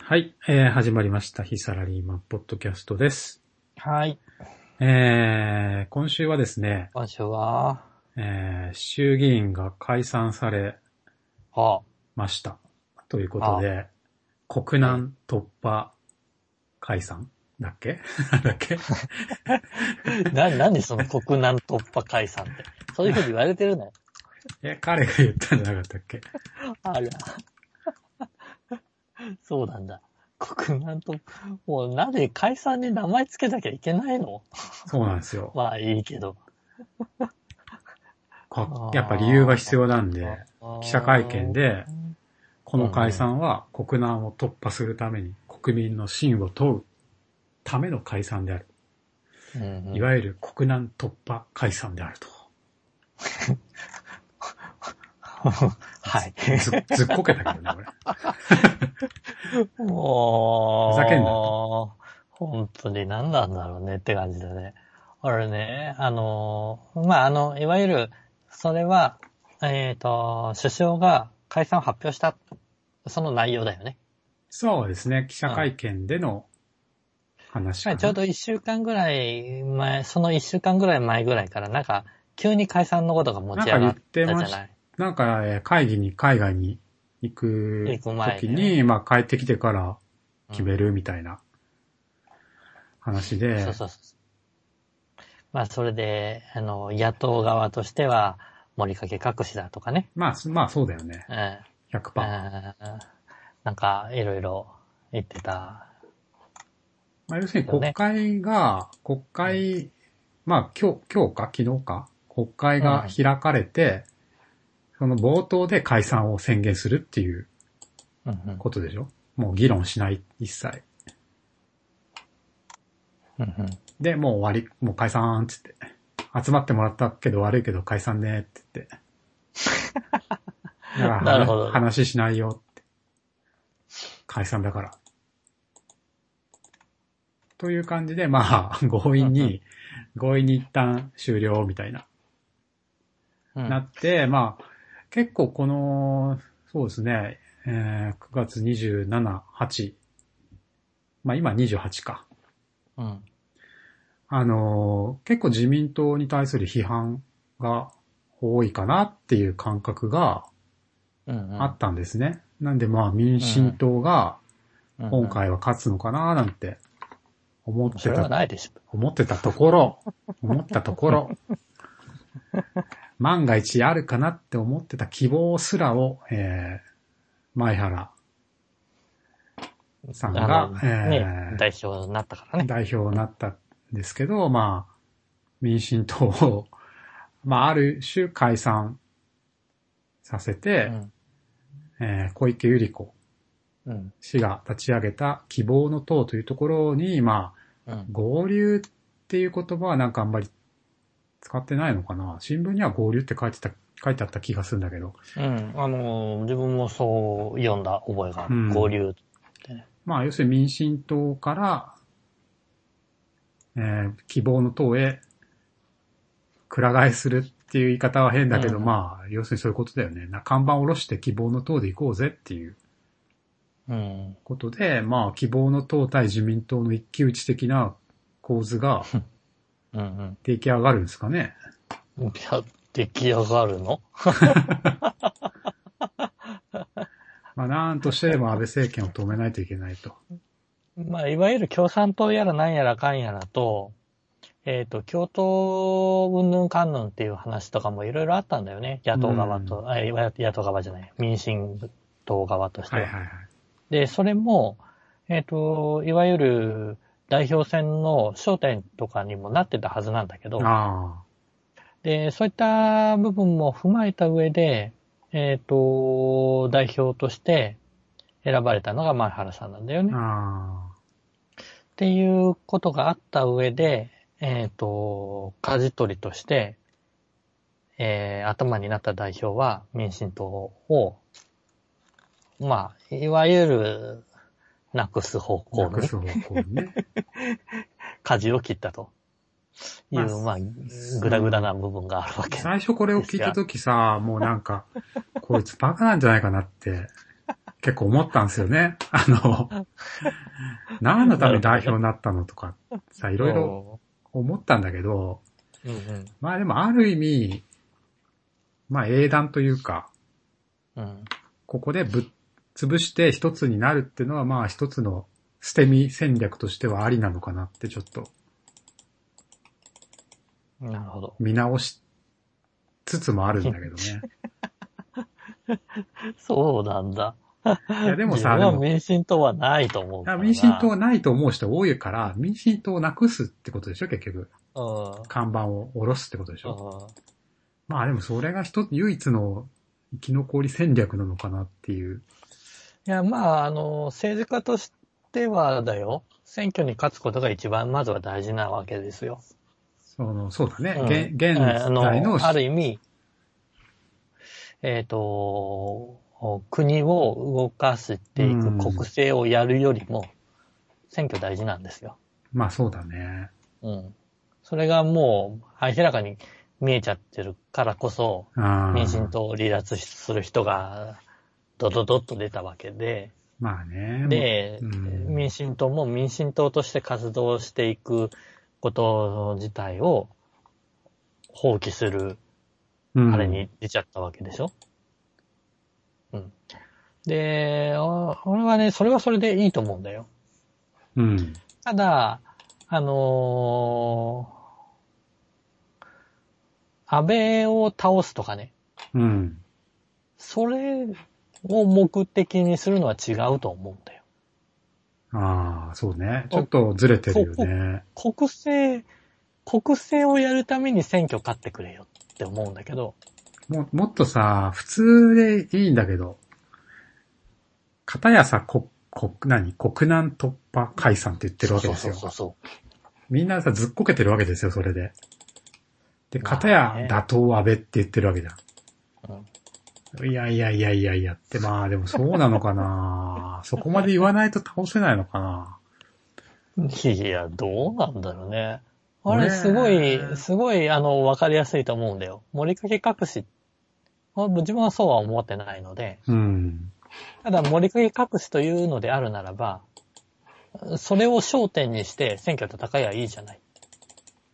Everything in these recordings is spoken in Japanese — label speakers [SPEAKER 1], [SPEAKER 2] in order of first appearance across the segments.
[SPEAKER 1] はい、えー、始まりました。ヒサラリーマンポッドキャストです。
[SPEAKER 2] はい。
[SPEAKER 1] えー、今週はですね、
[SPEAKER 2] 今週は、
[SPEAKER 1] えー、衆議院が解散され
[SPEAKER 2] は
[SPEAKER 1] ました。ということで、国難突破解散だっけ なんだっけ
[SPEAKER 2] あ、な、なんでその国難突破解散って。そういうふうに言われてるのよ。
[SPEAKER 1] え、彼が言ったんじゃなかったっけ
[SPEAKER 2] あら。 そうなんだ。国難突破。もうなぜ解散に名前つけなきゃいけないの
[SPEAKER 1] そうなんですよ。
[SPEAKER 2] まあいいけど。
[SPEAKER 1] こやっぱ理由が必要なんで、記者会見で、この解散は国難を突破するために国民の信を問うための解散である。
[SPEAKER 2] うんうん、
[SPEAKER 1] いわゆる国難突破解散であると。
[SPEAKER 2] はい。
[SPEAKER 1] ず ずっこけたけどね、俺。
[SPEAKER 2] もう、
[SPEAKER 1] ふざけんな
[SPEAKER 2] 本当に何なんだろうねって感じだね。俺ね、あの、まあ、あの、いわゆる、それは、えっ、と、首相が解散を発表した、その内容だよね。
[SPEAKER 1] そうですね、記者会見での話か
[SPEAKER 2] まあ
[SPEAKER 1] な。
[SPEAKER 2] ちょうど一週間ぐらい前、その一週間ぐらい前ぐらいから、なんか、急に解散のことが持ち上がったじゃ
[SPEAKER 1] なんか言ってま
[SPEAKER 2] な
[SPEAKER 1] し
[SPEAKER 2] い。
[SPEAKER 1] なんか、えー会議に海外に行く
[SPEAKER 2] 行く前
[SPEAKER 1] 時
[SPEAKER 2] に
[SPEAKER 1] に、
[SPEAKER 2] ね
[SPEAKER 1] まあ帰ってきてから決め
[SPEAKER 2] る。
[SPEAKER 1] るみたいな話で、
[SPEAKER 2] そうそうそう。まあ、それで、あの、野党側としては、森掛隠しだとかね。
[SPEAKER 1] まあ、そまあそうだよね、
[SPEAKER 2] うん。
[SPEAKER 1] 100%。
[SPEAKER 2] うんなんか、いろいろ言ってた。
[SPEAKER 1] まあ、要するに
[SPEAKER 2] そう
[SPEAKER 1] 国
[SPEAKER 2] ね
[SPEAKER 1] 会が、国会、まあ今日、今日か昨日か、国会が開かれて、その冒頭で解散を宣言するっていう
[SPEAKER 2] うんうん
[SPEAKER 1] ことでしょもう議論しない、一切。
[SPEAKER 2] うんうん
[SPEAKER 1] で、もう終わり、もう解散っつって。集まってもらったけど悪いけど解散ねって 言って。だから
[SPEAKER 2] なるほど
[SPEAKER 1] 話しないよって。解散だから。という感じで、まあ、強引
[SPEAKER 2] うんう
[SPEAKER 1] に、強引に一旦終了みたいな、
[SPEAKER 2] うん
[SPEAKER 1] なって、まあ、結構この、そうですね、えー9月27、8。まあ今28か。
[SPEAKER 2] うん
[SPEAKER 1] あのー結構自民党に対する批判が多いかなっていう感覚が
[SPEAKER 2] うんうん
[SPEAKER 1] あったんですね。なんでまあ民進党が
[SPEAKER 2] うんうん
[SPEAKER 1] 今回は勝つのかななんて思って
[SPEAKER 2] それは
[SPEAKER 1] た、
[SPEAKER 2] ないでしょ。
[SPEAKER 1] 思ってたところ、 思ったところ、万が一あるかなって思ってた希望すらを、えー、前原さん
[SPEAKER 2] あ
[SPEAKER 1] が
[SPEAKER 2] の、
[SPEAKER 1] え
[SPEAKER 2] ね
[SPEAKER 1] ー、
[SPEAKER 2] 代表になったからね。
[SPEAKER 1] 代表になったんですけど、まあ、民進党を、まあ、ある種解散させて、えー小池百合子
[SPEAKER 2] うんうん
[SPEAKER 1] 氏が立ち上げた希望の党というところに、まあ、
[SPEAKER 2] うん
[SPEAKER 1] 合流っていう言葉はなんかあんまり使ってないのかな。新聞には合流って書いてた、書いてあった気がするんだけど。
[SPEAKER 2] うんあの、自分もそう読んだ覚えがあ
[SPEAKER 1] うん
[SPEAKER 2] る。合流。
[SPEAKER 1] まあ、要するに民進党から、えー希望の党へ、くら替えするっていう言い方は変だけど、
[SPEAKER 2] うん
[SPEAKER 1] まあ、要するにそういうことだよね。な看板下ろして希望の党で行こうぜっていう
[SPEAKER 2] うん。
[SPEAKER 1] ことで、まあ、希望の党対自民党の一騎打ち的な構図 が
[SPEAKER 2] うん
[SPEAKER 1] 出来上がるんですかね。
[SPEAKER 2] うん。いや、出来上がるの
[SPEAKER 1] まあ、なんとしてでも安倍政権を止めないといけないと。
[SPEAKER 2] まあ、いわゆる共産党やらなんやらかんやらと、えっ、と、共闘云々かんぬんっていう話とかもいろいろあったんだよね。野党側と、あいわ野党側じゃない、民進党側として
[SPEAKER 1] は
[SPEAKER 2] は。
[SPEAKER 1] いはいはい。
[SPEAKER 2] で、それも、えっ、と、いわゆる代表選の焦点とかにもなってたはずなんだけど、
[SPEAKER 1] あ
[SPEAKER 2] で、そういった部分も踏まえた上で、えっ、と、代表として選ばれたのが前原さんなんだよね
[SPEAKER 1] あ、。あ
[SPEAKER 2] っていうことがあった上で、えっ、と、舵取りとして、えー、頭になった代表は民進党を、まあ、いわゆる、なくす方
[SPEAKER 1] あ。な
[SPEAKER 2] 向
[SPEAKER 1] く
[SPEAKER 2] に
[SPEAKER 1] す方向にね。
[SPEAKER 2] 舵を切ったとい
[SPEAKER 1] まあ
[SPEAKER 2] う、まあ、ぐだぐだな部分があるわけ。
[SPEAKER 1] 最初これを聞いたときさ、もうなんか、こいつバカなんじゃないかなって、結構思ったんですよね。あの、何のために代表になったのとか、さ、いろいろ
[SPEAKER 2] ろ。
[SPEAKER 1] 思ったんだけど、
[SPEAKER 2] うんうん。
[SPEAKER 1] まあでもある意味、まあ英断というか、
[SPEAKER 2] うん。
[SPEAKER 1] ここでぶっ潰して一つになるっていうのはまあ一つの捨て身戦略としてはありなのかなってちょっと
[SPEAKER 2] なるほど。
[SPEAKER 1] 見直しつつもあるんだけどね。
[SPEAKER 2] そうなんだ。
[SPEAKER 1] いやでもさ、
[SPEAKER 2] 自
[SPEAKER 1] で
[SPEAKER 2] 分は
[SPEAKER 1] も、
[SPEAKER 2] 民進党はないと思う
[SPEAKER 1] い
[SPEAKER 2] か
[SPEAKER 1] や
[SPEAKER 2] らな。
[SPEAKER 1] 民進党はないと思う人多いから、民進党をなくすってことでしょ結局。
[SPEAKER 2] うん。
[SPEAKER 1] 看板を下ろすってことでしょ
[SPEAKER 2] うん
[SPEAKER 1] まあでもそれが一つ、唯一の生き残り戦略なのかなっていう。
[SPEAKER 2] いや、まあ、あの、政治家としてはだよ。選挙に勝つことが一番まずは大事なわけですよ。
[SPEAKER 1] その、そうだね。
[SPEAKER 2] うん
[SPEAKER 1] 現現
[SPEAKER 2] あ
[SPEAKER 1] 在の、
[SPEAKER 2] ある意味、えっ、と、国を動かしてい
[SPEAKER 1] うん
[SPEAKER 2] く国政をやるよりも、選挙大事なんですよ。
[SPEAKER 1] まあそうだね。
[SPEAKER 2] うん。それがもう、明らかに見えちゃってるからこそ、
[SPEAKER 1] あー
[SPEAKER 2] 民進党を離脱する人が、ドドドッと出たわけで、
[SPEAKER 1] まあね。
[SPEAKER 2] で、
[SPEAKER 1] うん
[SPEAKER 2] 民進党も民進党として活動していくこと自体を放棄する
[SPEAKER 1] うん
[SPEAKER 2] あれに出ちゃったわけでしょ、うん、で、お俺はね、それはそれでいいと思うんだよ。
[SPEAKER 1] うん。
[SPEAKER 2] ただ、あのー安倍を倒すとかね、
[SPEAKER 1] うん。
[SPEAKER 2] それを目的にするのは違うと思うんだよ。
[SPEAKER 1] ああ、そうね。ちょっとずれてるよね。
[SPEAKER 2] 国政、国政をやるために選挙勝ってくれよって思うんだけど、
[SPEAKER 1] ももっとさ、普通でいいんだけど、片やさ、国、国、何国難突破解散って言ってるわけですよ。
[SPEAKER 2] そうそうそう
[SPEAKER 1] みんなさ、ずっこけてるわけですよ、それで。で、
[SPEAKER 2] まあね
[SPEAKER 1] 片や打倒安倍って言ってるわけじ
[SPEAKER 2] そう、
[SPEAKER 1] ゃ
[SPEAKER 2] うん
[SPEAKER 1] ん。いやいやいやいやいやって、まあでもそうなのかなそこまで言わないと倒せないのかない
[SPEAKER 2] や、どうなんだろうね。あ
[SPEAKER 1] ねえ
[SPEAKER 2] れ、すごい、すごい、あの、わかりやすいと思うんだよ。森かけ隠し。あ自分はそうは思ってないので、
[SPEAKER 1] うん。
[SPEAKER 2] ただ森かけ隠しというのであるならば、それを焦点にして選挙戦えばいいじゃないっ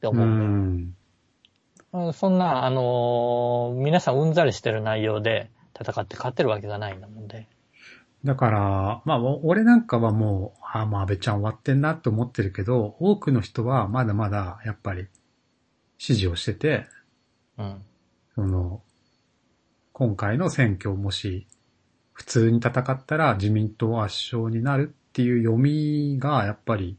[SPEAKER 2] て
[SPEAKER 1] う
[SPEAKER 2] 思うんだよ。
[SPEAKER 1] ん。
[SPEAKER 2] うんそんな、あのー皆さんうんざりしてる内容で戦って勝ってるわけがないんだもんで。
[SPEAKER 1] だから、まあ、お俺なんかはもう、ああ、もう安倍ちゃん終わってんなって思ってるけど、多くの人はまだまだ、やっぱり、支持をしてて、
[SPEAKER 2] うん。
[SPEAKER 1] その、今回の選挙をもし、普通に戦ったら自民党圧勝になるっていう読みが、やっぱり、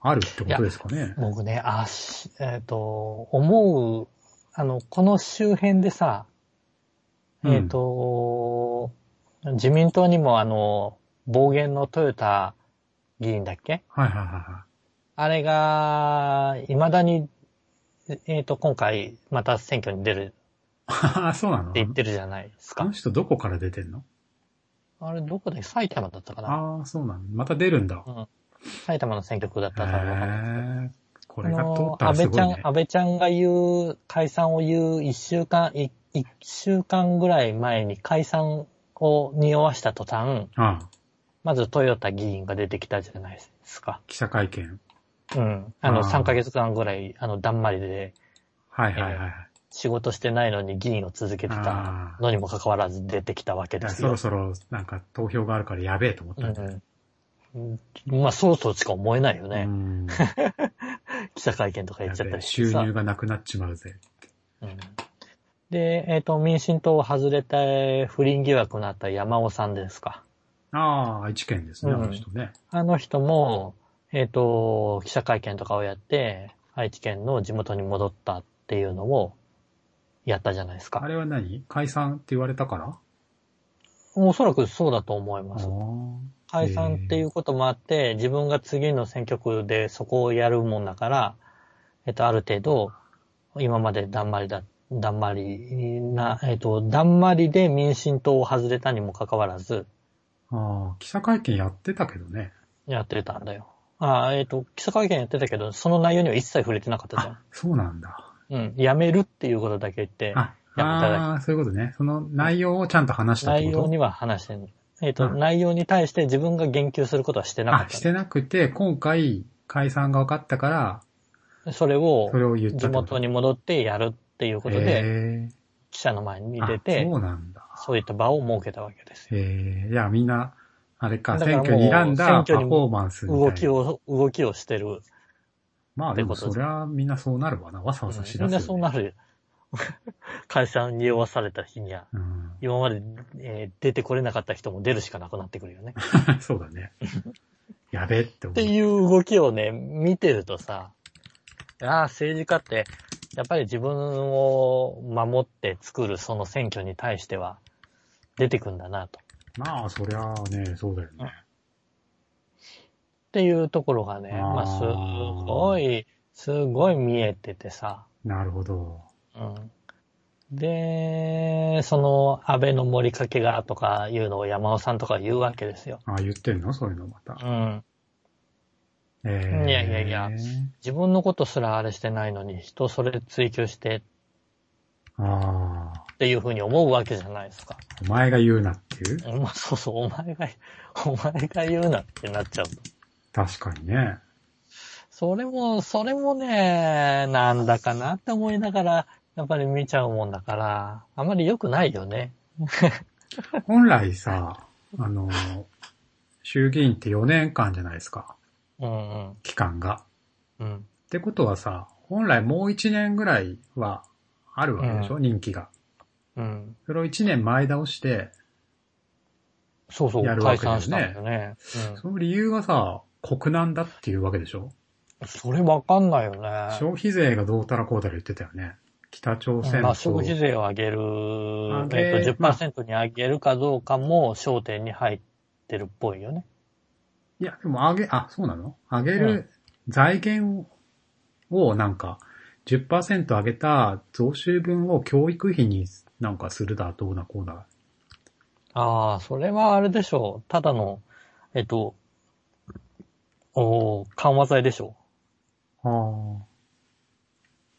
[SPEAKER 1] あるってことですかね。
[SPEAKER 2] 僕ね、あし、えっ、と、思う、あの、この周辺でさ、
[SPEAKER 1] うん
[SPEAKER 2] えっ、と、自民党にもあの、暴言のトヨタ議員だっけ
[SPEAKER 1] はいはい は
[SPEAKER 2] あれが、未だに、えっ、と、今回、また選挙に出る
[SPEAKER 1] いはい。ああ、そうなの
[SPEAKER 2] って言ってるじゃないです
[SPEAKER 1] あ
[SPEAKER 2] か
[SPEAKER 1] の。人どこから出てんの
[SPEAKER 2] あれ、どこで埼玉だったかな
[SPEAKER 1] ああ、そうなの。また出るんだ。
[SPEAKER 2] 埼玉の選挙区だっ
[SPEAKER 1] へ
[SPEAKER 2] たからわかんない
[SPEAKER 1] え。こ
[SPEAKER 2] あ
[SPEAKER 1] れが通
[SPEAKER 2] の
[SPEAKER 1] ったらす
[SPEAKER 2] 安倍
[SPEAKER 1] ご
[SPEAKER 2] ち
[SPEAKER 1] い
[SPEAKER 2] ゃ
[SPEAKER 1] ね
[SPEAKER 2] ん、。安倍ちゃんが言う、解散を言う一週間、い一週間ぐらい前に解散を匂わした途端、
[SPEAKER 1] ああ
[SPEAKER 2] まずトヨタ議員が出てきたじゃないですか。
[SPEAKER 1] 記者会見。
[SPEAKER 2] うん。あ
[SPEAKER 1] あ
[SPEAKER 2] の、
[SPEAKER 1] ー
[SPEAKER 2] 3ヶ月間ぐらい、あの、だんまりで
[SPEAKER 1] はいはいはい。
[SPEAKER 2] 仕事してないのに議員を続けてたのにもかかわらず出てきたわけ
[SPEAKER 1] だか
[SPEAKER 2] で
[SPEAKER 1] ら
[SPEAKER 2] す
[SPEAKER 1] そろ
[SPEAKER 2] よ。
[SPEAKER 1] そろなんか投票があるからやべえと思ったんだよね。
[SPEAKER 2] うんうん。まあ、そうそうしか思えないよね。
[SPEAKER 1] うん
[SPEAKER 2] 記者会見とか言っちゃ
[SPEAKER 1] やべ
[SPEAKER 2] った
[SPEAKER 1] え
[SPEAKER 2] り
[SPEAKER 1] 収入がなくなっちまうぜ。
[SPEAKER 2] うんで、えっ、と、民進党を外れて不倫疑惑のあった山尾さんですか。
[SPEAKER 1] ああ、愛知県ですね、あ
[SPEAKER 2] うん
[SPEAKER 1] の人ね。
[SPEAKER 2] あの人も、えっ、と、記者会見とかをやって、愛知県の地元に戻ったっていうのをやったじゃないです
[SPEAKER 1] あ
[SPEAKER 2] か。
[SPEAKER 1] れは何解散って言われたから
[SPEAKER 2] おそらくそうだと思い
[SPEAKER 1] あ
[SPEAKER 2] ます。
[SPEAKER 1] ー
[SPEAKER 2] 解散っていうこともあって、自分が次の選挙区でそこをやるもんだから、えっと、ある程度、今までだんまりだ、だんまりな、えっと、だんまりで民進党を外れたにもかかわらず、
[SPEAKER 1] ああ、記者会見やってたけどね。
[SPEAKER 2] やってたんだよ。ああ、えっ、と、記者会見やってたけど、その内容には一切触れてなかったじ
[SPEAKER 1] あ、そうなんだ。
[SPEAKER 2] ゃん。うん。辞めるっていうことだけ言って、
[SPEAKER 1] あ、
[SPEAKER 2] やめただけ
[SPEAKER 1] ああ、そういうことね。その内容をちゃんと話したって
[SPEAKER 2] 内
[SPEAKER 1] こ
[SPEAKER 2] 容
[SPEAKER 1] と
[SPEAKER 2] には話してん、えっ、と、
[SPEAKER 1] うん
[SPEAKER 2] 内容に対して自分が言及することはしてなか
[SPEAKER 1] あ、
[SPEAKER 2] っ
[SPEAKER 1] してなくて、今回解散が分かったから、
[SPEAKER 2] た。それを
[SPEAKER 1] それを言った
[SPEAKER 2] 地元
[SPEAKER 1] に
[SPEAKER 2] に戻ってやるっていうことで、
[SPEAKER 1] え
[SPEAKER 2] 記者の前に
[SPEAKER 1] ー、
[SPEAKER 2] 出て
[SPEAKER 1] あ、そうなんだ。
[SPEAKER 2] そういった場を設けたわけですよ。
[SPEAKER 1] えー、いや、みんな、あれか、
[SPEAKER 2] だか
[SPEAKER 1] 選
[SPEAKER 2] らもう
[SPEAKER 1] 挙に選んだパフ
[SPEAKER 2] 選挙
[SPEAKER 1] ォ
[SPEAKER 2] に
[SPEAKER 1] ーマンスみたいな。
[SPEAKER 2] 動きを、動きをしてる。
[SPEAKER 1] まあでも
[SPEAKER 2] って
[SPEAKER 1] そ
[SPEAKER 2] ことです
[SPEAKER 1] りゃみんなそうなるわな。わさ
[SPEAKER 2] う
[SPEAKER 1] わ
[SPEAKER 2] ん
[SPEAKER 1] さし
[SPEAKER 2] み
[SPEAKER 1] だ
[SPEAKER 2] ん
[SPEAKER 1] すよ、ね
[SPEAKER 2] なそうなるよ。解散に酔わされた日には、今まで、えー出てこれなかった人も出るしかなくなってくるよね。っ
[SPEAKER 1] うん、 そうだね。やべえって思う。
[SPEAKER 2] ていう動きをね、見てるとさ、ああ、政治家って、やっぱり自分を守って作るその選挙に対しては、出てくんだなと。
[SPEAKER 1] まあそりゃあね、そうだよね。
[SPEAKER 2] っていうところがね、
[SPEAKER 1] あー
[SPEAKER 2] まあ、すごい、すごい見えててさ、
[SPEAKER 1] なるほど。
[SPEAKER 2] うん。で、その、安倍の盛りかけがとかいうのを山尾さんとか言うわけですよ。
[SPEAKER 1] あ言ってんのそういうのまた
[SPEAKER 2] う。ん。
[SPEAKER 1] えー、
[SPEAKER 2] いやいやいや自分のことすらあれしてないのに、人それ追求して
[SPEAKER 1] ああ、
[SPEAKER 2] っていうふうに思うわけじゃないですか。
[SPEAKER 1] お前が言うなっていう。
[SPEAKER 2] お前そうそう、お前が、お前が言うなってなっちゃうと。
[SPEAKER 1] 確かにね。
[SPEAKER 2] それも、それもね、なんだかなって思いながら、やっぱり見ちゃうもんだから、あまり良くないよね。
[SPEAKER 1] 本来さ、あの、衆議院って4年間じゃないですか。
[SPEAKER 2] うんうん。
[SPEAKER 1] 期間が。
[SPEAKER 2] うん。
[SPEAKER 1] ってことはさ、本来もう1年ぐらいはあるわけでしょ、任期が。
[SPEAKER 2] うん。
[SPEAKER 1] それを1年前倒して、
[SPEAKER 2] そうそう、
[SPEAKER 1] やるわ
[SPEAKER 2] 解
[SPEAKER 1] けだよね
[SPEAKER 2] 散したんだよね。
[SPEAKER 1] その理由がさ、国難だっていうわけでしょ
[SPEAKER 2] うん。それわかんないよね。
[SPEAKER 1] 消費税がどうたらこうたら言ってたよね。北朝鮮
[SPEAKER 2] まあ、
[SPEAKER 1] と。
[SPEAKER 2] 消費税を上げる、
[SPEAKER 1] げ
[SPEAKER 2] えっと、10%に上げるかどうかも焦点に入ってるっぽいよね。
[SPEAKER 1] いや、でも上げ、あ、そうなの上げる財源をなんか10%上げた増収分を教育費になんかするだ、どうなこうだ。
[SPEAKER 2] ああ、それはあれでしょう。ただの、えっと、おー緩和剤でしょ
[SPEAKER 1] は
[SPEAKER 2] う。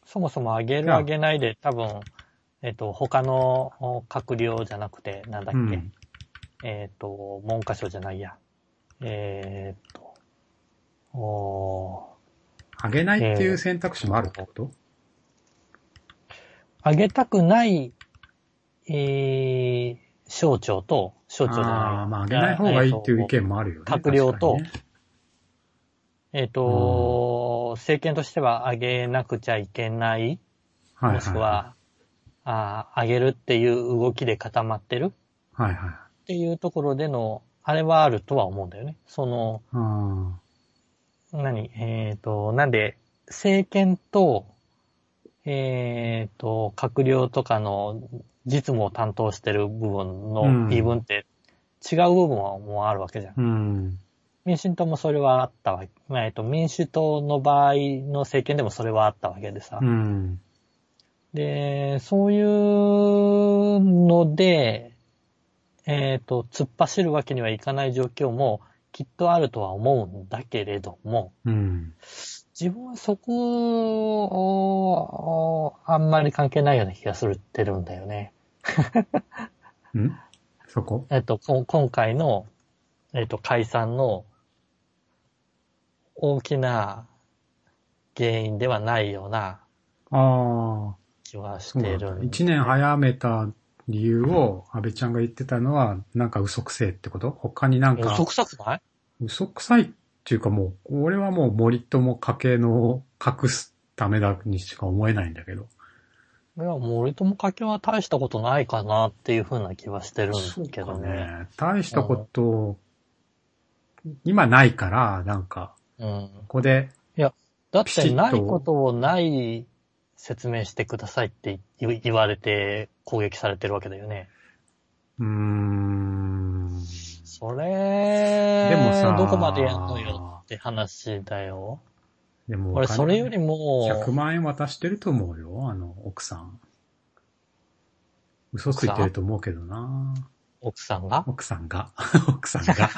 [SPEAKER 2] そもそも上げる
[SPEAKER 1] ああ
[SPEAKER 2] 上げないで多分、えっと、他のお閣僚じゃなくて、なんだっ
[SPEAKER 1] う
[SPEAKER 2] け、
[SPEAKER 1] ん。
[SPEAKER 2] えっと、文科省じゃないや。えーっと、おー
[SPEAKER 1] 上げないっていう選択肢もあるってこと、
[SPEAKER 2] 上げたくない、えー、省庁と、省庁じゃない。
[SPEAKER 1] ああ、まあ上げない方がいいっていう意見もあるよね。
[SPEAKER 2] 閣僚と
[SPEAKER 1] 確か
[SPEAKER 2] えっ、と、政権としては上げなくちゃいけない、
[SPEAKER 1] にね、
[SPEAKER 2] もしくは、あー上げるっていう動きで固まってる
[SPEAKER 1] はいはい。はいはい。
[SPEAKER 2] っていうところでの、あれはあるとは思うんだよね。その、
[SPEAKER 1] あ
[SPEAKER 2] 何えっ、と、なんで、政権と、えっ、と、閣僚とかの実務を担当してる部分
[SPEAKER 1] うん
[SPEAKER 2] の言い分って違う部分はもうあるわけじゃん。
[SPEAKER 1] ーうん。
[SPEAKER 2] 民進党もそれはあったわけ。まあえっ、と、民主党の場合の政権でもそれはあったわけでさ。
[SPEAKER 1] うん。
[SPEAKER 2] で、そういうので、えっ、と、突っ走るわけにはいかない状況もきっとあるとは思うんだけれども、
[SPEAKER 1] うん。
[SPEAKER 2] 自分はそこを、あんまり関係ないような気がするってるんだよね。
[SPEAKER 1] んそこ
[SPEAKER 2] えっと、こ今回の、えっと、解散の大きな原因ではないような
[SPEAKER 1] ああ、
[SPEAKER 2] 気はし
[SPEAKER 1] そう
[SPEAKER 2] て
[SPEAKER 1] なん
[SPEAKER 2] る
[SPEAKER 1] だ。
[SPEAKER 2] んで。
[SPEAKER 1] 一年早めた理由を安倍ちゃんが言ってたのは、なんか嘘くせえってこと他になんか
[SPEAKER 2] 嘘、くさくない
[SPEAKER 1] 嘘くさいっていうかもう、俺はもう森友家系のを隠すためだにしか思えないんだけど。
[SPEAKER 2] いや、森友家計は大したことないかなっていうふうな気はしてるんだけど
[SPEAKER 1] そうか
[SPEAKER 2] ね。
[SPEAKER 1] ね。大したこと、今ないから、なんか、
[SPEAKER 2] うん。
[SPEAKER 1] ここで、
[SPEAKER 2] だっ
[SPEAKER 1] ピシッ
[SPEAKER 2] て
[SPEAKER 1] と
[SPEAKER 2] ないことをない説明してくださいって言言われて攻撃されてるわけだよね。
[SPEAKER 1] うーん。
[SPEAKER 2] それ、
[SPEAKER 1] でもさ
[SPEAKER 2] どこまでやんのよって話だよ。
[SPEAKER 1] でも
[SPEAKER 2] 俺、それより
[SPEAKER 1] 100
[SPEAKER 2] も、
[SPEAKER 1] 万円渡してると思うよ、あの、奥さん。嘘ついてると思うけどな
[SPEAKER 2] 奥さんが
[SPEAKER 1] 奥さんが。 奥さん が。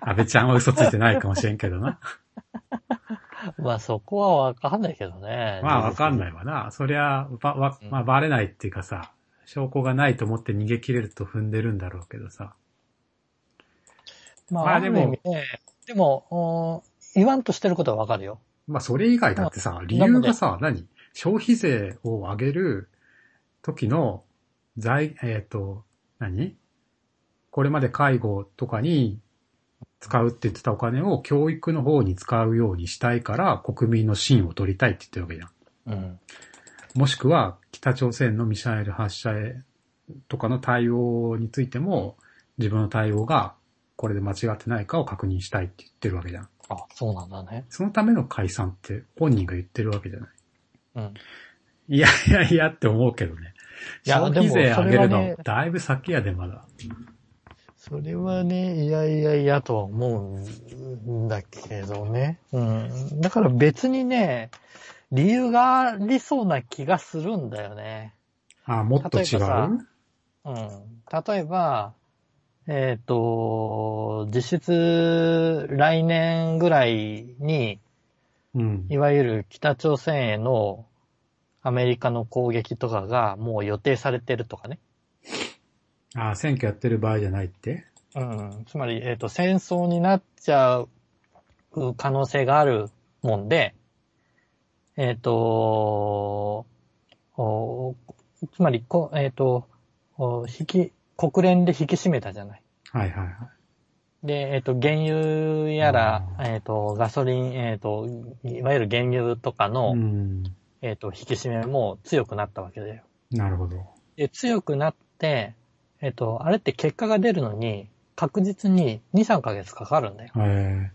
[SPEAKER 1] 安倍ちゃんは嘘ついてないかもしれんけどな。
[SPEAKER 2] まあそこはわかんないけどね。。
[SPEAKER 1] まあわかんないいわな。そりゃ、ば、わ
[SPEAKER 2] うん
[SPEAKER 1] まあバレないっていうかさ、証拠がないと思って逃げ切れると踏んでるんだろうけどさ。
[SPEAKER 2] ま
[SPEAKER 1] ま
[SPEAKER 2] あ、
[SPEAKER 1] あ
[SPEAKER 2] ある
[SPEAKER 1] で
[SPEAKER 2] 意
[SPEAKER 1] も
[SPEAKER 2] 味で、でも、うん言わんとしてることはわかるよ。
[SPEAKER 1] まあ、それ以外だってさ、理
[SPEAKER 2] な
[SPEAKER 1] 由
[SPEAKER 2] ので
[SPEAKER 1] がさ、何消費税を上げる時の財、えっ、と、何これまで介護とかに使うって言ってたお金を教育の方に使うようにしたいから国民の信を取りたいって言ってるわけじゃん。
[SPEAKER 2] うん。
[SPEAKER 1] もしくは北朝鮮のミサイル発射へとかの対応についても自分の対応がこれで間違ってないかを確認したいって言ってるわけじゃん。
[SPEAKER 2] あ、そうなんだね。
[SPEAKER 1] そのための解散って本人が言ってるわけじゃない。
[SPEAKER 2] うん。
[SPEAKER 1] いやいやいやって思うけどね。
[SPEAKER 2] いや
[SPEAKER 1] 消費税上げる
[SPEAKER 2] でもそれはね
[SPEAKER 1] の、だいぶ先やで、まだ。
[SPEAKER 2] それはね、いやいやいやとは思うんだけどね。うん。だから別にね、理由がありそうな気がするんだよね。
[SPEAKER 1] あ、もっと違
[SPEAKER 2] 例えばさ
[SPEAKER 1] う
[SPEAKER 2] うん。例えば、えっ、と、実質来年ぐらいに、
[SPEAKER 1] うん。
[SPEAKER 2] いわゆる北朝鮮へのアメリカの攻撃とかがもう予定されてるとかね。
[SPEAKER 1] あ、選挙やってる場合じゃないって
[SPEAKER 2] うん、つまり、えっ、と、戦争になっちゃう可能性があるもんで、えっ、と、おつまりこ、えっ、と、お引き、国連で引き締めたじゃない。
[SPEAKER 1] はいはいはい。
[SPEAKER 2] で、えっ、と、原油やら、
[SPEAKER 1] う
[SPEAKER 2] えっ、と、ガソリン、えっ、と、いわゆる原油とかの、
[SPEAKER 1] うん。
[SPEAKER 2] えっ、と、引き締めも強くなったわけだよ。
[SPEAKER 1] なるほど。
[SPEAKER 2] で、強くなって、えっ、と、あれって結果が出るのに、確実に2、3ヶ月かかるんだよ。
[SPEAKER 1] え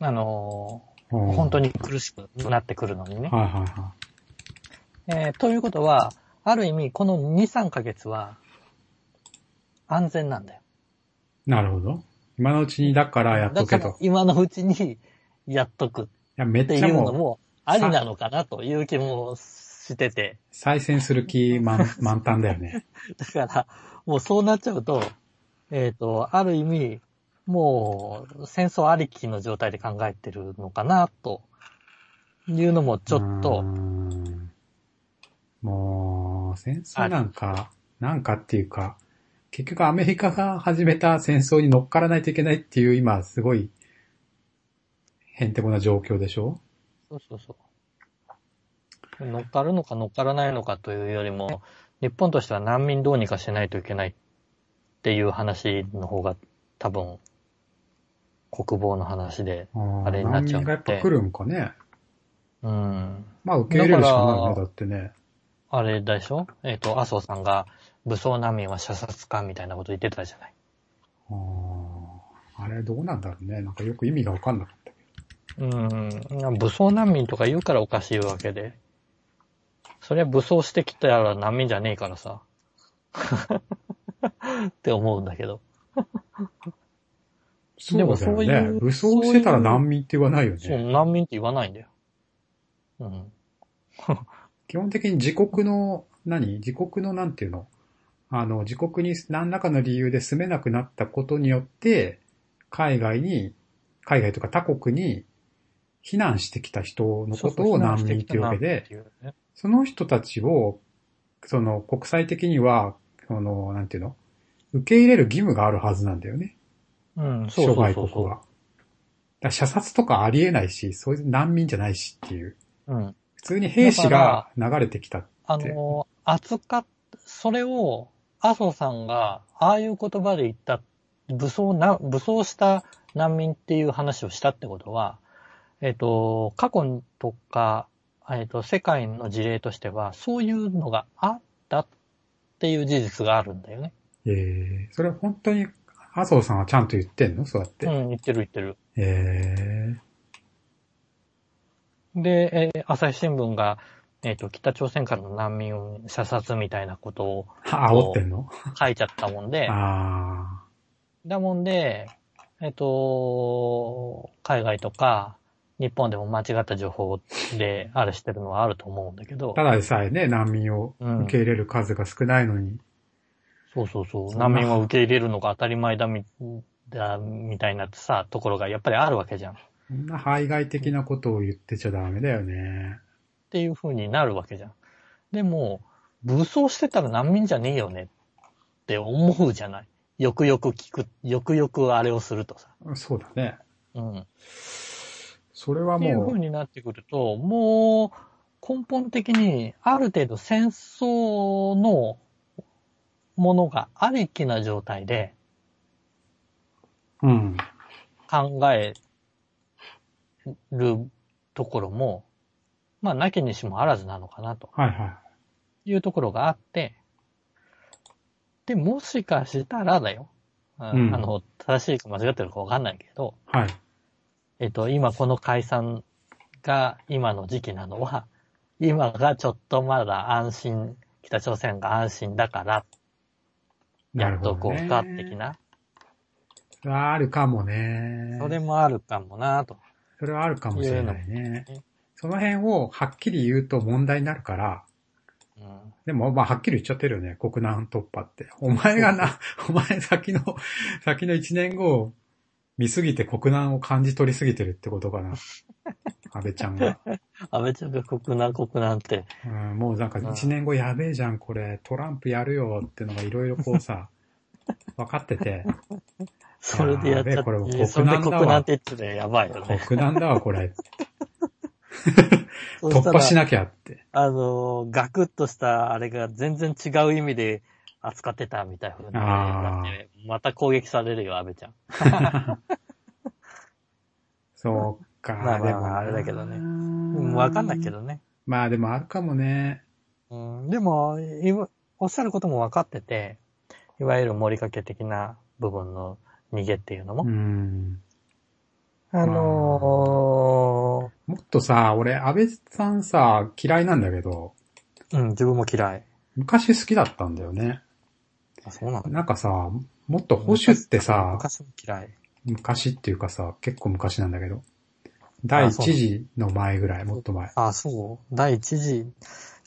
[SPEAKER 2] あの
[SPEAKER 1] ー、
[SPEAKER 2] ー本当
[SPEAKER 1] に。
[SPEAKER 2] に苦しくなってくるのにね。
[SPEAKER 1] はいはいは
[SPEAKER 2] えーということは、ある意味、この2、3ヶ月は、安全なんだよ。
[SPEAKER 1] い。なるほど。今のうちにだからやっとけ
[SPEAKER 2] だか
[SPEAKER 1] と。
[SPEAKER 2] ら
[SPEAKER 1] い、
[SPEAKER 2] 今のうちに、やっとくっ
[SPEAKER 1] や、めってち
[SPEAKER 2] い
[SPEAKER 1] ゃ
[SPEAKER 2] うの
[SPEAKER 1] もう、
[SPEAKER 2] も、ありなのかなという気もしてて。
[SPEAKER 1] 再選する気満満タンだよね。
[SPEAKER 2] だから、もうそうなっちゃうと、えっ、と、ある意味、もう戦争ありきの状態で考えてるのかな、というのもちょっ
[SPEAKER 1] うー
[SPEAKER 2] と、
[SPEAKER 1] ん。もう、戦争なんか、なんかっていうか、結局アメリカが始めた戦争に乗っからないといけないっていう今、すごい、へんてこな状況でしょ
[SPEAKER 2] そうそうそう。乗っかるのか乗っからないのかというよりも、日本としては難民どうにかしないといけないっていう話の方が多分、国防の話で、
[SPEAKER 1] あ
[SPEAKER 2] あれになっちゃ
[SPEAKER 1] 難民
[SPEAKER 2] う
[SPEAKER 1] が
[SPEAKER 2] んで
[SPEAKER 1] やっぱ来るんかね。
[SPEAKER 2] うん、
[SPEAKER 1] まあ受け入れるしかないよ
[SPEAKER 2] だ
[SPEAKER 1] ね、
[SPEAKER 2] か
[SPEAKER 1] だ
[SPEAKER 2] ら
[SPEAKER 1] ってね。
[SPEAKER 2] あれでしょえっ、と、麻生さんが武装難民は射殺かみたいなこと言ってたじゃない。
[SPEAKER 1] あーあれどうなんだろうね。なんかよく意味がわかんなかったけ
[SPEAKER 2] うん、武装難民とか言うからおかしいわけで。そりゃ武装してきたら難民じゃねえからさ。 って思うんだけど。
[SPEAKER 1] ど。
[SPEAKER 2] でも
[SPEAKER 1] そうだ
[SPEAKER 2] そ
[SPEAKER 1] よ
[SPEAKER 2] うい
[SPEAKER 1] ね。
[SPEAKER 2] う
[SPEAKER 1] 武装してたら
[SPEAKER 2] そういう
[SPEAKER 1] 難民って言わないよ
[SPEAKER 2] そう、
[SPEAKER 1] ね。
[SPEAKER 2] 難民って言わないんだよ。うん。
[SPEAKER 1] 基本的に自国の、何自国のなんていうのあの、自国に何らかの理由で住めなくなったことによって、海外に、海外とか他国に避難してきた人のことを難民っていうわけで、
[SPEAKER 2] そうそう。避難してきた難民っていうね
[SPEAKER 1] その人たちを、その国際的には、その、なんていうの受け入れる義務があるはずなんだよね。
[SPEAKER 2] うん、そう
[SPEAKER 1] 諸
[SPEAKER 2] そう
[SPEAKER 1] 外
[SPEAKER 2] そ
[SPEAKER 1] 国
[SPEAKER 2] うそ
[SPEAKER 1] は。だから射殺とかありえないし、そういう難民じゃないしっていう。
[SPEAKER 2] う。うん。
[SPEAKER 1] 普通に兵士が流れてきた。
[SPEAKER 2] あの、扱っ、それを、麻生さんが、ああいう言葉で言った、武装な、武装した難民っていう話をしたってことは、えっ、と、過去とか、えっ、と、世界の事例としては、そういうのがあったっていう事実があるんだよね。
[SPEAKER 1] ええそれは本当に、麻生さんはちゃんと言ってんのそうやって。
[SPEAKER 2] うん、言ってる言ってる。
[SPEAKER 1] え
[SPEAKER 2] で、えー朝日新聞が、えっ、と、北朝鮮からの難民を射殺みたいなこ とを
[SPEAKER 1] えあ、煽ってんの
[SPEAKER 2] 書いちゃったもんで、
[SPEAKER 1] ああ。
[SPEAKER 2] だもんで、えっと、海外とか、日本でも間違った情報であれしてるのはあると思うんだけど
[SPEAKER 1] た、だでさえね、難民を受け入れる数が少ないのに。
[SPEAKER 2] そうそうそう、
[SPEAKER 1] そんな
[SPEAKER 2] 難民を受け入れるのが当たり前だみ、だ、みたいなさ、ところがやっぱりあるわけじゃん。っ
[SPEAKER 1] そんな排外的なことを言ってちゃダメだよね。
[SPEAKER 2] ていう風になるわけじゃん。でも、武装してたら難民じゃねえよねって思うじゃない。よくよく聞く、よくよくあれをするとさ。
[SPEAKER 1] そうだね。
[SPEAKER 2] うん。
[SPEAKER 1] それは
[SPEAKER 2] っていう
[SPEAKER 1] も
[SPEAKER 2] 風
[SPEAKER 1] う、
[SPEAKER 2] になってくると、もう根本的にある程度戦争のものがありきな状態で
[SPEAKER 1] うん。
[SPEAKER 2] 考えるところも、まあ、なきにしもあらずなのかなと
[SPEAKER 1] はいは
[SPEAKER 2] いうところがあって、で、もしかしたらだよ。あ
[SPEAKER 1] うん
[SPEAKER 2] あの、正しいか間違ってるかわかんないけど、
[SPEAKER 1] い。はい。
[SPEAKER 2] えっと、今この解散が今の時期なのは、今がちょっとまだ安心、北朝鮮が安心だから、
[SPEAKER 1] な
[SPEAKER 2] や
[SPEAKER 1] る
[SPEAKER 2] っ
[SPEAKER 1] ほど、
[SPEAKER 2] とこ
[SPEAKER 1] ね。
[SPEAKER 2] うか、的。な。
[SPEAKER 1] あるかもね。
[SPEAKER 2] それもあるかもなと。
[SPEAKER 1] それはあるかもしれないね
[SPEAKER 2] ね。
[SPEAKER 1] その辺をはっきり言うと問題になるから、
[SPEAKER 2] うん。
[SPEAKER 1] でも、まあ、はっきり言っちゃってるよね。国難突破って。お前がな、お前先の、 先の1年後を見すぎて国難を感じ取りすぎてるってことかな。安倍ちゃんが。
[SPEAKER 2] 安倍ちゃんが国難国難って、
[SPEAKER 1] うん、もうなんか
[SPEAKER 2] うん
[SPEAKER 1] 1年後やべえじゃん、これ。トランプやるよってのがいろいろこう さ、分かってて、
[SPEAKER 2] それでやっちゃ
[SPEAKER 1] やべえこれもう
[SPEAKER 2] っ
[SPEAKER 1] 国
[SPEAKER 2] て、それで
[SPEAKER 1] 難だわ
[SPEAKER 2] 国難って言ってたらやばいよね。
[SPEAKER 1] 国難だわ、こ れ。
[SPEAKER 2] そ
[SPEAKER 1] 突
[SPEAKER 2] した
[SPEAKER 1] 破
[SPEAKER 2] ら
[SPEAKER 1] しなきゃって。
[SPEAKER 2] あの、ガクッとしたあれが全然違う意味で扱ってたみたいな風になって、また攻撃されるよ、安倍ちゃん。
[SPEAKER 1] そうか、
[SPEAKER 2] まあまあ
[SPEAKER 1] でも。
[SPEAKER 2] あれだけどね
[SPEAKER 1] ね
[SPEAKER 2] わかんないけ。どね。
[SPEAKER 1] まあでもあるかもね。
[SPEAKER 2] うん、でも、いわおっしゃることも分かってて、いわゆる盛りかけ的な部分の逃げっていうのも。
[SPEAKER 1] うん。
[SPEAKER 2] あの
[SPEAKER 1] もっとさ、俺、安倍さんさ、嫌いなんだけど、
[SPEAKER 2] ー、うん、自分も嫌い。
[SPEAKER 1] 昔好きだったんだよね。
[SPEAKER 2] あそうなんだ。
[SPEAKER 1] なんかさ、もっと保守ってさ、
[SPEAKER 2] 昔も嫌い。
[SPEAKER 1] 昔っていうかさ、結構昔なんだけど、第一次の前ぐらい、もっと前。
[SPEAKER 2] あ、そう第一次、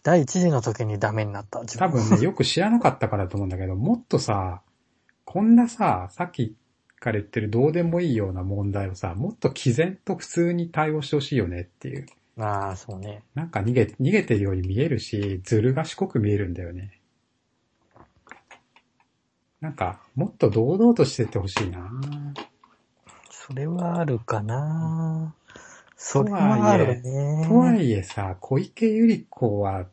[SPEAKER 2] 第一次の時にダメになった。自
[SPEAKER 1] 多
[SPEAKER 2] 分
[SPEAKER 1] 分ね、よく知らなかったからだと思うんだけど、もっとさ、こんなさ、さっきから言ってるどうでもいいような問題をさ、もっと毅然と普通に対応してほしいよねっていう。
[SPEAKER 2] ああ、そうね。
[SPEAKER 1] なんか逃げ、逃げてるように見えるし、ずる賢く見えるんだよね。なんか、もっと堂々としてってほしいな
[SPEAKER 2] それはあるかな。それはあるね。
[SPEAKER 1] とはいえさ、小池百合子は、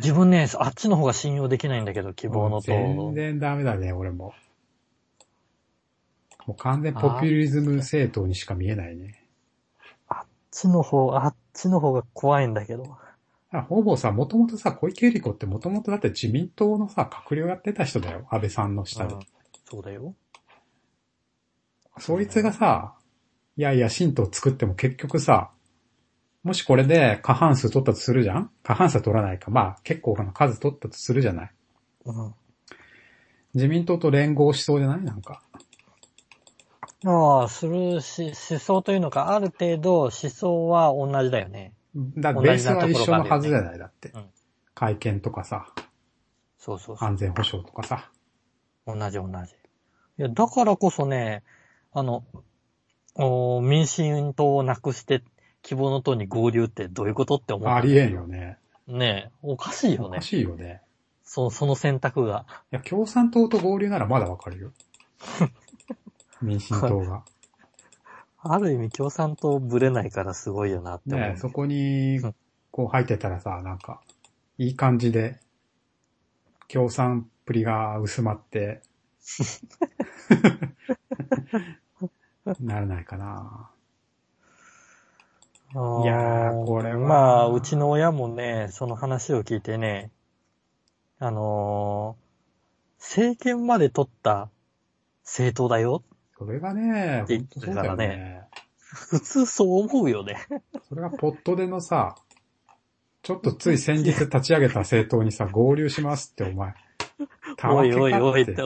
[SPEAKER 2] 自分ね、あっちの方が信用できないんだけど、希望の
[SPEAKER 1] 全
[SPEAKER 2] 党。
[SPEAKER 1] 然ダメだね、俺も。もう完全ポピュリズム政党にしか見えないね。
[SPEAKER 2] あっちの方、あっちの方が怖いんだけど。
[SPEAKER 1] あほぼさ、もともとさ、小池百合子ってもともとだって自民党のさ、閣僚やってた人だよ。安倍さんの下で
[SPEAKER 2] うん。そうだよ。
[SPEAKER 1] そいつがさ、いやいや、神道作っても結局さ、もしこれで過半数取ったとするじゃん過半数は取らないか。まあ、結構な数取ったとするじゃない
[SPEAKER 2] うん。
[SPEAKER 1] 自民党と連合しそうじゃないなんか。
[SPEAKER 2] ああ、するし、思想というのか、ある程度思想は同じだよね。
[SPEAKER 1] だベースは一緒のはずじゃないだって
[SPEAKER 2] うん。
[SPEAKER 1] 会見とかさ、
[SPEAKER 2] そうそうそう。
[SPEAKER 1] 安全保障とかさ。
[SPEAKER 2] 同じ同じ。いや、だからこそね、あの、おー民進党をなくして、希望の党に合流ってどういうことって思う。
[SPEAKER 1] ありえんよね。
[SPEAKER 2] ねえ、おかしいよ
[SPEAKER 1] お
[SPEAKER 2] ね
[SPEAKER 1] か。しいよね。
[SPEAKER 2] そその選択が。
[SPEAKER 1] いや、共産党と合流ならまだわかる よ。民進党が。
[SPEAKER 2] ある意味共産党ぶれないからすごいよなって思う。
[SPEAKER 1] ねそこに
[SPEAKER 2] うん、
[SPEAKER 1] こう入ってたらさ、なんか、いい感じで、共産っぷりが薄ま って、ならないかな。
[SPEAKER 2] あー
[SPEAKER 1] いやーこれは
[SPEAKER 2] まあ、うちの親もね、その話を聞いてね、あのー政権まで取った政党だよ。
[SPEAKER 1] それがね、
[SPEAKER 2] で
[SPEAKER 1] 本当そうだよ
[SPEAKER 2] だから
[SPEAKER 1] ね。
[SPEAKER 2] 普通そう思うよね。
[SPEAKER 1] それがポットでのさ、ちょっとつい先日立ち上げた政党にさ、合流しますってお前、た
[SPEAKER 2] お
[SPEAKER 1] わ
[SPEAKER 2] い
[SPEAKER 1] けか
[SPEAKER 2] おいおいっ
[SPEAKER 1] って
[SPEAKER 2] て。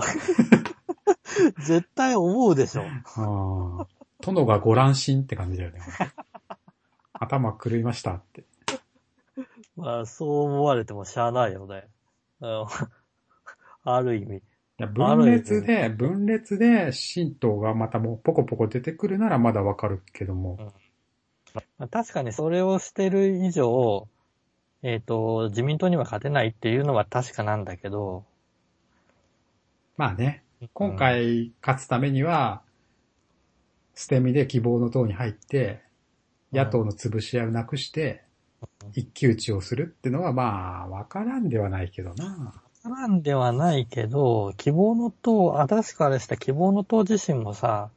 [SPEAKER 2] 絶対思うでしょ。
[SPEAKER 1] うん殿がご乱心って感じだよね。 頭狂いましたって。
[SPEAKER 2] まあ、そう思われてもしゃあないよね。あのある意味。
[SPEAKER 1] いや分裂で、分裂で、神道がまたもうポコポコ出てくるならまだわかるけども。
[SPEAKER 2] まあ、確かにそれをしてる以上、えっ、と、自民党には勝てないっていうのは確かなんだけど、
[SPEAKER 1] まあね。今回勝つためには、捨て身で希望の党に入って、
[SPEAKER 2] うん
[SPEAKER 1] 野党の潰し合いをなくして、一騎打ちをするってのはまあ、わからんではないけどな。
[SPEAKER 2] なんではないけど、希望の党、新しくあれした希望の党自身もさ、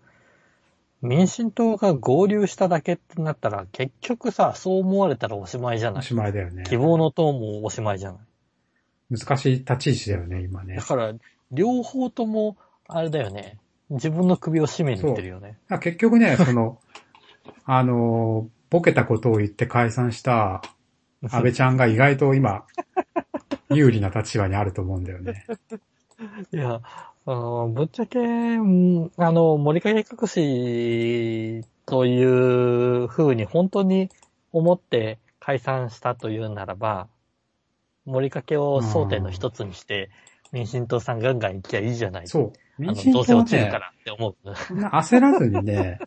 [SPEAKER 2] 民進党が合流しただけってなったら、結局さ、そう思われたらおしまいじゃな
[SPEAKER 1] お
[SPEAKER 2] い。
[SPEAKER 1] しまいだよね。
[SPEAKER 2] 希望の党もおしまいじゃない。
[SPEAKER 1] 難しい立ち位置だよね、今ね
[SPEAKER 2] だ。から、両方とも、あれだよね。自分の首を絞めに行ってるよね。
[SPEAKER 1] あ結局 ね、その、あの、ボケたことを言って解散した安倍ちゃんが意外と今、有利な立場にあると思うんだよね。
[SPEAKER 2] いや、あの、ぶっちゃけ、うんあの、森影隠しという風に本当に思って解散したというならば、森影を争点の一つにして、民進党さんガンガン行きゃいいじゃない。う。
[SPEAKER 1] そう。
[SPEAKER 2] あ
[SPEAKER 1] 民
[SPEAKER 2] の、
[SPEAKER 1] 進
[SPEAKER 2] どうせ
[SPEAKER 1] 党は
[SPEAKER 2] 落ちるか
[SPEAKER 1] ね、
[SPEAKER 2] らって思う。
[SPEAKER 1] そんな焦らずにね、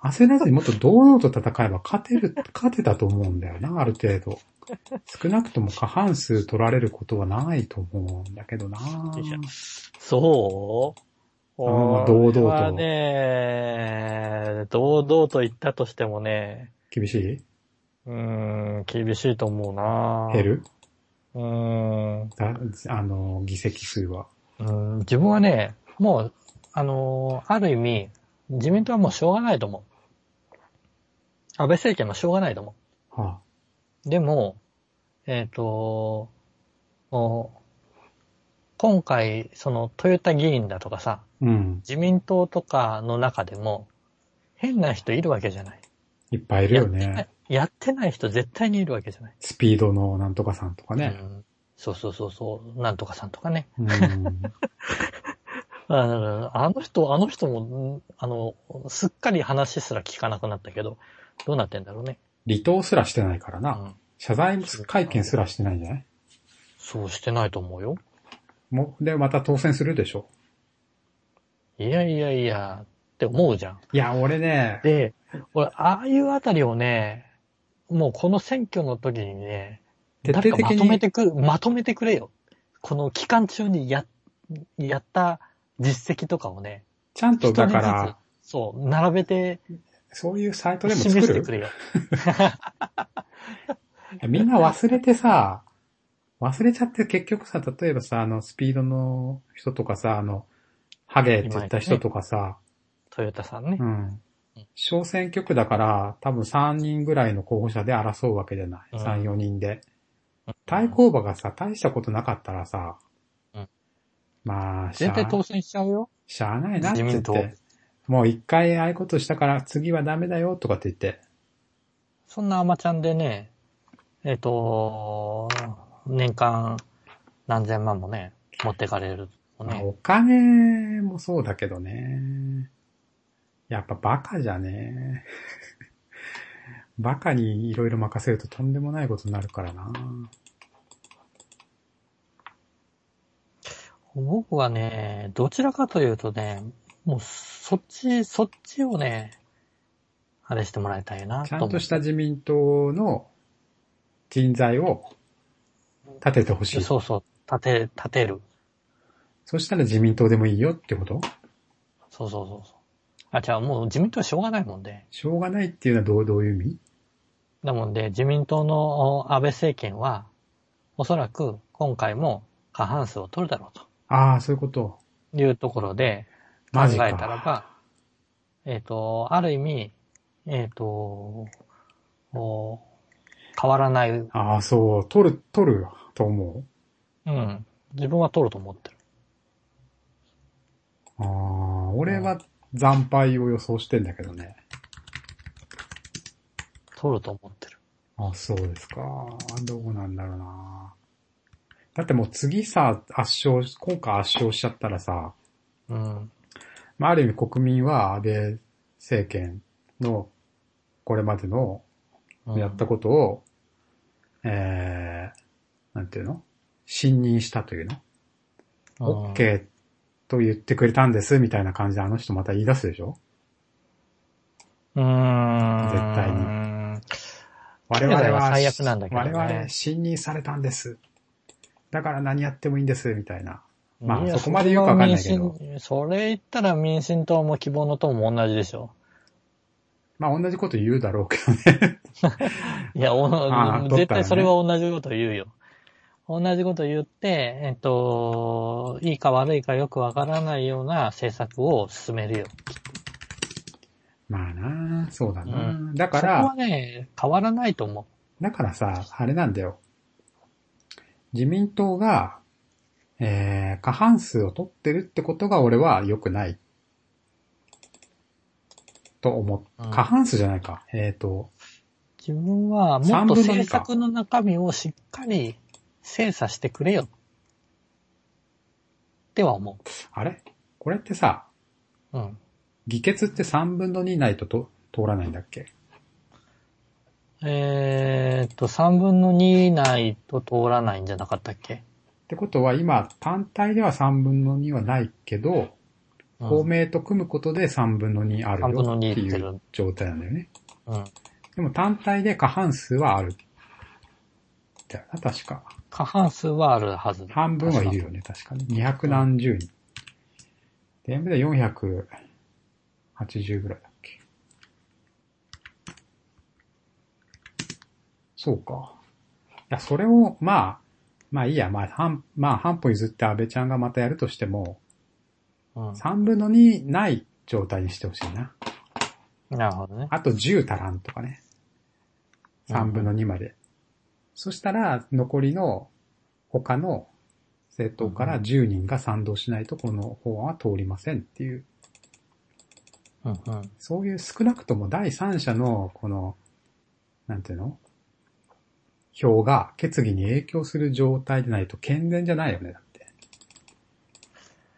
[SPEAKER 1] 焦らずにもっと堂々と戦えば勝てる、勝てたと思うんだよな、ある程度。少なくとも過半数取られることはないと思うんだけどな。
[SPEAKER 2] いやそう
[SPEAKER 1] うん堂々と
[SPEAKER 2] これはね、堂々と言ったとしてもね、
[SPEAKER 1] 厳しいう
[SPEAKER 2] ーん、厳しいと思うな
[SPEAKER 1] 減る
[SPEAKER 2] うーん。
[SPEAKER 1] だあの、議席数は。
[SPEAKER 2] うん自分はね、もう、あのーある意味、自民党はもうしょうがないと思う。安倍政権もしょうがないと思
[SPEAKER 1] は
[SPEAKER 2] う。でも、えっ、と、お今回、その、豊田議員だとかさ、
[SPEAKER 1] あ、うん。
[SPEAKER 2] 自民党とかの中でも、変な人いるわけじゃない。
[SPEAKER 1] いっぱいいるよね。
[SPEAKER 2] やってない人絶対にいるわけじゃない。
[SPEAKER 1] スピードのなんとかさんとかね
[SPEAKER 2] う。んそうそうそうそう、なんとかさんとかね。
[SPEAKER 1] うん。
[SPEAKER 2] あのあの人、あの人も、んあの、すっかり話すら聞かなくなったけど、どうなってんだろうね。
[SPEAKER 1] 離党すらしてないから
[SPEAKER 2] う
[SPEAKER 1] な。
[SPEAKER 2] ん、
[SPEAKER 1] 謝罪会見すらしてないんじゃない
[SPEAKER 2] そうしてないと思うよ。
[SPEAKER 1] もう、で、また当選するでしょ。
[SPEAKER 2] いやいやいや、って思うじゃん。
[SPEAKER 1] いや、俺ね、
[SPEAKER 2] で、俺、ああいうあたりをね、もうこの選挙の時にね、
[SPEAKER 1] 徹
[SPEAKER 2] 誰
[SPEAKER 1] 底
[SPEAKER 2] か
[SPEAKER 1] 的
[SPEAKER 2] まとめ
[SPEAKER 1] に、
[SPEAKER 2] てく、まとめてくれよ。この期間中にや、やった実績とかをね、
[SPEAKER 1] ちゃんとだか
[SPEAKER 2] 一人ず
[SPEAKER 1] ら、
[SPEAKER 2] つ、そう、並べて、
[SPEAKER 1] そういうサイトでも
[SPEAKER 2] 示し
[SPEAKER 1] 作
[SPEAKER 2] て
[SPEAKER 1] る
[SPEAKER 2] くれよ。
[SPEAKER 1] みんな忘れてさ、忘れちゃって結局さ、例えばさ、あの、スピードの人とかさ、あの、ハゲって言った人とかさ、
[SPEAKER 2] トヨタさんね
[SPEAKER 1] う。ん。小選挙区だから、多分3人ぐらいの候補者で争うわけじゃない。
[SPEAKER 2] うん
[SPEAKER 1] 3、4人で。対抗馬がさ、大したことなかったらさ
[SPEAKER 2] うん、
[SPEAKER 1] まあ、しゃ
[SPEAKER 2] 絶対当
[SPEAKER 1] あ、
[SPEAKER 2] 選しちゃうよ。
[SPEAKER 1] しゃあないなって言っ
[SPEAKER 2] 自民
[SPEAKER 1] て。もう一回ああいうことしたから次はダメだよとかって言って。
[SPEAKER 2] そんなアマちゃんでね、えっ、と、年間何千万もね、持ってかれるもん
[SPEAKER 1] まあ
[SPEAKER 2] ね。
[SPEAKER 1] お金もそうだけどね。やっぱバカじゃね。 バカにいろいろ任せるととんでもないことになるからな。
[SPEAKER 2] 僕はね、どちらかというとね、もうそっち、そっちをね、あれしてもらいたいな
[SPEAKER 1] ち
[SPEAKER 2] と
[SPEAKER 1] ゃ
[SPEAKER 2] 思
[SPEAKER 1] ん
[SPEAKER 2] う。
[SPEAKER 1] とした自民党の人材を立ててほしい。
[SPEAKER 2] そうそう、立て、立てる。
[SPEAKER 1] そしたら自民党でもいいよってこと
[SPEAKER 2] そうそうそうそう。あ、じゃあもう自民党はしょうがないもんで。
[SPEAKER 1] しょうがないっていうのはどうどういう意味
[SPEAKER 2] だもんで、自民党のお安倍政権は、おそらく今回も過半数を取るだろう
[SPEAKER 1] ああ、そういうこと。
[SPEAKER 2] というところで、考
[SPEAKER 1] マ
[SPEAKER 2] え
[SPEAKER 1] ジ
[SPEAKER 2] た。
[SPEAKER 1] から
[SPEAKER 2] ば、えっ、と、ある意味、えっ、と、お変わらない、う
[SPEAKER 1] ああ、そう。取る、取ると思
[SPEAKER 2] ん、自分は取ると思ってる。
[SPEAKER 1] う。ああ、俺は惨敗を予想してんだけどね。
[SPEAKER 2] 取ると思ってる。
[SPEAKER 1] あ、そうですか。どうなんだろうな。だってもう次さ、圧勝、今回圧勝しちゃったらさ、
[SPEAKER 2] うん。
[SPEAKER 1] まあ、ある意味国民は安倍政権のこれまでの
[SPEAKER 2] うん
[SPEAKER 1] やったことを、えー、なんていうの信任したというの、
[SPEAKER 2] うん
[SPEAKER 1] ?OK と言ってくれたんですみたいな感じであの人また言い出すでしょ
[SPEAKER 2] うーん。
[SPEAKER 1] 絶対に
[SPEAKER 2] に。
[SPEAKER 1] 我々
[SPEAKER 2] 経済
[SPEAKER 1] は
[SPEAKER 2] は最悪なんだけどね
[SPEAKER 1] 我々信任されたんです。だから何やってもいいんです、みたいな。まあ
[SPEAKER 2] いや
[SPEAKER 1] そこまでよくわかんないけど
[SPEAKER 2] それは民進それ言ったら民進党も希望の党も同じでしょ。
[SPEAKER 1] まあ同じこと言うだろうけどね。
[SPEAKER 2] いや、お
[SPEAKER 1] あー取
[SPEAKER 2] 絶
[SPEAKER 1] ったらね
[SPEAKER 2] 対それは同じこと言うよ。同じこと言って、えっと、いいか悪いかよくわからないような政策を進めるよ。
[SPEAKER 1] まあなあそうだな、
[SPEAKER 2] う
[SPEAKER 1] だか
[SPEAKER 2] そこは
[SPEAKER 1] ら、
[SPEAKER 2] ね、変わらないと思
[SPEAKER 1] だからさ、あれなんだよ。自民党が、えー、過半数を取ってるってことが俺は良くない。と思
[SPEAKER 2] う。
[SPEAKER 1] う。過半数じゃないか。えっ、と、
[SPEAKER 2] 自分はも
[SPEAKER 1] 三
[SPEAKER 2] っと
[SPEAKER 1] 分の二か
[SPEAKER 2] 政策の中身をしっかり精査してくれよ。っては思
[SPEAKER 1] あれこれってさ、
[SPEAKER 2] う。うん。
[SPEAKER 1] 議決って3分の2ないとと通らないんだっけ
[SPEAKER 2] えーっと、3分の2以内と通らないんじゃなかったっけ、
[SPEAKER 1] ってことは今、単体では3分の2はないけど、
[SPEAKER 2] うん、
[SPEAKER 1] 公明と組むことで3分の2ある
[SPEAKER 2] 3分
[SPEAKER 1] よ
[SPEAKER 2] の
[SPEAKER 1] って
[SPEAKER 2] 2って
[SPEAKER 1] い
[SPEAKER 2] る
[SPEAKER 1] う状態なんだよね。
[SPEAKER 2] うん。
[SPEAKER 1] でも単体で過半数はある。だよな、確か。
[SPEAKER 2] 過半数はあるはず。
[SPEAKER 1] 半分はいるよね、確かに。200何十人。全部で480ぐらいだっけ。そうか。いや、それを、まあ、まあいいや、まあ半、まあ半歩譲って安倍ちゃんがまたやるとしても、
[SPEAKER 2] うん。
[SPEAKER 1] 3分の2ない状態にしてほしいな。
[SPEAKER 2] なるほどね。
[SPEAKER 1] あと10足らんとかね。3分の2まで。そしたら、残りの他の政党から10人が賛同しないとこの法案は通りませんっていう、
[SPEAKER 2] うんうん。
[SPEAKER 1] そういう少なくとも第三者の、この、なんていうの票が決議に影響する状態でないと健全じゃないよね、だって。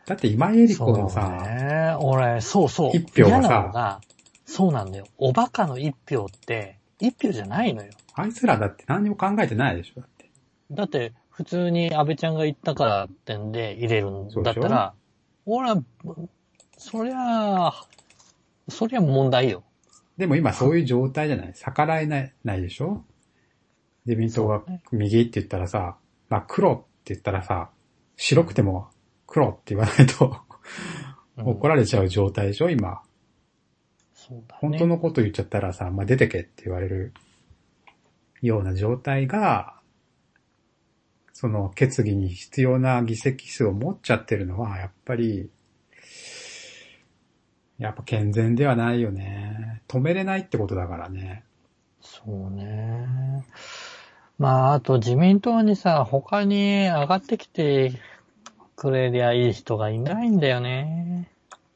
[SPEAKER 1] だって今井絵理子のさ、
[SPEAKER 2] そうね。俺、そうそう。
[SPEAKER 1] 一票がさ
[SPEAKER 2] 嫌なのが、そうなんだよ。おバカの一票って、一票じゃないのよ。
[SPEAKER 1] あいつらだって何にも考えてないでしょ、だって。
[SPEAKER 2] だって、普通に安倍ちゃんが言ったからってんで入れるん
[SPEAKER 1] そう
[SPEAKER 2] だ
[SPEAKER 1] で
[SPEAKER 2] っ
[SPEAKER 1] しょ
[SPEAKER 2] たら、ほら、そりゃあ、そりゃ問題よ。
[SPEAKER 1] でも今そういう状態じゃない逆らえない、ないでしょ自民党が
[SPEAKER 2] そうね
[SPEAKER 1] 右って言ったらさ、まあ黒って言ったらさ、白くても黒って言わないと
[SPEAKER 2] うん
[SPEAKER 1] 怒られちゃう状態でしょ今。
[SPEAKER 2] そうだね。
[SPEAKER 1] 本当のこと言っちゃったらさ、まあ出てけって言われるような状態が、その決議に必要な議席数を持っちゃってるのは、やっぱり、やっぱ健全ではないよね。止めれないってことだからね。
[SPEAKER 2] そうね。まあ、あと自民党にさ、他に上がってきてくれりゃいい人がいないんだよね。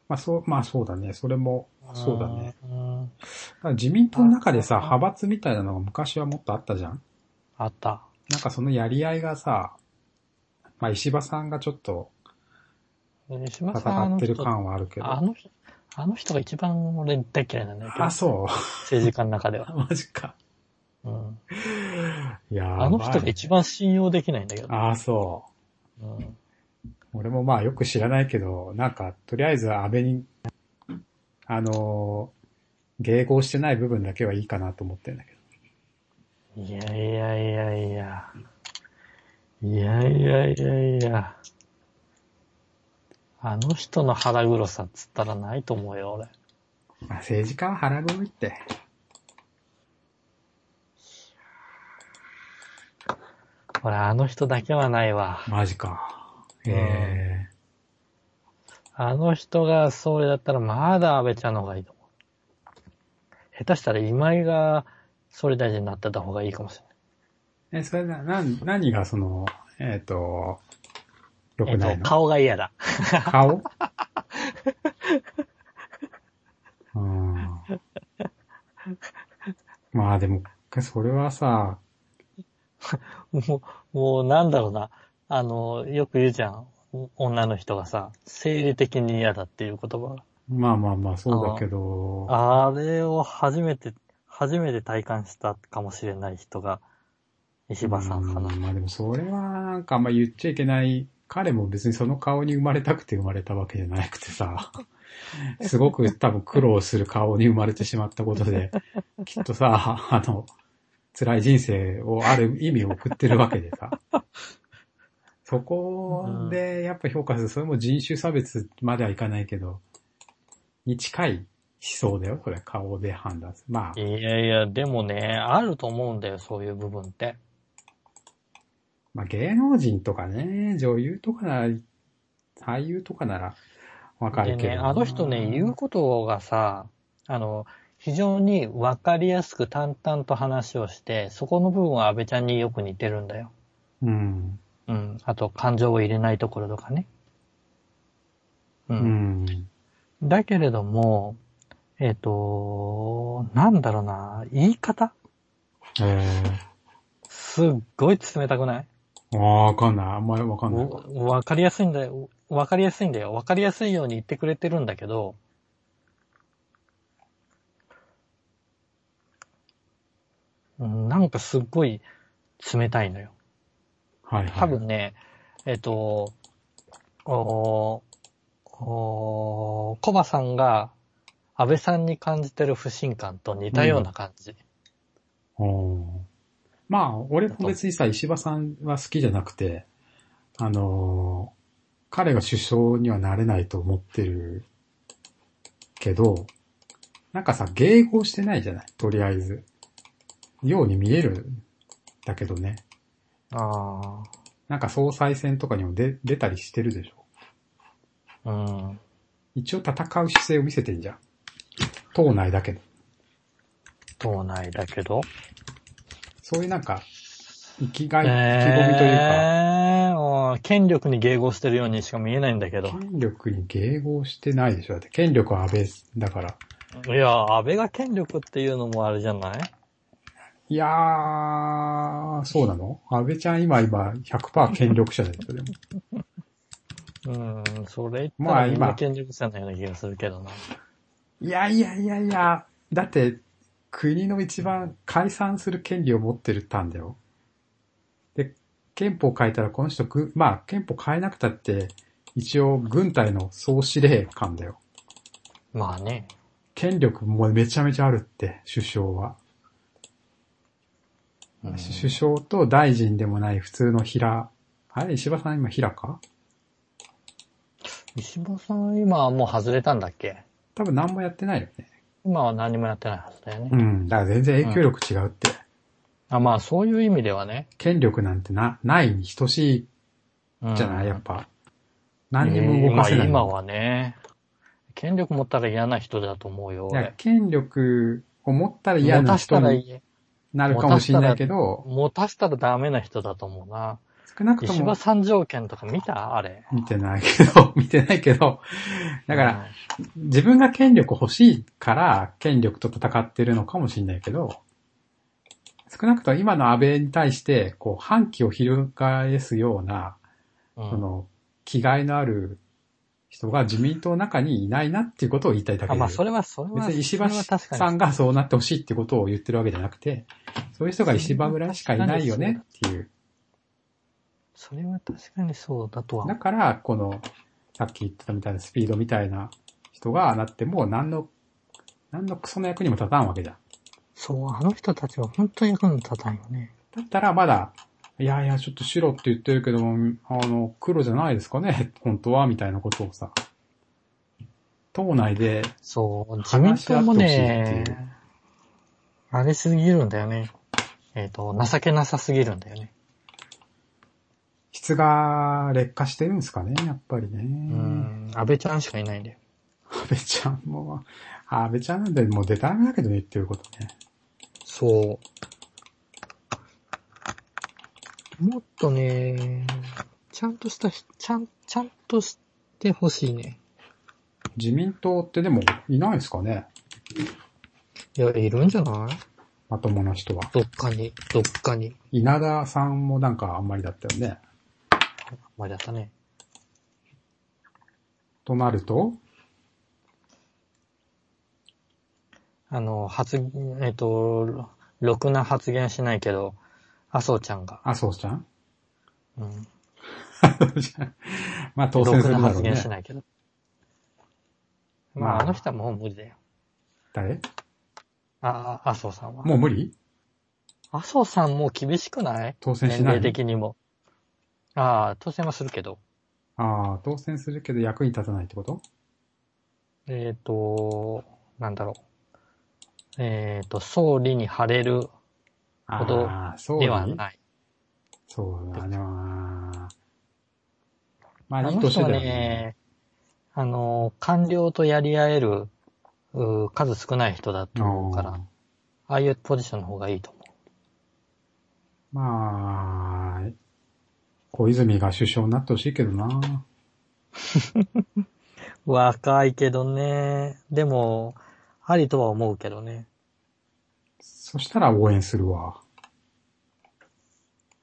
[SPEAKER 1] まあそう、まあそうだね。それも、そうだね。
[SPEAKER 2] うん。
[SPEAKER 1] だから自民党の中でさ、
[SPEAKER 2] あ
[SPEAKER 1] 派閥みたいなのが昔はもっとあったじゃん
[SPEAKER 2] あった。
[SPEAKER 1] なんかそのやり合いがさ、まあ石破さんがちょっと
[SPEAKER 2] 島さん、
[SPEAKER 1] 戦
[SPEAKER 2] あ
[SPEAKER 1] っ
[SPEAKER 2] の
[SPEAKER 1] てる
[SPEAKER 2] 人、
[SPEAKER 1] 感はあるけど。
[SPEAKER 2] あ
[SPEAKER 1] あ
[SPEAKER 2] の人、あの人が一番俺大嫌いなんだけど、
[SPEAKER 1] そう。
[SPEAKER 2] 政治家の中では。
[SPEAKER 1] マジか。
[SPEAKER 2] うん。
[SPEAKER 1] いやー
[SPEAKER 2] あの人が一番信用できないんだけど。
[SPEAKER 1] ああ、そう。
[SPEAKER 2] うん。
[SPEAKER 1] 俺もまあよく知らないけど、なんか、とりあえず安倍に、あのー迎合してない部分だけはいいかなと思ってるんだけど。
[SPEAKER 2] いやいやいやいや。いやいやいやいや。あの人の腹黒さっつったらないと思うよ、俺。
[SPEAKER 1] まあ政治家は腹黒いって。
[SPEAKER 2] 俺、あの人だけはないわ。
[SPEAKER 1] マジか。え
[SPEAKER 2] あの人が総理だったらまだ安倍ちゃんの方がいいと思う。下手したら今井が総理大臣になってた方がいいかもしれない。
[SPEAKER 1] ー、え、それな、な、何がその、えっ、と、良くな
[SPEAKER 2] え
[SPEAKER 1] い
[SPEAKER 2] っと、
[SPEAKER 1] の、
[SPEAKER 2] 顔が嫌だ。
[SPEAKER 1] 顔うん。まあでも、それはさ、
[SPEAKER 2] もう、もうなんだろうな。あの、よく言うじゃん。女の人がさ、生理的に嫌だっていう言葉
[SPEAKER 1] まあまあまあそうだけど、
[SPEAKER 2] が。あれを初めて、初めて体感したかもしれない人が、石破さんかな
[SPEAKER 1] う。まあでもそれはなんかあんま言っちゃいけない。彼も別にその顔に生まれたくて生まれたわけじゃなくて さ、すごく多分苦労する顔に生まれてしまったことで、きっとさ、あの、辛い人生をある意味送ってるわけでさ、そこでやっぱ評価する、それも人種差別まではいかないけど、に近い思想だよ、これ、顔で判断する。まあ
[SPEAKER 2] い、やいや、でもね、あると思うんだよ、そういう部分って。
[SPEAKER 1] まあ芸能人とかね、女優とかなら、俳優とかならわか
[SPEAKER 2] で
[SPEAKER 1] るけど
[SPEAKER 2] ね、
[SPEAKER 1] な。
[SPEAKER 2] あの人ね、言うことがさ、あの、非常にわかりやすく淡々と話をして、そこの部分は安倍ちゃんによく似てるんだよ。
[SPEAKER 1] うん。
[SPEAKER 2] うん。あと、感情を入れないところとかね。
[SPEAKER 1] う
[SPEAKER 2] う。
[SPEAKER 1] んん。
[SPEAKER 2] だけれども、えっ、と、なんだろうな、言い方
[SPEAKER 1] え
[SPEAKER 2] すっごい冷たくない
[SPEAKER 1] えー。ああ、わかんない。あんまりわかんない。
[SPEAKER 2] わわかりやすいんだよ。わかりやすいんだよ。わかりやすいように言ってくれてるんだけど、うんなんかすっごい冷たいのよ。
[SPEAKER 1] はい、はい。
[SPEAKER 2] 多分ね、えっと、おーおーコバさんが安倍さんに感じてる不信感と似たような感じ。
[SPEAKER 1] おー。まあ、俺も別にさ、石破さんは好きじゃなくて、あのー彼が首相にはなれないと思ってるけど、なんかさ、迎合してないじゃないとりあえず。ように見えるんだけどね。
[SPEAKER 2] あ
[SPEAKER 1] なんか総裁選とかにも出出たりしてるでしょ。
[SPEAKER 2] あ、うん。
[SPEAKER 1] 一応戦う姿勢を見せてんじゃん。党内だけど。
[SPEAKER 2] 党内だけど。
[SPEAKER 1] そういうなんか、生きがい、
[SPEAKER 2] え
[SPEAKER 1] 意気込みというか、
[SPEAKER 2] えーもう権力に迎合してるようにしか見えないんだけど。
[SPEAKER 1] 権力に迎合してないでしょ。だって権力は安倍だから。
[SPEAKER 2] いや、安倍が権力っていうのもあれじゃない
[SPEAKER 1] いやー、そうなの安倍ちゃん今今100%権力者だよ、でも。
[SPEAKER 2] うん、それ言っ
[SPEAKER 1] ま
[SPEAKER 2] た
[SPEAKER 1] あ
[SPEAKER 2] ら
[SPEAKER 1] 今
[SPEAKER 2] 今権力者のような気がするけどな。
[SPEAKER 1] いやいやいやいや、だって国の一番解散する権利を持ってるたんだよ。で、憲法変えたらこの人ぐ、まあ憲法変えなくたって、一応軍隊の総司令官だよ。
[SPEAKER 2] まあね。
[SPEAKER 1] 権力もめちゃめちゃあるって、首相は。
[SPEAKER 2] うん
[SPEAKER 1] 首相と大臣でもない普通の平、あれ石破さん今平か
[SPEAKER 2] 石破さん今はもう外れたんだっけ
[SPEAKER 1] 多分何もやってないよね。
[SPEAKER 2] 今は何もやってないはずだよね。
[SPEAKER 1] うん。だから全然影響力違うって。
[SPEAKER 2] あまあそういう意味ではね。
[SPEAKER 1] 権力なんてな、ないに等しい
[SPEAKER 2] うん
[SPEAKER 1] じゃない、やっぱ。何にも動かせない。
[SPEAKER 2] うんまあ今はね、権力持ったら嫌な人だと思うよ。
[SPEAKER 1] いや
[SPEAKER 2] 俺
[SPEAKER 1] 権力を持ったら嫌
[SPEAKER 2] 持
[SPEAKER 1] な
[SPEAKER 2] たせた
[SPEAKER 1] 人
[SPEAKER 2] ら
[SPEAKER 1] に
[SPEAKER 2] 嫌
[SPEAKER 1] なるかもしれないけど、
[SPEAKER 2] 持たせたらダメな人だと思うな。
[SPEAKER 1] 少なくと
[SPEAKER 2] 石破
[SPEAKER 1] も
[SPEAKER 2] 三条件とか見たあれ。
[SPEAKER 1] 見てないけど、 見てないけど、だから、自分が権力欲しいから、権力と戦ってるのかもしれないけど、少なくとも今の安倍に対して、こう、反旗を翻すような、
[SPEAKER 2] うん、
[SPEAKER 1] その、気概のある人が自民党の中にいないなっていうことを言いたいだけ
[SPEAKER 2] あ、
[SPEAKER 1] で
[SPEAKER 2] まあ、それは、それは、
[SPEAKER 1] 別に石
[SPEAKER 2] それは
[SPEAKER 1] 破
[SPEAKER 2] 確かに
[SPEAKER 1] さんがそうなってほしいってことを言ってるわけじゃなくて、そういう人が石破ぐらいしかいないよねっていう。
[SPEAKER 2] それは確かにそうだとは
[SPEAKER 1] だ。から、この、さっき言ってたみたいなスピードみたいな人がなっても、何の、何のクソの役にも立たんわけじゃん。
[SPEAKER 2] そう、あの人たちは本当に役に立たんよね。
[SPEAKER 1] だったらまだ、いやいや、ちょっと白って言ってるけども、あの、黒じゃないですかね、本当は、みたいなことをさ、党内で、
[SPEAKER 2] そう、自民
[SPEAKER 1] 話し合
[SPEAKER 2] 党
[SPEAKER 1] ってほ
[SPEAKER 2] も
[SPEAKER 1] しいっていう
[SPEAKER 2] ね、あれすぎるんだよね。えっ、と、情けなさすぎるんだよね。
[SPEAKER 1] 質が劣化してるんですかね、やっぱりね。
[SPEAKER 2] うん、安倍ちゃんしかいないんだよ。
[SPEAKER 1] 安倍ちゃんも、安倍ちゃんなんでもう出たらめだけどね、言ってることね。
[SPEAKER 2] そう。もっとね、ちゃんとしたひ、ちゃん、ちゃんとしてほしいね。
[SPEAKER 1] 自民党ってでもいないですかね、
[SPEAKER 2] いや、いるんじゃない
[SPEAKER 1] まともな人は。
[SPEAKER 2] どっかに、どっかに。
[SPEAKER 1] 稲田さんもなんかあんまりだったよね。
[SPEAKER 2] あんまりだったね。
[SPEAKER 1] となると、
[SPEAKER 2] あの、発、えっ、と、ろろくな発言しないけど、麻生ちゃんが、
[SPEAKER 1] 麻生ちゃん
[SPEAKER 2] うん、
[SPEAKER 1] まあ当
[SPEAKER 2] ろ
[SPEAKER 1] 選す
[SPEAKER 2] く
[SPEAKER 1] るだろ
[SPEAKER 2] な発
[SPEAKER 1] う
[SPEAKER 2] 言
[SPEAKER 1] ね
[SPEAKER 2] し。ないけど。ま
[SPEAKER 1] ま
[SPEAKER 2] あ、
[SPEAKER 1] あ
[SPEAKER 2] あの人はもう無理だよ。
[SPEAKER 1] 誰
[SPEAKER 2] あ、あ麻生さんは。
[SPEAKER 1] もう無理
[SPEAKER 2] 麻生さんもう厳しくない
[SPEAKER 1] 当選
[SPEAKER 2] 年
[SPEAKER 1] しな
[SPEAKER 2] 齢
[SPEAKER 1] い
[SPEAKER 2] 的にも。ああ、当選はするけど。
[SPEAKER 1] ああ、当選するけど役に立たないってこと
[SPEAKER 2] えっ、と、なんだろう。えっ、と、総理に貼れるほど
[SPEAKER 1] ああ、そう
[SPEAKER 2] では
[SPEAKER 1] だね。
[SPEAKER 2] ない。
[SPEAKER 1] そうだね。まあ、
[SPEAKER 2] あ
[SPEAKER 1] いい
[SPEAKER 2] の
[SPEAKER 1] 年
[SPEAKER 2] 人
[SPEAKER 1] だ
[SPEAKER 2] は
[SPEAKER 1] よね。
[SPEAKER 2] ね、あの、官僚とやり合える、うー数少ない人だと思うから、
[SPEAKER 1] あー
[SPEAKER 2] ああいうポジションの方がいいと思う。
[SPEAKER 1] まあ、小泉が首相になってほしいけどな。
[SPEAKER 2] 若いけどね。でも、ありとは思うけどね。
[SPEAKER 1] そしたら応援するわ。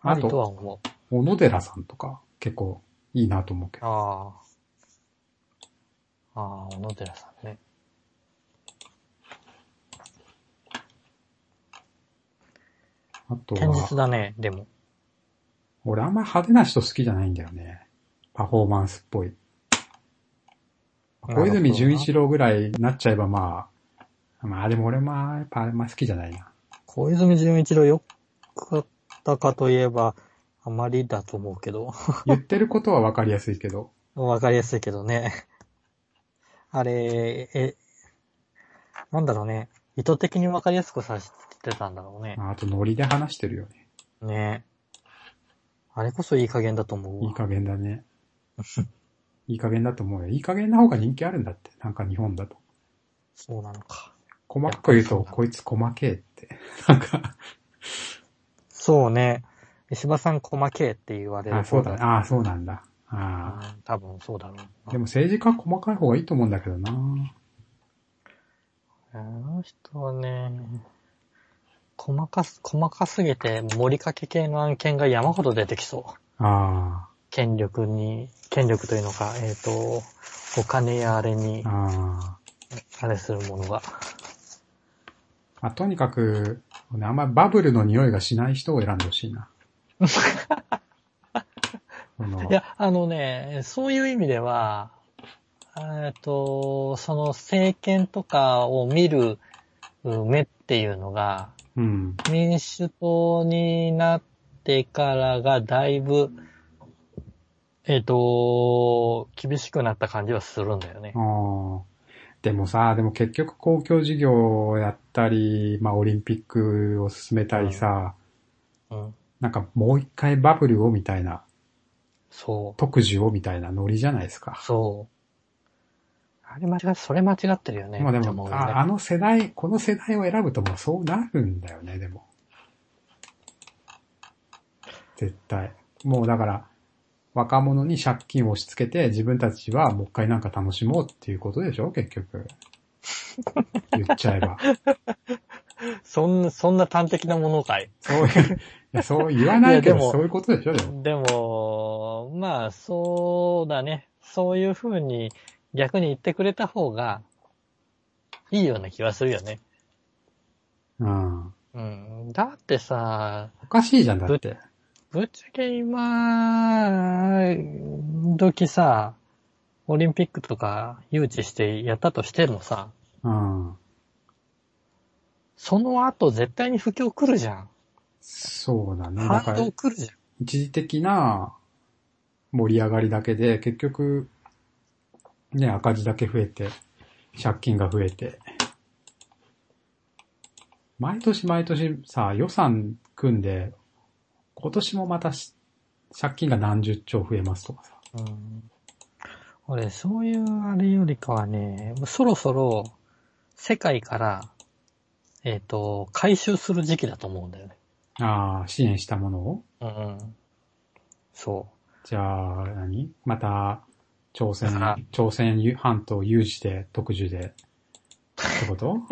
[SPEAKER 2] あ
[SPEAKER 1] あ
[SPEAKER 2] りと
[SPEAKER 1] と、
[SPEAKER 2] は思う。
[SPEAKER 1] 小野寺さんとか結構いいなと思うけど。
[SPEAKER 2] ああ。ああ、小野寺さんね。
[SPEAKER 1] あと
[SPEAKER 2] 堅実
[SPEAKER 1] は、
[SPEAKER 2] だね、でも。
[SPEAKER 1] 俺あんま派手な人好きじゃないんだよね。パフォーマンスっぽい。小泉純一郎ぐらいになっちゃえばまあ、まあでも俺もやっぱあんま好きじゃないな。
[SPEAKER 2] 小泉純一郎良かったかといえば、あまりだと思うけど。
[SPEAKER 1] 言ってることはわかりやすいけど。
[SPEAKER 2] わかりやすいけどね。 あれ、え、なんだろうね。意図的にわかりやすくさせてたんだろうね。
[SPEAKER 1] ああとノリで話してるよね。
[SPEAKER 2] ねあれこそいい加減だと思うわ。
[SPEAKER 1] いい加減だ ね。いい加減だと思うよ。いい加減な方が人気あるんだって。なんか日本だと。
[SPEAKER 2] そうなのか。
[SPEAKER 1] 細かく言う
[SPEAKER 2] や
[SPEAKER 1] と、
[SPEAKER 2] っぱりそうだ
[SPEAKER 1] こいつ細けえって。なんか、
[SPEAKER 2] そうね。石破さん細けえって言われる
[SPEAKER 1] あ、そうだね。ああ、そうなんだ。
[SPEAKER 2] う
[SPEAKER 1] あ
[SPEAKER 2] ん多分そうだろうな。
[SPEAKER 1] あ。でも政治家は細かい方がいいと思うんだけどな。
[SPEAKER 2] あの人はね、細かす、細かすぎて、盛りかけ系の案件が山ほど出てきそう。
[SPEAKER 1] あ
[SPEAKER 2] 権力に、権力というのか、えっ、と、お金やあれに
[SPEAKER 1] あ、、あ
[SPEAKER 2] あれするものが。
[SPEAKER 1] あ。まあ、とにかく、あんまバブルの匂いがしない人を選んでほし いな。その
[SPEAKER 2] いや、あのね、そういう意味では、えっ、と、その政権とかを見るうん目っていうのが、
[SPEAKER 1] うん。
[SPEAKER 2] 民主党になってからがだいぶ、えっ、と、厳しくなった感じはするんだよね
[SPEAKER 1] あ。あ。でもさ、でも結局公共事業をやったり、まあオリンピックを進めたりさ、
[SPEAKER 2] うん。
[SPEAKER 1] なんかもう一回バブルをみたいな、
[SPEAKER 2] そ
[SPEAKER 1] 特需をみたいなノリじゃないですか
[SPEAKER 2] う。。そう。あれ間違っ、それ間違ってるよね。
[SPEAKER 1] まあで
[SPEAKER 2] って思
[SPEAKER 1] も、
[SPEAKER 2] うよね
[SPEAKER 1] ああの世代、この世代を選ぶともうそうなるんだよね、でも。絶対。もうだから、若者に借金を押し付けて自分たちはもう一回なんか楽しもうっていうことでしょ、結 局。言っちゃえば。
[SPEAKER 2] そんな、そんな端的なものかい。
[SPEAKER 1] そういう、いやそう言わないけ
[SPEAKER 2] いやで
[SPEAKER 1] ど、
[SPEAKER 2] も
[SPEAKER 1] そういうことでしょ、でも。
[SPEAKER 2] でも、まあ、そうだね。そういう風に逆に言ってくれた方がいいような気はするよね。
[SPEAKER 1] うん。
[SPEAKER 2] うん。だってさ、
[SPEAKER 1] おかしいじゃん、だって。
[SPEAKER 2] ぶっちゃけ今、時さ、オリンピックとか誘致してやったとしてもさ、
[SPEAKER 1] うん。
[SPEAKER 2] その後絶対に不況来るじゃ
[SPEAKER 1] そうだ
[SPEAKER 2] ん。
[SPEAKER 1] ね。だか
[SPEAKER 2] 反
[SPEAKER 1] ら
[SPEAKER 2] 動、来るじゃん。
[SPEAKER 1] 一時的な盛り上がりだけで、結局、ね、赤字だけ増えて、借金が増えて。毎年毎年さ、予算組んで、今年もまたし借金が何十兆増えますとかさ。
[SPEAKER 2] うん、俺、そういうあれよりかはね、そろそろ世界から、えっ、と、回収する時期だと思うんだよね。
[SPEAKER 1] ああ、支援したものを
[SPEAKER 2] うんうん。そ
[SPEAKER 1] じゃあ、何また、朝鮮
[SPEAKER 2] だから、
[SPEAKER 1] 朝鮮半島有事で、特需で、ってこと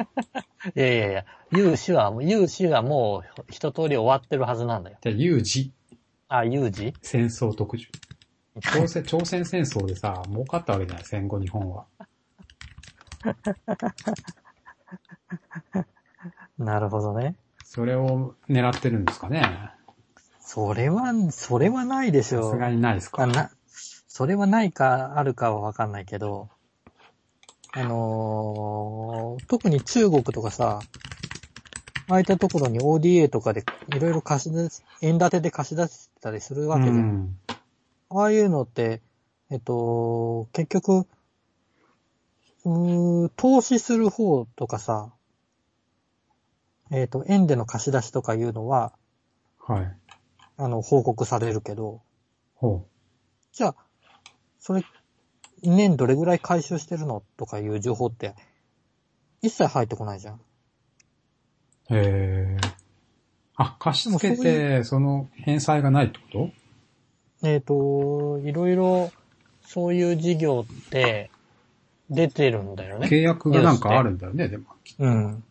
[SPEAKER 2] う。いやいやいや、融資は、融資はもう一通り終わってるはずなんだよ。
[SPEAKER 1] じゃあ、有事、
[SPEAKER 2] あ、有事
[SPEAKER 1] 戦争特需。朝 鮮、朝鮮戦争でさ、儲かったわけじゃない、戦後日本は。
[SPEAKER 2] なるほどね。
[SPEAKER 1] それを狙ってるんですかね
[SPEAKER 2] それは、それはないでし
[SPEAKER 1] さ
[SPEAKER 2] ょ
[SPEAKER 1] すが
[SPEAKER 2] う。
[SPEAKER 1] にないです
[SPEAKER 2] あ
[SPEAKER 1] か
[SPEAKER 2] なそれはないか、あるかはわかんないけど、あのー特に中国とかさ、ああいったところに ODA とかでいろいろ貸し出し、円建てで貸し出してたりするわ
[SPEAKER 1] う
[SPEAKER 2] けで、
[SPEAKER 1] ん。
[SPEAKER 2] ああいうのって、えっと、結局、うー投資する方とかさ、えっと、円での貸し出しとかいうのは、
[SPEAKER 1] はい。
[SPEAKER 2] あの、報告されるけど、
[SPEAKER 1] ほ
[SPEAKER 2] じゃあ、それ、年どれぐらい回収してるのとかいう情報って、一切入ってこないじゃん。
[SPEAKER 1] う。へえ。あ、貸し付け
[SPEAKER 2] でもそ
[SPEAKER 1] て、その返済がないってこ
[SPEAKER 2] えっ、と、いろいろ、そういう事業って、出てるんだよ
[SPEAKER 1] と
[SPEAKER 2] ね。
[SPEAKER 1] 契約がなんかあるんだよね、でも。
[SPEAKER 2] うん。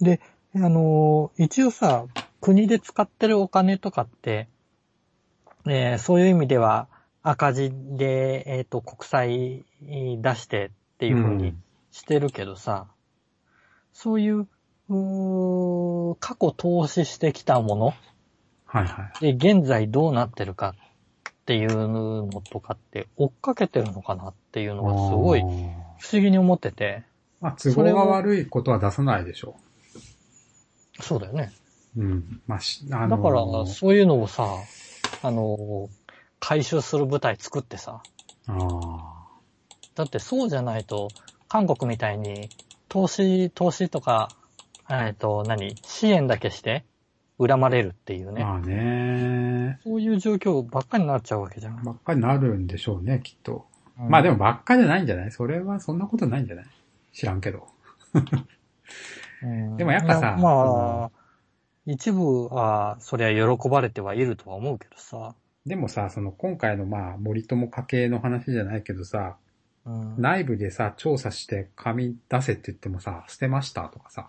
[SPEAKER 2] で、あのー一応さ、国で使ってるお金とかって、えーそういう意味では赤字で、えっ、と、国債出してっていうふうにしてるけどさ、そういう、うー過去投資してきたもの
[SPEAKER 1] はいはい。
[SPEAKER 2] で、現在どうなってるかっていうのとかって追っかけてるのかなっていうのがすごい
[SPEAKER 1] あ
[SPEAKER 2] 不
[SPEAKER 1] ー。
[SPEAKER 2] 思議に思ってて、
[SPEAKER 1] まあ、都合が悪いことは出さないでしょ
[SPEAKER 2] そうだよね。
[SPEAKER 1] う。うん。まあ、し、あの
[SPEAKER 2] だから、
[SPEAKER 1] ー、
[SPEAKER 2] そういうのをさ、あの、回収する舞台作ってさ、
[SPEAKER 1] あ
[SPEAKER 2] だってそうじゃないと、韓国みたいに、投資、投資とか、えっと、何、支援だけして、恨まれるっていう
[SPEAKER 1] あ、
[SPEAKER 2] ね、
[SPEAKER 1] まあね、
[SPEAKER 2] そういう状況ばっかりになっちゃうわけじゃん。
[SPEAKER 1] ばっかりなるんでしょうね、きっと。まあでもばっかりじゃないんじゃないそれはそんなことないんじゃない知らんけど。
[SPEAKER 2] うん、
[SPEAKER 1] でもやっぱさ
[SPEAKER 2] いまあ、一部は、そりゃ喜ばれてはいるとは思うけどさ、
[SPEAKER 1] でもさ、その今回のまあ森友家系の話じゃないけどさ、
[SPEAKER 2] うん、
[SPEAKER 1] 内部でさ、調査して紙出せって言ってもさ、捨てましたとかさ、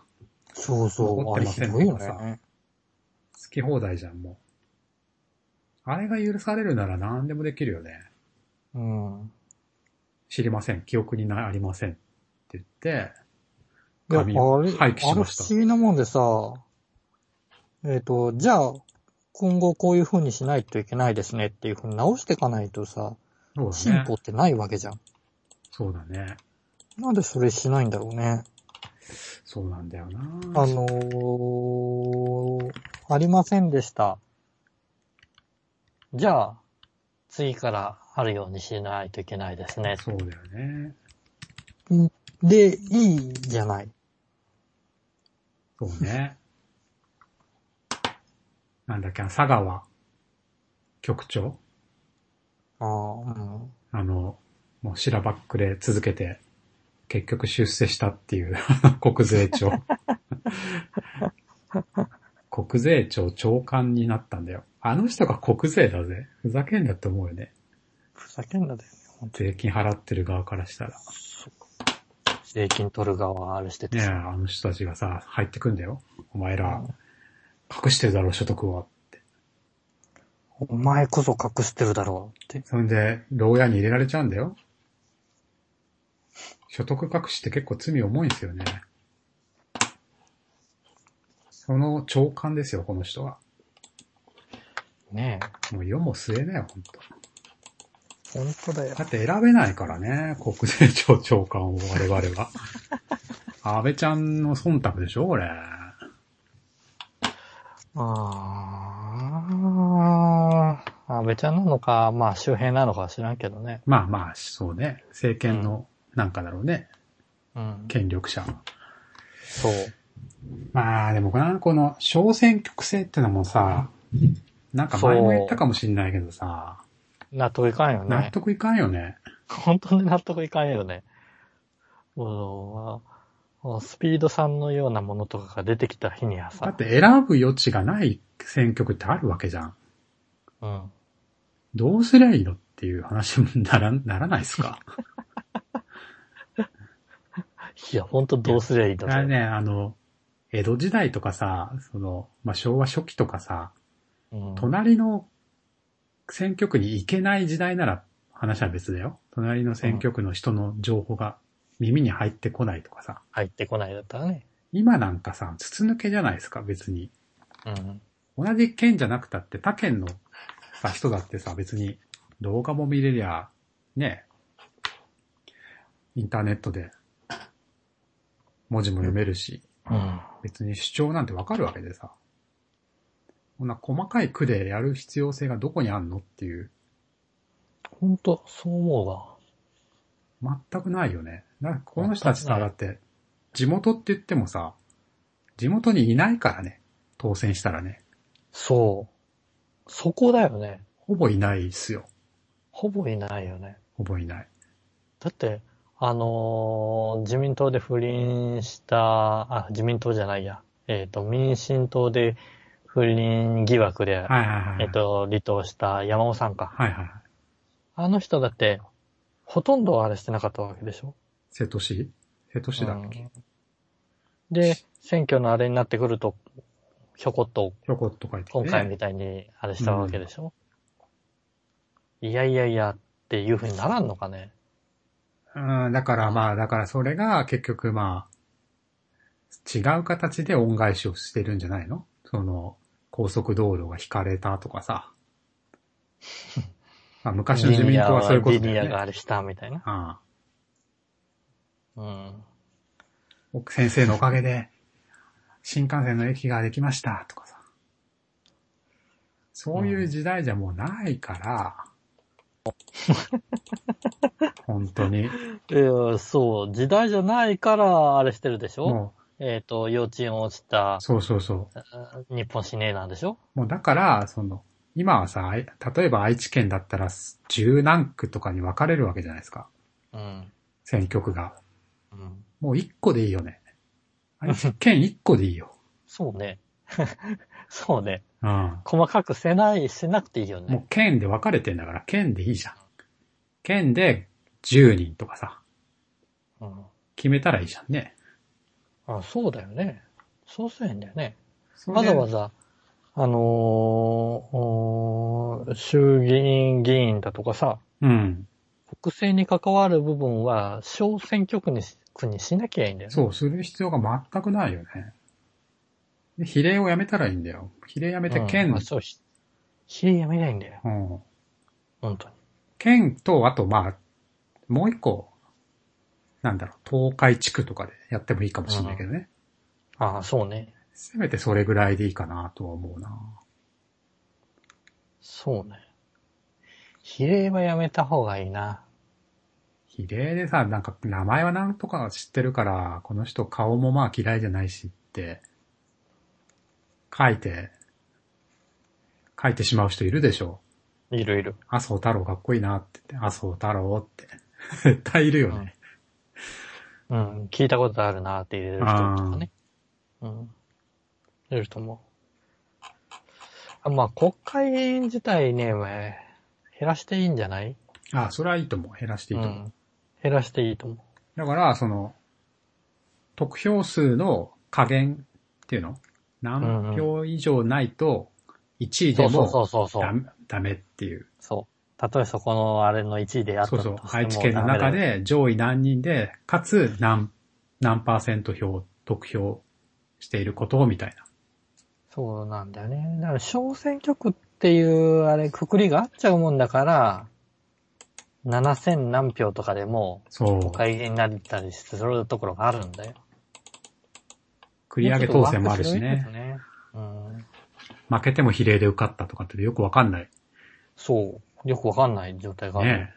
[SPEAKER 2] そうそう、
[SPEAKER 1] 残っ
[SPEAKER 2] あ
[SPEAKER 1] て
[SPEAKER 2] れ
[SPEAKER 1] ま
[SPEAKER 2] ひ
[SPEAKER 1] せん
[SPEAKER 2] どいよ
[SPEAKER 1] とか
[SPEAKER 2] ね。
[SPEAKER 1] 好き放題じゃん、もう。あれが許されるなら何でもできるよね。
[SPEAKER 2] うん。
[SPEAKER 1] 知りません、記憶になありませんって言って、
[SPEAKER 2] いや、あ
[SPEAKER 1] 紙
[SPEAKER 2] れ、
[SPEAKER 1] を廃棄し
[SPEAKER 2] あれ
[SPEAKER 1] ま
[SPEAKER 2] 不
[SPEAKER 1] した。
[SPEAKER 2] 思議なもんでさ、えっ、と、じゃあ、今後こういう風にしないといけないですねっていう風に直していかないとさ、
[SPEAKER 1] そうだ
[SPEAKER 2] 進
[SPEAKER 1] ね
[SPEAKER 2] 歩。ってないわけじゃん。
[SPEAKER 1] そうだね。
[SPEAKER 2] なんでそれしないんだろうね。
[SPEAKER 1] そうなんだよな
[SPEAKER 2] あのー、ありませんでした。じゃあ、次からあるようにしないといけないですね。
[SPEAKER 1] そうだよね。
[SPEAKER 2] で、いいじゃない。
[SPEAKER 1] そうね。 なんだっけ、あの佐川局長
[SPEAKER 2] あー
[SPEAKER 1] あの、もうしらばっくれ続けて、結局出世したっていう、 国税庁。 国税庁長官になったんだよ。あの人が国税だぜ。ふざけんなって思うよね。
[SPEAKER 2] ふざけんなで、本当に。
[SPEAKER 1] 税金払ってる側からしたら。
[SPEAKER 2] 税金取る側はあれしてて
[SPEAKER 1] ねえ、
[SPEAKER 2] さ。
[SPEAKER 1] あの人たちがさ、入ってくんだよ。お前ら、隠してるだろ、所得は。
[SPEAKER 2] お前こそ隠してるだろうって。
[SPEAKER 1] そんで、牢屋に入れられちゃうんだよ。所得隠しって結構罪重いんですよね。その長官ですよ、この人は。
[SPEAKER 2] ね
[SPEAKER 1] もう世も末だよ、本
[SPEAKER 2] え。本当だよ
[SPEAKER 1] 当。だって選べないからね、国税庁長官を我々は。安倍ちゃんの忖度でしょ、これ。
[SPEAKER 2] ああ、安倍ちゃんなのか、まあ周辺なのかは知らんけどね。
[SPEAKER 1] まあまあ、そうね。政権の、なんかだろうね、
[SPEAKER 2] うん。
[SPEAKER 1] 権力者。
[SPEAKER 2] そう。
[SPEAKER 1] まあでもな、この小選挙区制ってのもさ、なんか前も言ったかもしんないけどさ、
[SPEAKER 2] 納得いかんよ
[SPEAKER 1] 納
[SPEAKER 2] ね。
[SPEAKER 1] 得いかんよね。
[SPEAKER 2] 本当に納得いかんよね。もうもう、スピードさんのようなものとかが出てきた日には
[SPEAKER 1] だ
[SPEAKER 2] さ
[SPEAKER 1] っ、て選ぶ余地がない選挙区ってあるわけじゃん。
[SPEAKER 2] うん。
[SPEAKER 1] どうすりゃいいのっていう話になら ならないですか
[SPEAKER 2] いや、本当どうすりゃいい
[SPEAKER 1] だ
[SPEAKER 2] の
[SPEAKER 1] からね、あの、江戸時代とかさ、その、まあ、昭和初期とかさ、
[SPEAKER 2] うん。
[SPEAKER 1] 隣の選挙区に行けない時代なら話は別だよ。隣の選挙区の人の情報が耳に入ってこないとかさ。
[SPEAKER 2] 入ってこないだったらね。
[SPEAKER 1] 今なんかさ、筒抜けじゃないですか、別に。
[SPEAKER 2] うん。
[SPEAKER 1] 同じ県じゃなくたって、他県のさ、人だってさ、別に動画も見れりゃ、ね、インターネットで文字も読めるし、
[SPEAKER 2] うん。
[SPEAKER 1] 別に主張なんてわかるわけでさ。こんな細かい区でやる必要性がどこにあんのっていう
[SPEAKER 2] 本当そう思うわ。
[SPEAKER 1] 全くないよね。だからこの人たちさ、だって、地元って言ってもさ、地元にいないからね。当選したらね。
[SPEAKER 2] そう。そこだよね。
[SPEAKER 1] ほぼいないっすよ。
[SPEAKER 2] ほぼいないよね。
[SPEAKER 1] ほぼいない。
[SPEAKER 2] だって、あのー自民党で不倫した、あ、自民党じゃないや。えっ、と、民進党で不倫疑惑で、
[SPEAKER 1] はいはいはいはい。
[SPEAKER 2] えっ、と、離党した山尾さんか。
[SPEAKER 1] はいはいはい。
[SPEAKER 2] あの人だって、ほとんどあれしてなかったわけでしょ
[SPEAKER 1] 瀬戸市瀬戸市だっけ、
[SPEAKER 2] うんで、選挙のあれになってくると、ひょこっと
[SPEAKER 1] ひょこっと書いてきて
[SPEAKER 2] 今回みたいにあれしたわけでしょ、いやいやいやっていう風にならんのかね
[SPEAKER 1] うん、だからまあ、だからそれが結局まあ、違う形で恩返しをしてるんじゃないのその、高速道路が引かれたとか さ。まあ昔の自民党はそういうこと
[SPEAKER 2] リ
[SPEAKER 1] だ
[SPEAKER 2] ニア
[SPEAKER 1] よ
[SPEAKER 2] が
[SPEAKER 1] ね。
[SPEAKER 2] あれしたみたいな。
[SPEAKER 1] ああ
[SPEAKER 2] うん。
[SPEAKER 1] 奥先生のおかげで、新幹線の駅ができましたとかさ。そういう時代じゃもうないから、本当に。
[SPEAKER 2] いや、そう、時代じゃないからあれしてるでしょ
[SPEAKER 1] も
[SPEAKER 2] えっ、と、幼稚園落ちた
[SPEAKER 1] う、、そうそうそう。
[SPEAKER 2] 日本死ねえなんでしょ
[SPEAKER 1] もうだから、その、今はさ、あい例えば愛知県だったら十何区とかに分かれるわけじゃないですか。
[SPEAKER 2] うん。
[SPEAKER 1] 選挙区が。
[SPEAKER 2] うん。
[SPEAKER 1] もう一個でいいよね。愛知県一個でいいよ。
[SPEAKER 2] そうね。 そうね。
[SPEAKER 1] うん。
[SPEAKER 2] 細かくせない、しなくていいよ
[SPEAKER 1] もう
[SPEAKER 2] ね。
[SPEAKER 1] 県で分かれてんだから、県でいいじゃん。県で10人とかさ、
[SPEAKER 2] うん。
[SPEAKER 1] 決めたらいいじゃんね。
[SPEAKER 2] あ、そうだよね。そうすりゃいいんだよね。
[SPEAKER 1] それ
[SPEAKER 2] わ
[SPEAKER 1] で
[SPEAKER 2] ざわざ、あのーおー衆議院議員だとかさ、
[SPEAKER 1] うん。
[SPEAKER 2] 国政に関わる部分は小選挙区にし区にしなきゃいいんだよね。
[SPEAKER 1] そう、する必要が全くないよね。で比例をやめたらいいんだよ。比例やめて県、
[SPEAKER 2] うんあそうし、比例やめないいんだよ。
[SPEAKER 1] うん、
[SPEAKER 2] 本当に。
[SPEAKER 1] 県と、あとまあ、もう一個、なんだろう、東海地区とかでやってもいいかもしれないけどね。
[SPEAKER 2] ああ、そうね。
[SPEAKER 1] せめてそれぐらいでいいかなとは思うな。
[SPEAKER 2] そうね。比例はやめた方がいいな。
[SPEAKER 1] 比例でさ、なんか名前はなんとか知ってるから、この人顔もまあ嫌いじゃないしって、書いて、書いてしまう人いるでしょ。
[SPEAKER 2] いるいる。
[SPEAKER 1] 麻生太郎かっこいいなって言って、麻生太郎って。 絶対いるよね。
[SPEAKER 2] うん、聞いたことあるなって入れる人とかね。うん。いると思う。あまあ、国会議員自体ね、まあ減らしていいんじゃない
[SPEAKER 1] ああ、それはいいと思う。減らしていいと思う。
[SPEAKER 2] うん。減らしていいと思う。
[SPEAKER 1] だから、その、得票数の加減っていうの何票以上ないと、1位
[SPEAKER 2] そ
[SPEAKER 1] で
[SPEAKER 2] うそうそ
[SPEAKER 1] も
[SPEAKER 2] うそうそ
[SPEAKER 1] ダ
[SPEAKER 2] う。
[SPEAKER 1] メダメっていう。
[SPEAKER 2] そう。たとえそこのあれの1位であった
[SPEAKER 1] そう
[SPEAKER 2] と
[SPEAKER 1] そう
[SPEAKER 2] しても。
[SPEAKER 1] 愛知県の中。で上位何人で、かつ何、何パーセント票、得票していることをみたいな。
[SPEAKER 2] そうなんだよね。だから小選挙区っていうあれ、くくりがあっちゃうもんだから、7000何票とかでも、
[SPEAKER 1] そう。
[SPEAKER 2] 会議になったりするところがあるんだよ。
[SPEAKER 1] 繰り上げ当選もあるしね。
[SPEAKER 2] うん。
[SPEAKER 1] 負けても比例で受かったとかってよくわかんない。
[SPEAKER 2] そう。よくわかんない状態がある。
[SPEAKER 1] ね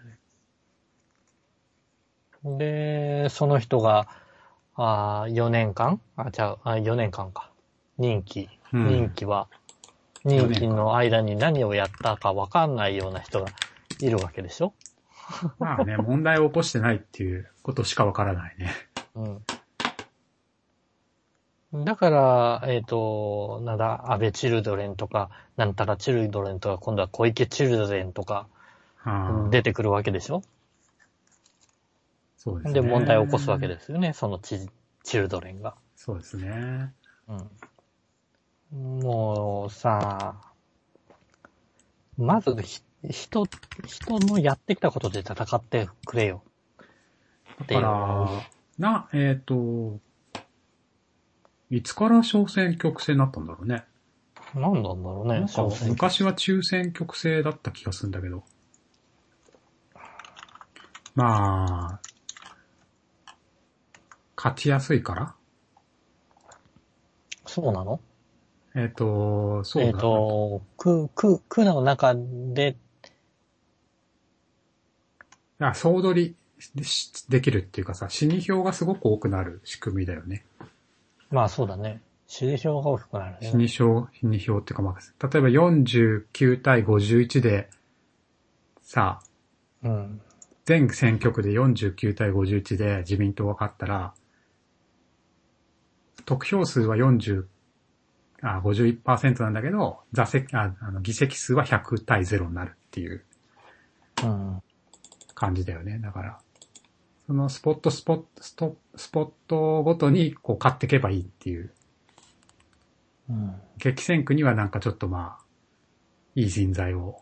[SPEAKER 2] で、その人が、あ4年間あ、じゃあ、4年間か。任期。
[SPEAKER 1] うん
[SPEAKER 2] 任期は、
[SPEAKER 1] 年間
[SPEAKER 2] 任期の間に何をやったかわかんないような人がいるわけでしょ
[SPEAKER 1] まあね、問題を起こしてないっていうことしかわからないね。
[SPEAKER 2] うん。だから、えっ、と、なんだ、安倍チルドレンとか、なんたらチルドレンとか、今度は小池チルドレンとか、
[SPEAKER 1] はあ、
[SPEAKER 2] 出てくるわけでしょ
[SPEAKER 1] そうですね。
[SPEAKER 2] で、問題を起こすわけですよね、そのチチルドレンが。
[SPEAKER 1] そうですね。
[SPEAKER 2] うん。もうさ、まずひ、人、人のやってきたことで戦ってくれよ。ってい
[SPEAKER 1] だか
[SPEAKER 2] う。
[SPEAKER 1] ら、な、えっ、と、いつから小選挙区制になったんだろうね。
[SPEAKER 2] 何なんだろう
[SPEAKER 1] な
[SPEAKER 2] ね
[SPEAKER 1] ん、か
[SPEAKER 2] 小選挙
[SPEAKER 1] 昔は中選挙区制だった気がするんだけど。まあ、勝ちやすいから
[SPEAKER 2] そうなの
[SPEAKER 1] えっ、と、そうだ、
[SPEAKER 2] えっ、と、区、区、区の中で、
[SPEAKER 1] や、総取りしできるっていうかさ、死に票がすごく多くなる仕組みだよね。
[SPEAKER 2] まあそうだね。指示表が大きくなる
[SPEAKER 1] 死
[SPEAKER 2] ね。
[SPEAKER 1] に票、死に票っていうか、まあ、例えば49対51で、さ、
[SPEAKER 2] うん。
[SPEAKER 1] 全選挙区で49対51で自民党が勝ったら、得票数は40、あ、51%なんだけど、座席、あ、あの、議席数は100対0になるっていう
[SPEAKER 2] うん。
[SPEAKER 1] 感じだよね。だから、そのスポットスポット、ストスポットごとにこう勝っていけばいいっていう。
[SPEAKER 2] うん。
[SPEAKER 1] 激戦区にはなんかちょっとまあ、いい人材を、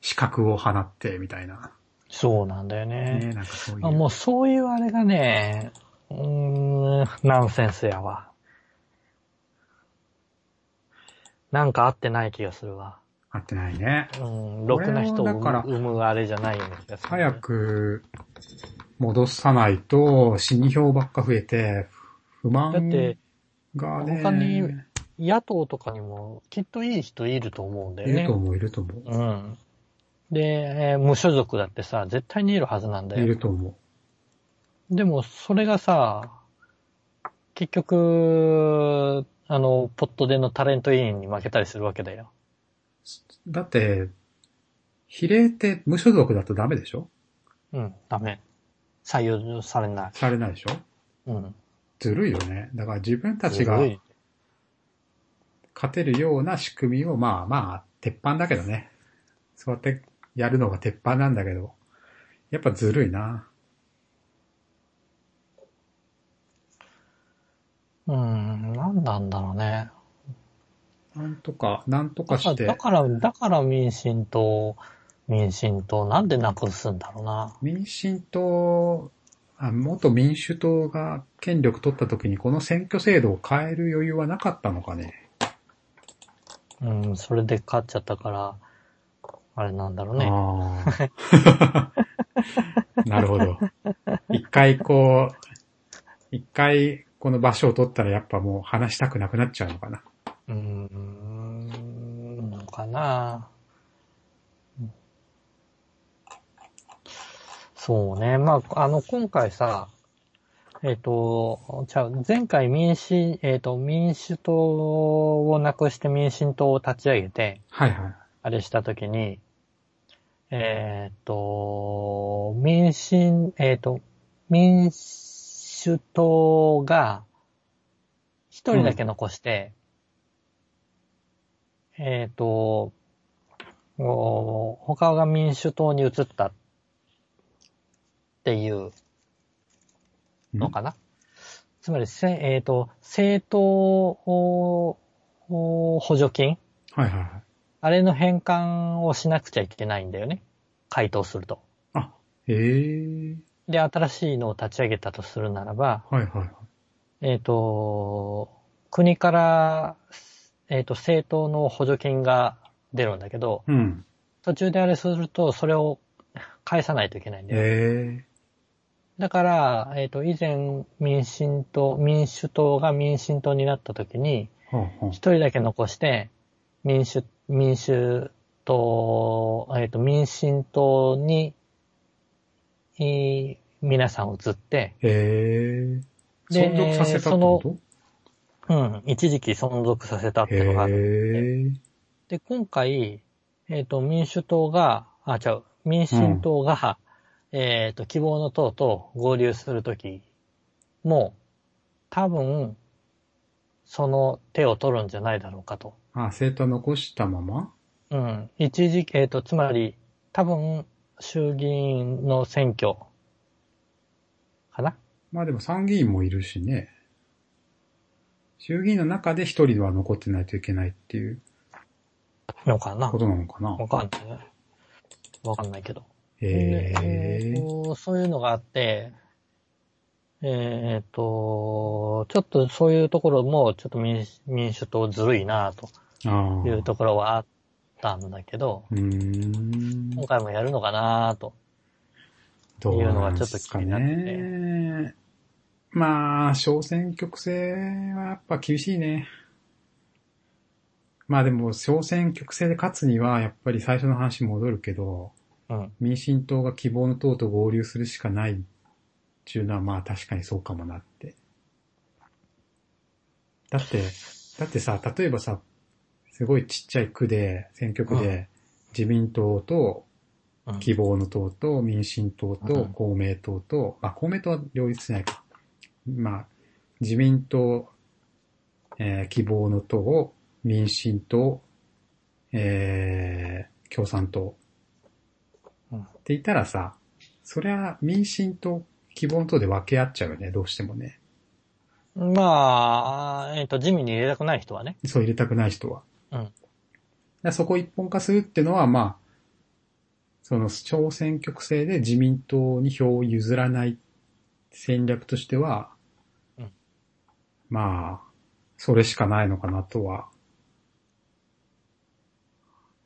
[SPEAKER 1] 資格を放ってみたいな。
[SPEAKER 2] そうなんだよね。
[SPEAKER 1] ね、なんかそういう。
[SPEAKER 2] あもうそういうあれがね、うーん、ナンセンスやわ。なんか合ってない気がするわ。
[SPEAKER 1] 合ってないね。
[SPEAKER 2] うん、ろくな人
[SPEAKER 1] こ
[SPEAKER 2] を
[SPEAKER 1] れはだから
[SPEAKER 2] 生むあれじゃないような気がする。
[SPEAKER 1] 早。く戻さないと、死に票ばっか増えて、不満
[SPEAKER 2] だって、
[SPEAKER 1] がね、
[SPEAKER 2] 他に野党とかにもきっといい人いると思うんだよ
[SPEAKER 1] いる
[SPEAKER 2] ね
[SPEAKER 1] と。思う、いると思
[SPEAKER 2] うん。で、えー無所属だってさ、絶対にいるはずなんだ
[SPEAKER 1] う。い
[SPEAKER 2] よ。
[SPEAKER 1] ると思
[SPEAKER 2] でも、それがさ、結局、あの、ポットでのタレント委員に負けたりするわけだよ。
[SPEAKER 1] う。だって、比例って無所属だとダメでしょ
[SPEAKER 2] うん、ダメ。採用されない。
[SPEAKER 1] されないでしょ
[SPEAKER 2] うん。
[SPEAKER 1] ずるいよね。だから自分たち
[SPEAKER 2] す
[SPEAKER 1] が
[SPEAKER 2] ごい
[SPEAKER 1] 勝てるような仕組みを、まあまあ、鉄板だけどね。そうやってやるのが鉄板なんだけど、やっぱずるいな。
[SPEAKER 2] うん、なんなんだろうね。
[SPEAKER 1] なんとか、なんと
[SPEAKER 2] だ
[SPEAKER 1] か
[SPEAKER 2] か
[SPEAKER 1] して
[SPEAKER 2] ら、だ。から、だから民進党、民進党、なんでなくすんだろうな。
[SPEAKER 1] 民進党、あ元民主党が権力取った時にこの選挙制度を変える余裕はなかったのかね。
[SPEAKER 2] うん、それで勝っちゃったから、あれなんだろうね。
[SPEAKER 1] あー なるほど。一回こう、一回この場所を取ったらやっぱもう話したくなくなっちゃうのかな。
[SPEAKER 2] うん、のかな。そうね。まあ、あの、今回さ、えっ、と、じゃあ前回民進、えっ、と、民主党をなくして民進党を立ち上げて、
[SPEAKER 1] はいはい。
[SPEAKER 2] あれしたときに、えっ、と、民進、えっ、と、民主党が一人だけ残して、えっ、と、お他が民主党に移ったっていうのかな。つまりせ、えっ、と、政党をを補助金
[SPEAKER 1] はいはいはい。
[SPEAKER 2] あれの変換をしなくちゃいけないんだよね。回答すると。
[SPEAKER 1] ええ
[SPEAKER 2] で、新しいのを立ち上げたとするならば、
[SPEAKER 1] はいはいはい。
[SPEAKER 2] えっ、と、国から、えっ、と、政党の補助金が出るんだけど、
[SPEAKER 1] うん。
[SPEAKER 2] 途中であれすると、それを返さないといけないんだよ。
[SPEAKER 1] え
[SPEAKER 2] だから、えっ、と、以前、民進党、民主党が民進党になった時に、
[SPEAKER 1] えはあは
[SPEAKER 2] 一人だけ残して、民主、民主党、えっ、と、民進党に、い皆さん移って、
[SPEAKER 1] ええ
[SPEAKER 2] で
[SPEAKER 1] 存続させたってこと
[SPEAKER 2] うん、一時期存続させたって
[SPEAKER 1] へ
[SPEAKER 2] いうのがある。
[SPEAKER 1] え。
[SPEAKER 2] で、今回、えっ、と、民主党が、あ、違う、民進党が、えっ、と、希望の党と合流するときも、多分、その手を取るんじゃないだろうかと。
[SPEAKER 1] あ、政党残したまま
[SPEAKER 2] うん。一時期、えっ、と、つまり、多分、衆議院の選挙、かな
[SPEAKER 1] まあでも参議院もいるしね。衆議院の中で一人は残ってないといけないっていう
[SPEAKER 2] のかな
[SPEAKER 1] ことなのかな
[SPEAKER 2] わかんないね。わかんないけど。
[SPEAKER 1] へ
[SPEAKER 2] でえ
[SPEAKER 1] え
[SPEAKER 2] ー。とそういうのがあって、えーっと、ちょっとそういうところも、ちょっと民主民主党ずるいなと
[SPEAKER 1] あ
[SPEAKER 2] いう
[SPEAKER 1] あ。
[SPEAKER 2] ところはあったんだけど、
[SPEAKER 1] うーん。
[SPEAKER 2] 今回もやるのかなと。
[SPEAKER 1] どうなんですか
[SPEAKER 2] っていうのがちょっと気になっ
[SPEAKER 1] ね。
[SPEAKER 2] て
[SPEAKER 1] まあ、小選挙区制はやっぱ厳しいね。まあでも、小選挙区制で勝つには、やっぱり最初の話に戻るけど、
[SPEAKER 2] うん。
[SPEAKER 1] 民進党が希望の党と合流するしかないっていうのはまあ確かにそうかもなって。だって、だってさ、例えばさ、すごいちっちゃい区で、選挙区
[SPEAKER 2] う
[SPEAKER 1] で、自民党と
[SPEAKER 2] うん
[SPEAKER 1] 希望の党と民進党
[SPEAKER 2] う
[SPEAKER 1] と
[SPEAKER 2] ん
[SPEAKER 1] 公明党と、まあ公明党は両立しないか。まあ、自民党、えー希望の党、民進党、えー共産党。
[SPEAKER 2] うん
[SPEAKER 1] って言ったらさ、そりゃ民進と希望とで分け合っちゃうよね、どうしてもね。
[SPEAKER 2] まあ、えっ、と、地味に入れたくない人はね。
[SPEAKER 1] そう入れたくない人は。
[SPEAKER 2] うん
[SPEAKER 1] だからそこ一本化するってのは、まあ、その小選挙区制で自民党に票を譲らない戦略としては、
[SPEAKER 2] うん。
[SPEAKER 1] まあ、それしかないのかなとは。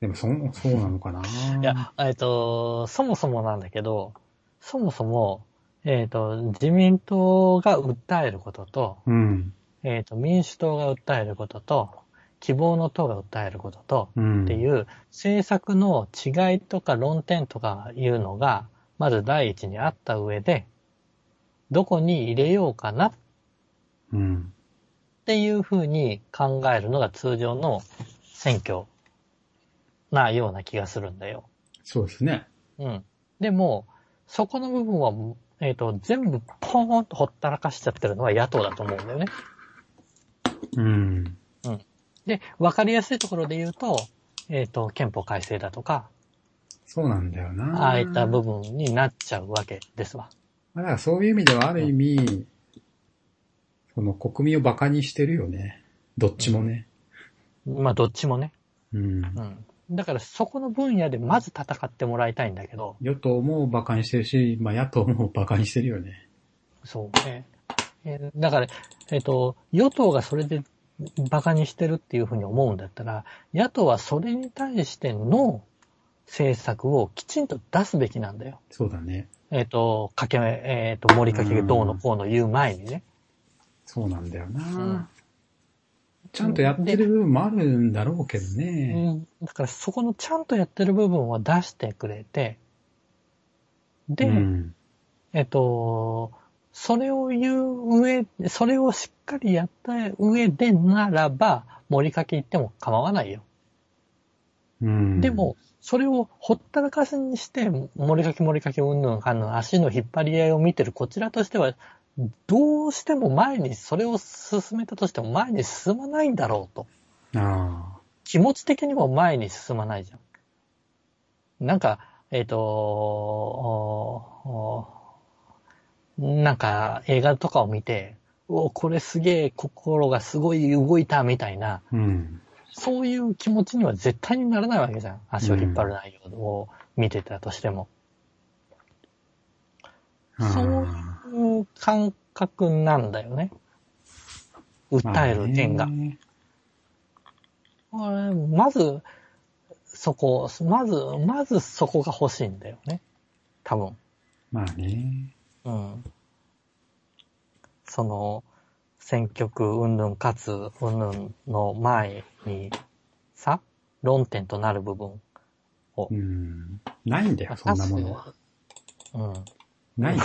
[SPEAKER 1] でもそ、そうなのかな
[SPEAKER 2] いや、えっ、と、そもそもなんだけど、そもそも、えっ、と、自民党が訴えることと、
[SPEAKER 1] うん、
[SPEAKER 2] えっ、と、民主党が訴えることと、希望の党が訴えることと、
[SPEAKER 1] うん。
[SPEAKER 2] っていう政策の違いとか論点とかいうのが、まず第一にあった上で、どこに入れようかなっ
[SPEAKER 1] うん。
[SPEAKER 2] ていうふうに考えるのが通常の選挙なような気がするんだよ。
[SPEAKER 1] そうですね。
[SPEAKER 2] うん。でも、そこの部分は、えっ、と、全部ポーンとほったらかしちゃってるのは野党だと思うんだよね。
[SPEAKER 1] うん。
[SPEAKER 2] で、わかりやすいところで言うと、えっ、と、憲法改正だとか、
[SPEAKER 1] そうなんだよな。
[SPEAKER 2] ああいった部分になっちゃうわけですわ。
[SPEAKER 1] まあだからそういう意味ではある意味、その国民を馬鹿にしてるよね。どっちもね。
[SPEAKER 2] まあ、どっちもね。
[SPEAKER 1] うん。
[SPEAKER 2] うん。だからそこの分野でまず戦ってもらいたいんだけど、
[SPEAKER 1] 与党も馬鹿にしてるし、まあ野党も馬鹿にしてるよね。
[SPEAKER 2] そうね。えーだから、えっ、と、与党がそれで馬鹿にしてるっていうふうに思うんだったら、野党はそれに対しての政策をきちんと出すべきなんだよ。
[SPEAKER 1] そうだね。
[SPEAKER 2] えっ、と、かけ、えっ、と、森かけがどうのこうの言う前にね。
[SPEAKER 1] そうなんだよな。
[SPEAKER 2] ん
[SPEAKER 1] ちゃんとやってる部分もあるんだろうけど
[SPEAKER 2] う
[SPEAKER 1] ね。
[SPEAKER 2] ん。だからそこのちゃんとやってる部分を出してくれて、で、
[SPEAKER 1] うん。
[SPEAKER 2] えっと、それを言う上、それをしっかりやった上でならば、森かけ行っても構わないよ。
[SPEAKER 1] うん。
[SPEAKER 2] でも、、それをほったらかしにして、森かけ森かけうんぬんかんぬん足の引っ張り合いを見てるこちらとしては、どうしても前に、それを進めたとしても前に進まないんだろうと。
[SPEAKER 1] ああ。
[SPEAKER 2] 気持ち的にも前に進まないじゃん。なんか、えっ、とおーおーなんか映画とかを見て、おこれすげえ心がすごい動いたみたいな、
[SPEAKER 1] うん。
[SPEAKER 2] そういう気持ちには絶対にならないわけじゃん。足を引っ張る内容を見てたとしても。そう
[SPEAKER 1] あ
[SPEAKER 2] うん感覚なんだよね。
[SPEAKER 1] あ
[SPEAKER 2] 訴える点が。
[SPEAKER 1] まあね
[SPEAKER 2] これまず、そこ、まず、まずそこが欲しいんだよね。多分。
[SPEAKER 1] まあね。
[SPEAKER 2] うん。その、選挙区うんぬんかつうんぬんの前にさ、論点となる部分。
[SPEAKER 1] うん。ないんだよ、そんなものは。
[SPEAKER 2] うん。
[SPEAKER 1] ない。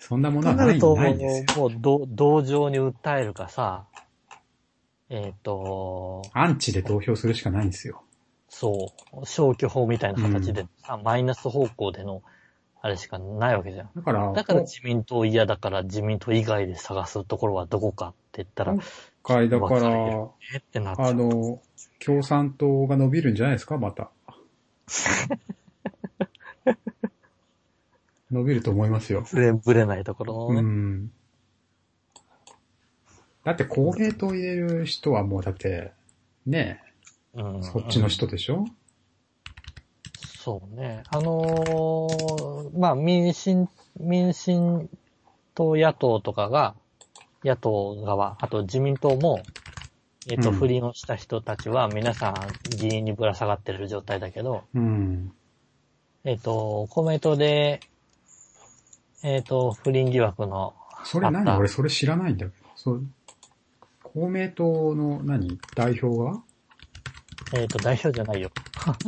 [SPEAKER 1] そんなもの
[SPEAKER 2] と
[SPEAKER 1] は
[SPEAKER 2] な
[SPEAKER 1] ない
[SPEAKER 2] ると、
[SPEAKER 1] ないんですよ。
[SPEAKER 2] もう、ど同情に訴えるかさ、えっ、と、
[SPEAKER 1] アンチで投票するしかないんですよ。
[SPEAKER 2] そう、消去法みたいな形でさ、マイナス方向での、あれしかないわけじゃん。
[SPEAKER 1] だから、
[SPEAKER 2] だから自民党嫌だから自民党以外で探すところはどこかって言ったら
[SPEAKER 1] うん、今回だか
[SPEAKER 2] わかるよ
[SPEAKER 1] ら、
[SPEAKER 2] えってなっちゃ
[SPEAKER 1] あ
[SPEAKER 2] う。
[SPEAKER 1] の、共産党が伸びるんじゃないですか、ま た。伸びると思いますよ。
[SPEAKER 2] ぶれ、ぶれないところ
[SPEAKER 1] う
[SPEAKER 2] のね。
[SPEAKER 1] ん。だって公平党入れる人はもうだって、ね
[SPEAKER 2] うん。
[SPEAKER 1] そっちの人でしょ
[SPEAKER 2] そうね。あのーまあ、民進、民進党野党とかが、野党側、あと自民党も、えっと、
[SPEAKER 1] うん
[SPEAKER 2] 不倫をした人たちは皆さん議員にぶら下がってる状態だけど、
[SPEAKER 1] うん。
[SPEAKER 2] えっと、公明党で、えっと、不倫疑惑の、
[SPEAKER 1] それ
[SPEAKER 2] あっ
[SPEAKER 1] 何
[SPEAKER 2] た
[SPEAKER 1] 俺それ知らないんだけど。そう公明党の何代表が
[SPEAKER 2] えっと、代表じゃないよ。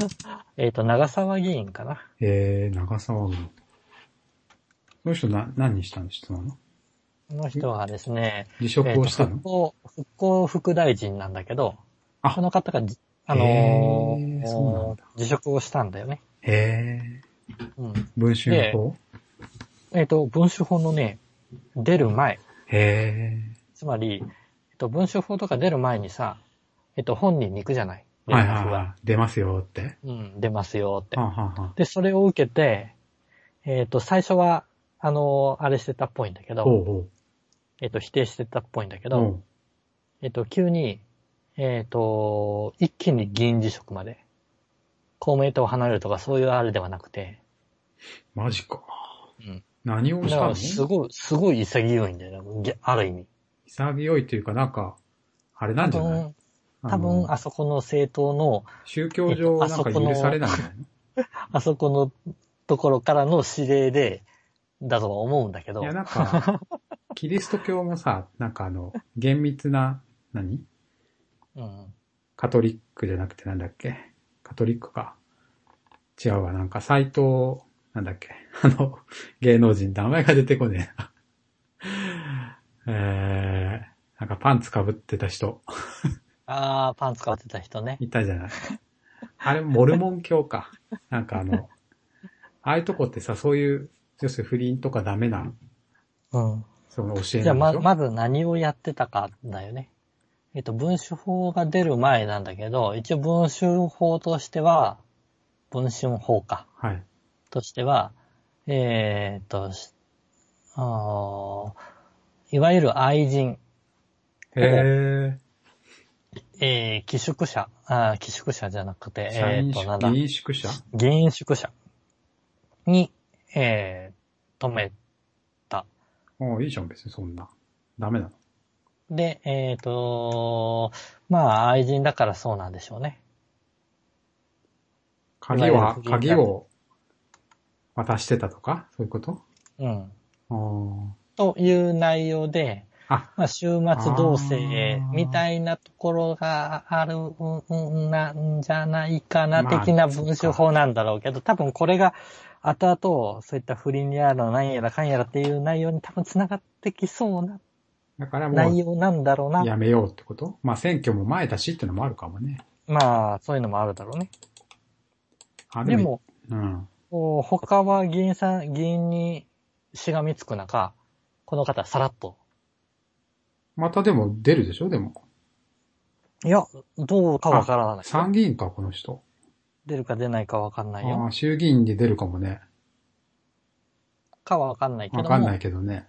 [SPEAKER 2] えっと、長沢議員かな。
[SPEAKER 1] えー、長沢軍。その人な、何した人なの
[SPEAKER 2] この人はですね、
[SPEAKER 1] 辞職をした
[SPEAKER 2] えーと
[SPEAKER 1] の
[SPEAKER 2] 復、興、復興副大臣なんだけど、
[SPEAKER 1] あ
[SPEAKER 2] この方がじ、あ
[SPEAKER 1] へ
[SPEAKER 2] の
[SPEAKER 1] ー
[SPEAKER 2] ー
[SPEAKER 1] そうなんだ
[SPEAKER 2] 辞職をしたんだよね。
[SPEAKER 1] へえ
[SPEAKER 2] うん。
[SPEAKER 1] ー、文春の方
[SPEAKER 2] えっ、と、文書法のね、出る前、
[SPEAKER 1] へ
[SPEAKER 2] つまり、えっと、文書法とか出る前にさ、えっと、本人に行くじゃない
[SPEAKER 1] えー、はい
[SPEAKER 2] 連絡
[SPEAKER 1] はい
[SPEAKER 2] が
[SPEAKER 1] はい。出ますよって。
[SPEAKER 2] うん、出ますよって
[SPEAKER 1] は。んはんはん。
[SPEAKER 2] で、それを受けて、えっ、と、最初は、あのーあれしてたっぽいんだけ
[SPEAKER 1] ほ
[SPEAKER 2] ど、
[SPEAKER 1] うほ
[SPEAKER 2] えっ、と、否定してたっぽいんだけ
[SPEAKER 1] う。
[SPEAKER 2] ど、
[SPEAKER 1] うん
[SPEAKER 2] えっと、急に、えっ、と、一気に議員辞職まで、公明党を離れるとかそういうあれではなくて、
[SPEAKER 1] マジか。
[SPEAKER 2] うん。
[SPEAKER 1] 何を
[SPEAKER 2] だ
[SPEAKER 1] し
[SPEAKER 2] か
[SPEAKER 1] たの
[SPEAKER 2] ら、すごい、すごい潔いんだよねげ、ある意味。
[SPEAKER 1] 潔いというか、なんか、あれな
[SPEAKER 2] 多
[SPEAKER 1] んじゃない
[SPEAKER 2] 分、多分、
[SPEAKER 1] あの
[SPEAKER 2] あそこの政党の、
[SPEAKER 1] 宗教上なんか許されないんじゃないの
[SPEAKER 2] あそこのところからの指令で、だとは思うんだけど
[SPEAKER 1] いや、、なんか、キリスト教も さ、なんかあの、厳密な、何
[SPEAKER 2] うん。
[SPEAKER 1] カトリックじゃなくてなんだっけカトリックか。違うわ、なんか斎藤、なんだっけ あの、芸能人、名前が出てこねえな。え ー、なんかパンツ被ってた人、
[SPEAKER 2] あー、パン使ってた人ね。
[SPEAKER 1] いたじゃない。あれ、モルモン教か。なんかあの、ああいうとこってさ、そういう、要するに不倫とかダメな、
[SPEAKER 2] うん。
[SPEAKER 1] その教え
[SPEAKER 2] じゃ
[SPEAKER 1] な
[SPEAKER 2] あ
[SPEAKER 1] んでしょ
[SPEAKER 2] ま、まず何をやってたかだよね。えっと、文書法が出る前なんだけど、一応文春法としては、文春法か、
[SPEAKER 1] はい。
[SPEAKER 2] としては、えーっと、しあーいわゆる愛人、
[SPEAKER 1] へえ
[SPEAKER 2] えー、寄宿者、あー寄宿者じゃなく
[SPEAKER 1] ー、
[SPEAKER 2] て、
[SPEAKER 1] 社
[SPEAKER 2] えー
[SPEAKER 1] 員
[SPEAKER 2] っと、
[SPEAKER 1] 宿
[SPEAKER 2] なんだ、
[SPEAKER 1] 議員宿舎
[SPEAKER 2] 議員宿舎に、えー、止めた。
[SPEAKER 1] ああ、いいじゃん、別にそんな。ダメなの。
[SPEAKER 2] で、えっ、と、まあ、愛人だからそうなんでしょうね。
[SPEAKER 1] 鍵は、
[SPEAKER 2] 不倫だ
[SPEAKER 1] 鍵を渡してたとかそういうこと
[SPEAKER 2] うん。
[SPEAKER 1] あ
[SPEAKER 2] という内容で、
[SPEAKER 1] あ。あ、
[SPEAKER 2] まあ、週末同棲みたいなところがあるんんなんじゃないかな、
[SPEAKER 1] まあ
[SPEAKER 2] 的な
[SPEAKER 1] そっか
[SPEAKER 2] 文書法なんだろうけど、多分これが後々、そういった不倫やらなんやらかんやらっていう内容に多分繋がってきそうな
[SPEAKER 1] だからも
[SPEAKER 2] 内
[SPEAKER 1] う、
[SPEAKER 2] 容なんだろうな。
[SPEAKER 1] やめようってことまあ、選挙も前だしってのもあるかもね。
[SPEAKER 2] まあ、そういうのもあるだろうね。
[SPEAKER 1] あ
[SPEAKER 2] で、も、
[SPEAKER 1] うん。
[SPEAKER 2] こう他は議員さん、議員にしがみつく中、この方さらっと。
[SPEAKER 1] またでも出るでしょでも。
[SPEAKER 2] いや、どうかわからない。
[SPEAKER 1] 参議院か、この人。
[SPEAKER 2] 出るか出ないかわかんない
[SPEAKER 1] あ
[SPEAKER 2] よ。
[SPEAKER 1] あ、衆議院で出るかもね。
[SPEAKER 2] かはわかんないけ
[SPEAKER 1] わ
[SPEAKER 2] ども。
[SPEAKER 1] かんないけどね。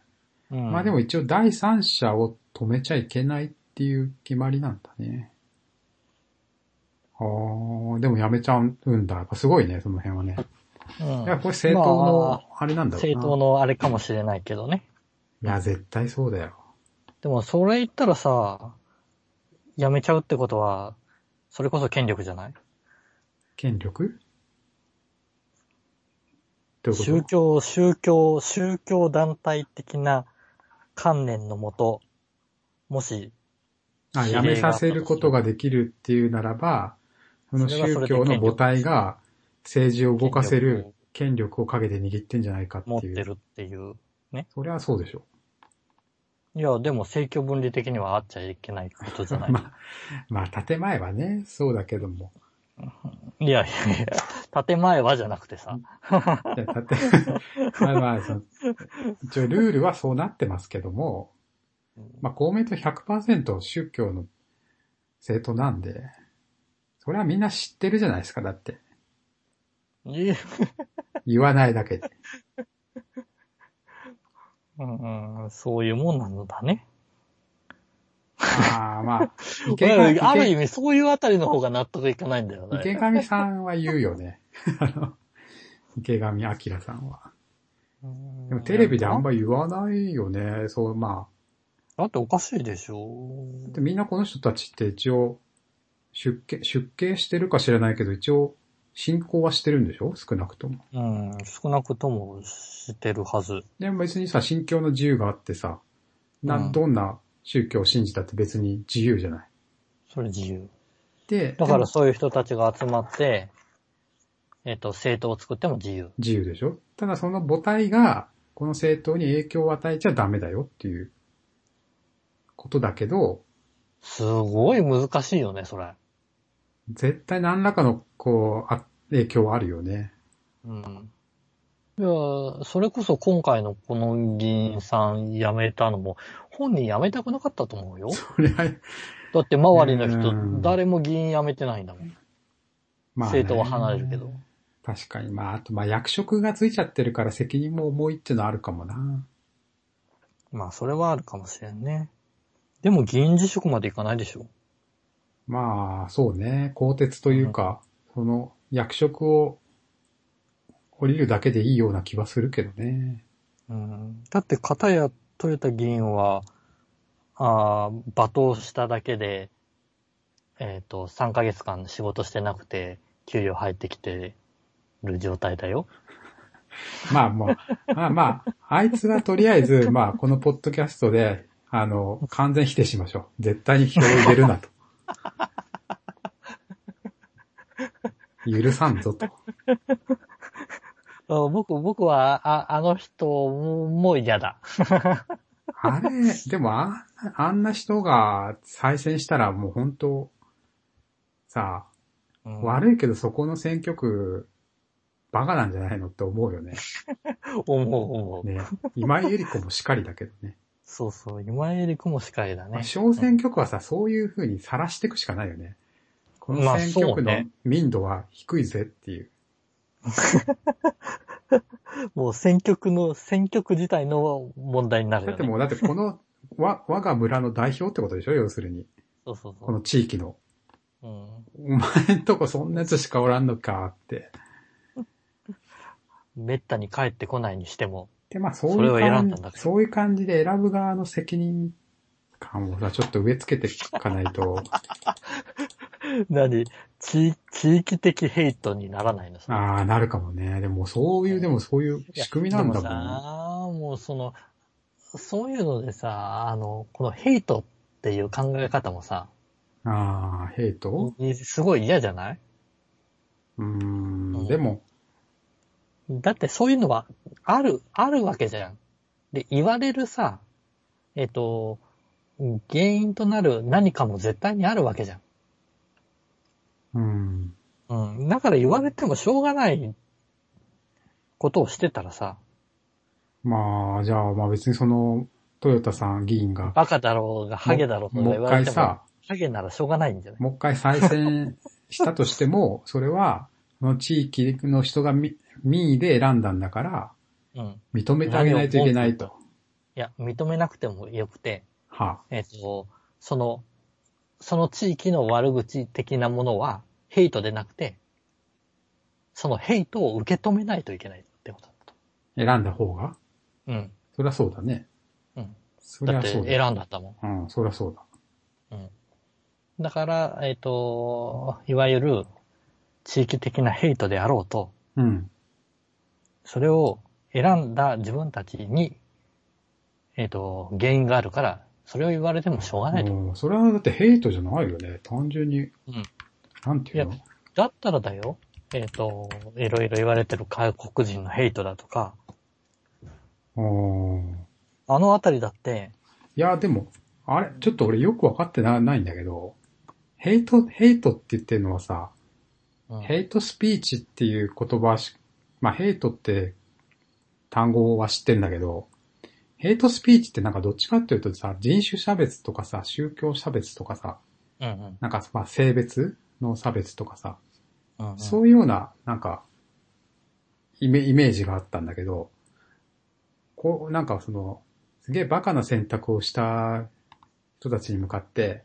[SPEAKER 2] うん
[SPEAKER 1] まあでも一応第三者を止めちゃいけないっていう決まりなんだね。ああ、でもやめちゃうんだ。やっぱすごいね、その辺はね。
[SPEAKER 2] うん
[SPEAKER 1] いや、これ政党の
[SPEAKER 2] ま、
[SPEAKER 1] あれなんだろうな。
[SPEAKER 2] 政党のあれかもしれないけどね。
[SPEAKER 1] いや、絶対そうだよ。
[SPEAKER 2] でも、それ言ったらさ、辞めちゃうってことは、それこそ権力じゃない
[SPEAKER 1] 権力どういう
[SPEAKER 2] 宗
[SPEAKER 1] こ
[SPEAKER 2] 教、宗教、宗教団体的な観念のもと、もし、
[SPEAKER 1] とあ、やめさせることができるっていうならば、その
[SPEAKER 2] それはそ
[SPEAKER 1] 宗
[SPEAKER 2] れで
[SPEAKER 1] 教の母体
[SPEAKER 2] 権力
[SPEAKER 1] が政治を動かせ
[SPEAKER 2] 権力
[SPEAKER 1] る
[SPEAKER 2] を
[SPEAKER 1] 権力を陰で握ってんじゃないか
[SPEAKER 2] 持っ
[SPEAKER 1] って
[SPEAKER 2] て
[SPEAKER 1] いう。
[SPEAKER 2] るっていう。
[SPEAKER 1] そりゃそうでしょ。
[SPEAKER 2] いや、でも政教分離的にはあっちゃいけないことじゃない。
[SPEAKER 1] まあ、まあ、建前はね、そうだけど も。
[SPEAKER 2] いやいやいや、建前はじゃなくてさ。
[SPEAKER 1] いや建てまあまあその、一応ルールはそうなってますけども、まあ公明党100%宗教の政党なんで、それはみんな知ってるじゃないですか、だって。
[SPEAKER 2] いや
[SPEAKER 1] 言わないだけで。
[SPEAKER 2] うんうん、そういうもんなんだね。
[SPEAKER 1] ああ、まあ、池上
[SPEAKER 2] 俺ある意
[SPEAKER 1] 池
[SPEAKER 2] 味、そういうあたりの方が納得いかないんだよね。
[SPEAKER 1] 池上さんは言うよね。あの池上彰さんは。でもテレビであんま
[SPEAKER 2] り。
[SPEAKER 1] 言わないよね。そう、ま
[SPEAKER 2] だっておかしいでしょ。
[SPEAKER 1] あ。でみんなこの人たちって一応、出家、出家してるか知らないけど、一応、信仰はしてるんでしょ少なくとも。
[SPEAKER 2] うん、少なくともしてるはず。
[SPEAKER 1] でも別にさ、信教の自由があってさ、な、
[SPEAKER 2] うん
[SPEAKER 1] どんな宗教を信じたって別に自由じゃない。
[SPEAKER 2] それ自由。
[SPEAKER 1] で、
[SPEAKER 2] だか
[SPEAKER 1] で
[SPEAKER 2] ら
[SPEAKER 1] も
[SPEAKER 2] そういう人たちが集まって、えっ、と、政党を作っても自由。
[SPEAKER 1] 自由でしょただその母体が、この政党に影響を与えちゃダメだよっていう、ことだけど、
[SPEAKER 2] すごい難しいよね、それ。
[SPEAKER 1] 絶対何らかの、こう、あ影響はあるよね。
[SPEAKER 2] うん。いや、それこそ今回のこの議員さん辞めたのも、本人辞めたくなかったと思うよ。
[SPEAKER 1] そりゃ、
[SPEAKER 2] だって周りの
[SPEAKER 1] う
[SPEAKER 2] 人、
[SPEAKER 1] ん
[SPEAKER 2] 誰も議員辞めてないんだもん。
[SPEAKER 1] まね
[SPEAKER 2] 政党は離れるけど。
[SPEAKER 1] 確かに。まあ、あと、まあ、役職がついちゃってるから責任も重いっていうのはあるかもな。
[SPEAKER 2] まあ、それはあるかもしれんね。でも議員辞職までいかないでしょ。
[SPEAKER 1] まあ、そうね。鋼鉄というか、その、役職を降りるだけでいいような気はするけどね。
[SPEAKER 2] うん。だって、片や豊田議員は、ああ、罵倒しただけで、えっ、と、3ヶ月間仕事してなくて、給料入ってきてる状態だよ。
[SPEAKER 1] まあ、もう、まあまあ、あいつはとりあえず、まあ、このポッドキャストで、あの、完全否定しましょう。絶対に票を入れるなと。許さんぞと。
[SPEAKER 2] あ僕、僕は、あ、あの人も、もう嫌だ。
[SPEAKER 1] あれ、でもあんな、あんな人が再選したらもう本当、さあ、
[SPEAKER 2] うん
[SPEAKER 1] 悪いけどそこの選挙区、バカなんじゃないのって思うよね。
[SPEAKER 2] 思う思う。
[SPEAKER 1] ね。今井絵理子もしかりだけど ね。
[SPEAKER 2] そうそう、今江りくも司会だ
[SPEAKER 1] まあ
[SPEAKER 2] ね。
[SPEAKER 1] 小選挙区はさ、そういう風に晒していくしかないよね。この
[SPEAKER 2] まあ
[SPEAKER 1] 選挙区
[SPEAKER 2] そ
[SPEAKER 1] の
[SPEAKER 2] うね
[SPEAKER 1] 民度は低いぜっていう。
[SPEAKER 2] もう選挙区の、選挙区自体の問題になる
[SPEAKER 1] だ
[SPEAKER 2] よ
[SPEAKER 1] っ
[SPEAKER 2] ね。
[SPEAKER 1] てもう、だってこの、わ、我が村の代表ってことでしょ要するに。
[SPEAKER 2] そうそう
[SPEAKER 1] こ
[SPEAKER 2] そ
[SPEAKER 1] の地域の。
[SPEAKER 2] う。うん
[SPEAKER 1] お前んとこそんなやつしかおらんのかって。
[SPEAKER 2] めったに帰ってこないにしても。
[SPEAKER 1] で、まあそう
[SPEAKER 2] そ
[SPEAKER 1] い
[SPEAKER 2] れ
[SPEAKER 1] う
[SPEAKER 2] を選ん
[SPEAKER 1] 感
[SPEAKER 2] だん
[SPEAKER 1] じ
[SPEAKER 2] だけ、ど
[SPEAKER 1] そういう感じで選ぶ側の責任感をさ、ちょっと植え付けていかない と、
[SPEAKER 2] 何地、地域的ヘイトにならないのそれ
[SPEAKER 1] ああ、なるかもね。でもそういう、でもそういう仕組みなんだも
[SPEAKER 2] いやでも
[SPEAKER 1] ん。
[SPEAKER 2] さもうその、そういうのでさ、あの、このヘイトっていう考え方もさ、
[SPEAKER 1] ああ、ヘイト
[SPEAKER 2] すごい嫌じゃないう
[SPEAKER 1] ー
[SPEAKER 2] うん
[SPEAKER 1] ん、でも、
[SPEAKER 2] だってそういうのはある、あるわけじゃん。で、言われるさ、えっと、原因となる何かも絶対にあるわけじゃん。
[SPEAKER 1] うん、
[SPEAKER 2] うん。だから言われてもしょうがないことをしてたらさ、
[SPEAKER 1] まあ、じゃあ、まあ別にその、トヨタさん議員が、
[SPEAKER 2] バカだろうが、ハゲだろうとか
[SPEAKER 1] もう
[SPEAKER 2] 言
[SPEAKER 1] 一
[SPEAKER 2] われ
[SPEAKER 1] 回
[SPEAKER 2] ても、
[SPEAKER 1] さ、
[SPEAKER 2] ハゲならしょうがないんじゃない
[SPEAKER 1] もう一回再選したとしても、 それは、その地域の人がみ民意で選んだんだから、
[SPEAKER 2] うん。い
[SPEAKER 1] 認めてあげないといけないと。
[SPEAKER 2] や、認めなくてもよくて、
[SPEAKER 1] はあ
[SPEAKER 2] えっと、その、その地域の悪口的なものは、ヘイトでなくて、そのヘイトを受け止めないといけないってことだと。
[SPEAKER 1] 選んだ方が
[SPEAKER 2] うん。
[SPEAKER 1] そりゃそうだね。
[SPEAKER 2] うん。
[SPEAKER 1] そり
[SPEAKER 2] だっ
[SPEAKER 1] ゃ
[SPEAKER 2] て
[SPEAKER 1] そ
[SPEAKER 2] 選
[SPEAKER 1] うんだ。
[SPEAKER 2] だったも
[SPEAKER 1] うん、そりゃそうだ。
[SPEAKER 2] ん。うん。だから、えっ、と、いわゆる地域的なヘイトであろうと、
[SPEAKER 1] うん。
[SPEAKER 2] それを選んだ自分たちに、えっ、と、原因があるから、それを言われてもしょうがないと。
[SPEAKER 1] もう、それはだってヘイトじゃないよね。単純に。
[SPEAKER 2] うん
[SPEAKER 1] なんていうの
[SPEAKER 2] いだったらだよ、えっ、と、いろいろ言われてる外国人のヘイトだとか、
[SPEAKER 1] おー
[SPEAKER 2] あのあたりだって、
[SPEAKER 1] いや、でも、あれ、ちょっと俺よくわかってなないんだけど、ヘイト、ヘイトって言ってるのはさ、
[SPEAKER 2] うん
[SPEAKER 1] ヘイトスピーチっていう言葉し、まあヘイトって単語は知ってんだけど、ヘイトスピーチってなんかどっちかっていうとさ、人種差別とかさ、宗教差別とかさ、
[SPEAKER 2] うんうん
[SPEAKER 1] なんかまあ性別の差別とかさ、
[SPEAKER 2] うんうん
[SPEAKER 1] そういうような、なんか、イメイメージがあったんだけど、こう、なんかその、すげえバカな選択をした人たちに向かって、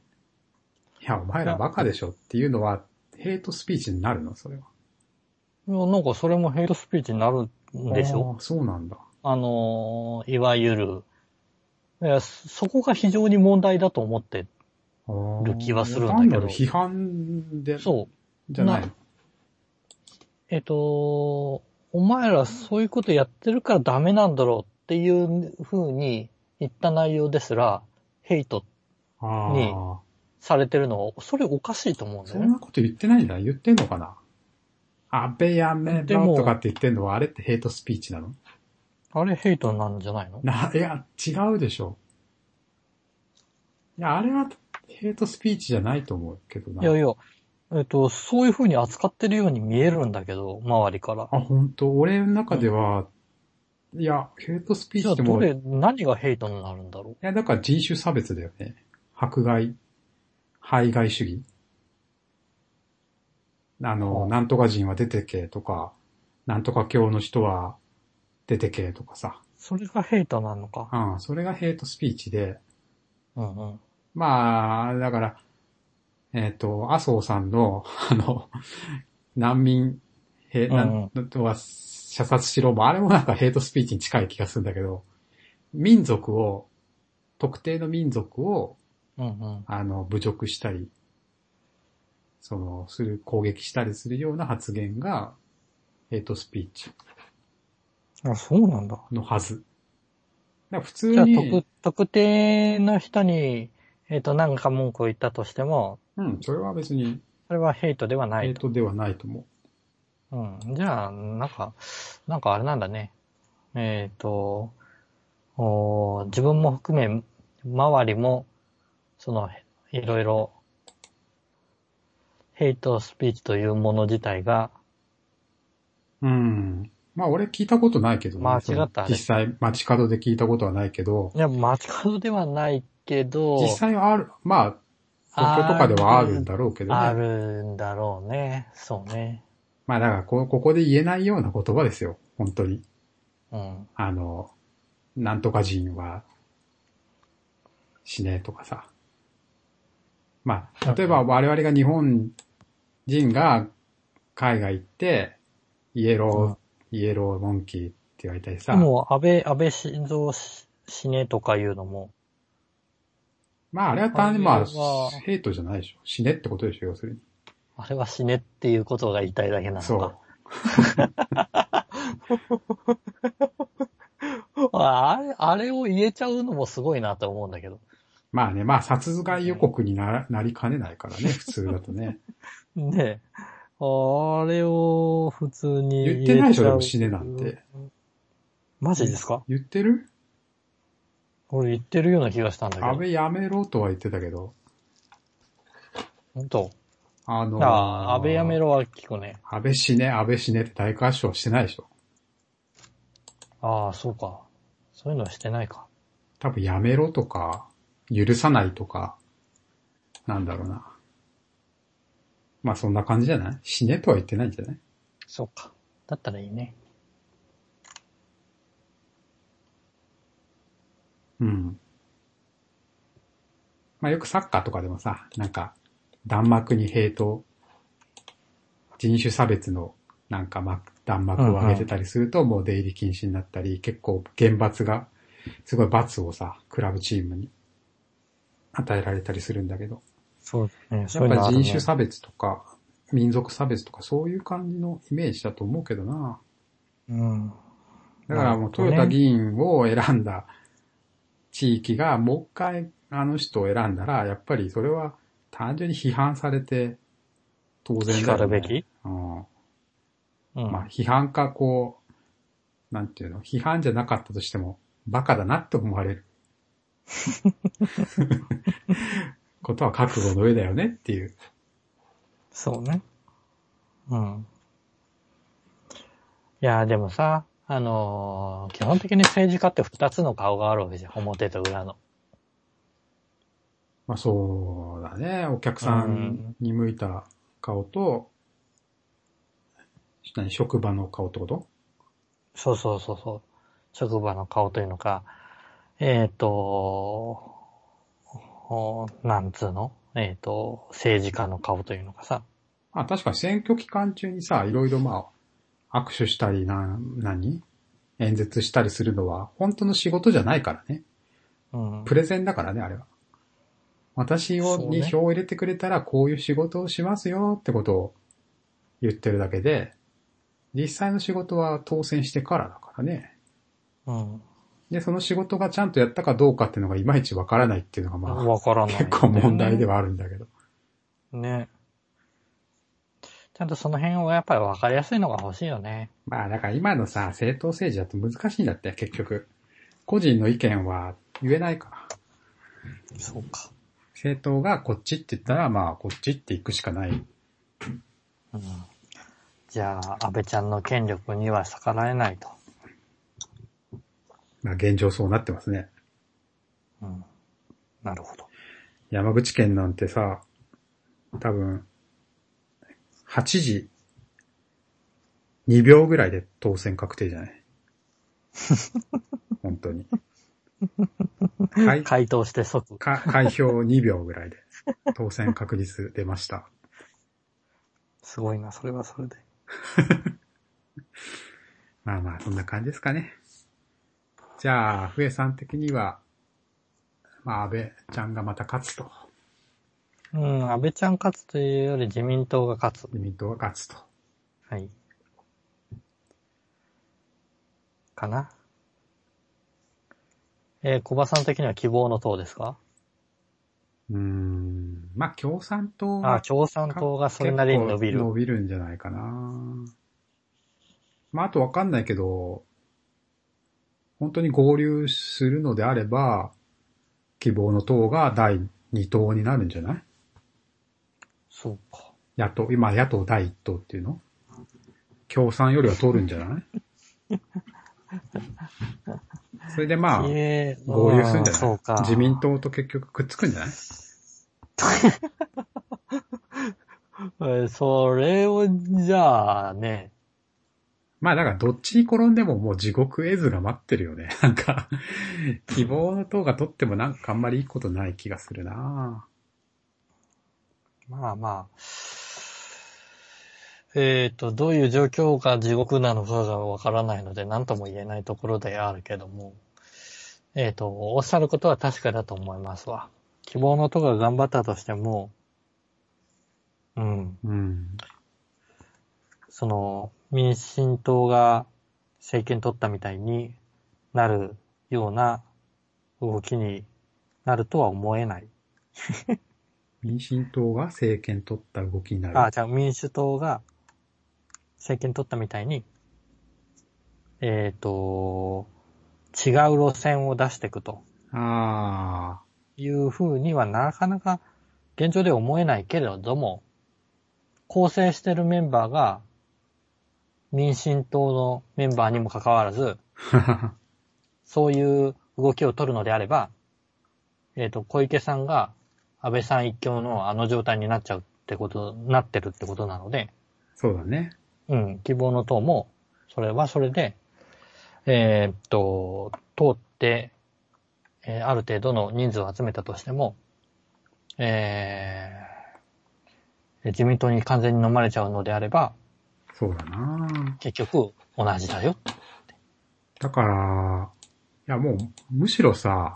[SPEAKER 1] いや、お前らバカでしょっていうのは、ヘイトスピーチになるのそれは。
[SPEAKER 2] いやなんかそれもヘイトスピーチになるんでしょ
[SPEAKER 1] あーそうなんだ。
[SPEAKER 2] あのー、いわゆる、いやそそこが非常に問題だと思って、
[SPEAKER 1] あー
[SPEAKER 2] る気はするんだけど
[SPEAKER 1] 単なる批判で、
[SPEAKER 2] そう、
[SPEAKER 1] じゃないの
[SPEAKER 2] なえっ、と、お前らそういうことやってるからダメなんだろうっていう風に言った内容ですら、ヘイト
[SPEAKER 1] あ
[SPEAKER 2] に
[SPEAKER 1] あ。
[SPEAKER 2] されてるのは、それおかしいと思うんだ
[SPEAKER 1] そ
[SPEAKER 2] よ
[SPEAKER 1] ん
[SPEAKER 2] ね。
[SPEAKER 1] なこと言ってないんだ。言ってんのかな安倍やめ
[SPEAKER 2] で
[SPEAKER 1] ろ
[SPEAKER 2] も
[SPEAKER 1] とかって言ってんのは、あれってヘイトスピーチなの
[SPEAKER 2] あれヘイトなんじゃないの
[SPEAKER 1] な、いや、違うでしょ。いや、あれはヘイトスピーチじゃないと思うけど
[SPEAKER 2] いや
[SPEAKER 1] な。
[SPEAKER 2] いや、えっと、そういう風に扱ってるように見えるんだけど、周りから。
[SPEAKER 1] あ、本当俺の中では、いや、ヘイトスピー
[SPEAKER 2] じ
[SPEAKER 1] チ
[SPEAKER 2] ゃ
[SPEAKER 1] っ
[SPEAKER 2] あ、
[SPEAKER 1] て
[SPEAKER 2] ど
[SPEAKER 1] もう、い
[SPEAKER 2] れ、何がヘイトになるんだろ
[SPEAKER 1] や、だから人種差別だよね。迫害、排外主義。あの、
[SPEAKER 2] あ
[SPEAKER 1] なんとか人は出てけとか、なんとか教の人は出てけとかさ。
[SPEAKER 2] うそれがヘイトなのか。
[SPEAKER 1] うん、それがヘイトスピーチで、
[SPEAKER 2] うんうん。
[SPEAKER 1] まあ、だから、えっ、と、麻生さんの、 あの、難民、へ、な
[SPEAKER 2] うん
[SPEAKER 1] んとは、射殺しろも、あれもなんかヘイトスピーチに近い気がするんだけど、民族を、特定の民族を、
[SPEAKER 2] うんうん。
[SPEAKER 1] あの、侮辱したり、その、する、攻撃したりするような発言が、ヘイトスピーチ
[SPEAKER 2] あ、そうなんだ。
[SPEAKER 1] のはず。だから普
[SPEAKER 2] じ
[SPEAKER 1] 通
[SPEAKER 2] ゃあ、
[SPEAKER 1] に
[SPEAKER 2] 特、、特定の人に、えっ、と、なんか文句を言ったとしても、
[SPEAKER 1] うん、それは別に
[SPEAKER 2] それはヘイトではな
[SPEAKER 1] ヘ
[SPEAKER 2] い
[SPEAKER 1] イ
[SPEAKER 2] と。
[SPEAKER 1] トではないと思う。
[SPEAKER 2] うん。じゃあ、なんか、なんかあれなんだね。えっ、と、おー自分も含め、周りも、その、いろいろ、ヘイトスピーチというもの自体が、
[SPEAKER 1] うん。まあ俺聞いたことないけどね。
[SPEAKER 2] 間違ったあれ
[SPEAKER 1] 実際街角で聞いたことはないけど、
[SPEAKER 2] いや、街角ではないけど、
[SPEAKER 1] 実際はある、まあ、東京とかではあるんだろうけど
[SPEAKER 2] あ
[SPEAKER 1] ね。
[SPEAKER 2] るんだろうね。そうね。
[SPEAKER 1] まあだからこ、ここで言えないような言葉ですよ。本当に。
[SPEAKER 2] うん。
[SPEAKER 1] あの、なんとか人は死ねとかさ。まあ、例えば我々が日本人が海外行って、イエロー、イエローモンキーって言われたり
[SPEAKER 2] で
[SPEAKER 1] さ。
[SPEAKER 2] も、安倍、安倍晋三し死ねとかいうのも、
[SPEAKER 1] まあ、あれは単に、ま
[SPEAKER 2] あれは
[SPEAKER 1] あ、ヘイトじゃないでしょ。死ねってことでしょ、要するに。
[SPEAKER 2] あれは死ねっていうことが言いたいだけなのか。
[SPEAKER 1] そう。
[SPEAKER 2] ああれ、あれを言えちゃうのもすごいなと思うんだけど。
[SPEAKER 1] まあね、まあ、殺害予告にななりかねないから ね、普通だとね。
[SPEAKER 2] ねえ。あれを普通に
[SPEAKER 1] 言ってないでしょ、でも
[SPEAKER 2] 死
[SPEAKER 1] 死ねなんて。。
[SPEAKER 2] マジですか
[SPEAKER 1] 言ってる
[SPEAKER 2] 俺言ってるような気がしたんだけ
[SPEAKER 1] 安
[SPEAKER 2] ど。
[SPEAKER 1] 倍やめろとは言ってたけど。
[SPEAKER 2] 本当。
[SPEAKER 1] あの
[SPEAKER 2] ああ、安倍やめ
[SPEAKER 1] ろ。
[SPEAKER 2] ろは聞くね。
[SPEAKER 1] 安倍死ね、安倍死ねって大合唱してないでしょ。
[SPEAKER 2] ああ、そうか。そういうのはしてないか。
[SPEAKER 1] 多分やめろとか、許さないとか、なんだろうな。まあ、そんな感じじゃない死ねとは言ってないんじゃない
[SPEAKER 2] そうか。だったらいいね。
[SPEAKER 1] うん。まあよくサッカーとかでもさ、なんか、弾幕にヘイト、人種差別のなんか幕弾幕を上げてたりするともう出入り禁止になったり、結構厳罰が、すごい罰をさ、クラブチームに与えられたりするんだけど、
[SPEAKER 2] そうね。そ
[SPEAKER 1] やっぱ
[SPEAKER 2] ういう
[SPEAKER 1] り
[SPEAKER 2] のあるね
[SPEAKER 1] 人種差別とか、民族差別とかそういう感じのイメージだと思うけどな。
[SPEAKER 2] うん。
[SPEAKER 1] だからもう
[SPEAKER 2] なるほどね
[SPEAKER 1] 豊田議員を選んだ地域がもう一回あの人を選んだら、やっぱりそれは単純に批判されて当然だよ、
[SPEAKER 2] 叱る
[SPEAKER 1] ね。
[SPEAKER 2] べき
[SPEAKER 1] うん。
[SPEAKER 2] うん。
[SPEAKER 1] まあ批判かこう、なんていうの、批判じゃなかったとしても、バカだなって思われる。 ことは覚悟の上だよねっていう。
[SPEAKER 2] そうね。うん。いやー、でもさ、あのー基本的に政治家って二つの顔があるわけじゃん。表と裏の。
[SPEAKER 1] まあそうだね。お客さんに向いた顔と、何職場の顔ってこと
[SPEAKER 2] そうそうそうそう。職場の顔というのか、えっ、とおなんつうのえっ、と、政治家の顔というのかさ。
[SPEAKER 1] まあ確かに選挙期間中にさ、いろいろまあ、握手したりな、何演説したりするのは、本当の仕事じゃないからね。
[SPEAKER 2] うん。
[SPEAKER 1] プレゼンだからね、あれは。私を、
[SPEAKER 2] そうね
[SPEAKER 1] に票を入れてくれたら、こういう仕事をしますよってことを言ってるだけで、実際の仕事は当選してからだからね。
[SPEAKER 2] うん。
[SPEAKER 1] で、その仕事がちゃんとやったかどうかっていうのがいまいちわからないっていうのがま
[SPEAKER 2] わから
[SPEAKER 1] あ、
[SPEAKER 2] ない、
[SPEAKER 1] 結構問題ではあるんだけど。
[SPEAKER 2] ね。ちゃんとその辺をやっぱり分かりやすいのが欲しいよね。
[SPEAKER 1] まあだから今のさ、政党政治だと難しいんだって、結局。個人の意見は言えないから。
[SPEAKER 2] そうか。
[SPEAKER 1] 政党がこっちって言ったら、まあこっちって行くしかない。
[SPEAKER 2] うん。じゃあ、安倍ちゃんの権力には逆らえないと。
[SPEAKER 1] まあ現状そうなってますね。
[SPEAKER 2] うん。なるほど。
[SPEAKER 1] 山口県なんてさ、多分、8時2秒ぐらいで当選確定じゃ ない本当に。はい。
[SPEAKER 2] 回答して即。
[SPEAKER 1] か、 開票2秒ぐらいで、当選確実出ました。
[SPEAKER 2] すごいな、それはそれで。
[SPEAKER 1] まあまあ、そんな感じですかね。じゃあ、ふえさん的には、まあ、安倍ちゃんがまた勝つと、
[SPEAKER 2] うん、安倍ちゃん勝つというより自民党が勝つ。
[SPEAKER 1] 自民党が勝つと。
[SPEAKER 2] はい。かな。えー、小葉さん的には希望の党ですか
[SPEAKER 1] うーん、まあ、共産党
[SPEAKER 2] あ
[SPEAKER 1] が
[SPEAKER 2] ー、共産党がそれなりに伸
[SPEAKER 1] 結
[SPEAKER 2] びる
[SPEAKER 1] 構。伸びるんじゃないかな。まあ、あとわかんないけど、本当に合流するのであれば、希望の党が第2党になるんじゃない
[SPEAKER 2] そうか。
[SPEAKER 1] 野党、今野党第1党っていうの共産よりは通るんじゃない それでまあ、
[SPEAKER 2] えー
[SPEAKER 1] 合流するんじ
[SPEAKER 2] う
[SPEAKER 1] ゃ
[SPEAKER 2] そう
[SPEAKER 1] な
[SPEAKER 2] か
[SPEAKER 1] い。自民党と結局くっつくんじゃない
[SPEAKER 2] えーそれを、じゃあね、
[SPEAKER 1] まあだからどっちに転んでももう地獄絵図が待ってるよね。 なんか、希望の党が取ってもなんかあんまりいいことない気がするな
[SPEAKER 2] まあまあ、えっ、と、どういう状況が地獄なのかがわからないので、何とも言えないところであるけども、えっ、と、おっしゃることは確かだと思いますわ。希望の党が頑張ったとしても、うん、
[SPEAKER 1] うん。
[SPEAKER 2] その、民進党が政権取ったみたいになるような動きになるとは思えない。
[SPEAKER 1] 民進党が政権取った動きになる。
[SPEAKER 2] あ、じゃあ民主党が政権取ったみたいに、えっ、と、違う路線を出していくと
[SPEAKER 1] あ
[SPEAKER 2] いうふうにはなかなか現状では思えないけれども、構成してるメンバーが民進党のメンバーにもかかわらず、
[SPEAKER 1] ー。
[SPEAKER 2] そういう動きを取るのであれば、えっ、と、小池さんが安倍さん一強のあの状態になっちゃうってこと、なってるってことなので、
[SPEAKER 1] そうだね。
[SPEAKER 2] うん、希望の党も、それはそれで、えーっと、通って、えーある程度の人数を集めたとしても、えー自民党に完全に飲まれちゃうのであれば、
[SPEAKER 1] そうだな
[SPEAKER 2] 結局同じだよ。
[SPEAKER 1] だから、いやもう、むしろさ、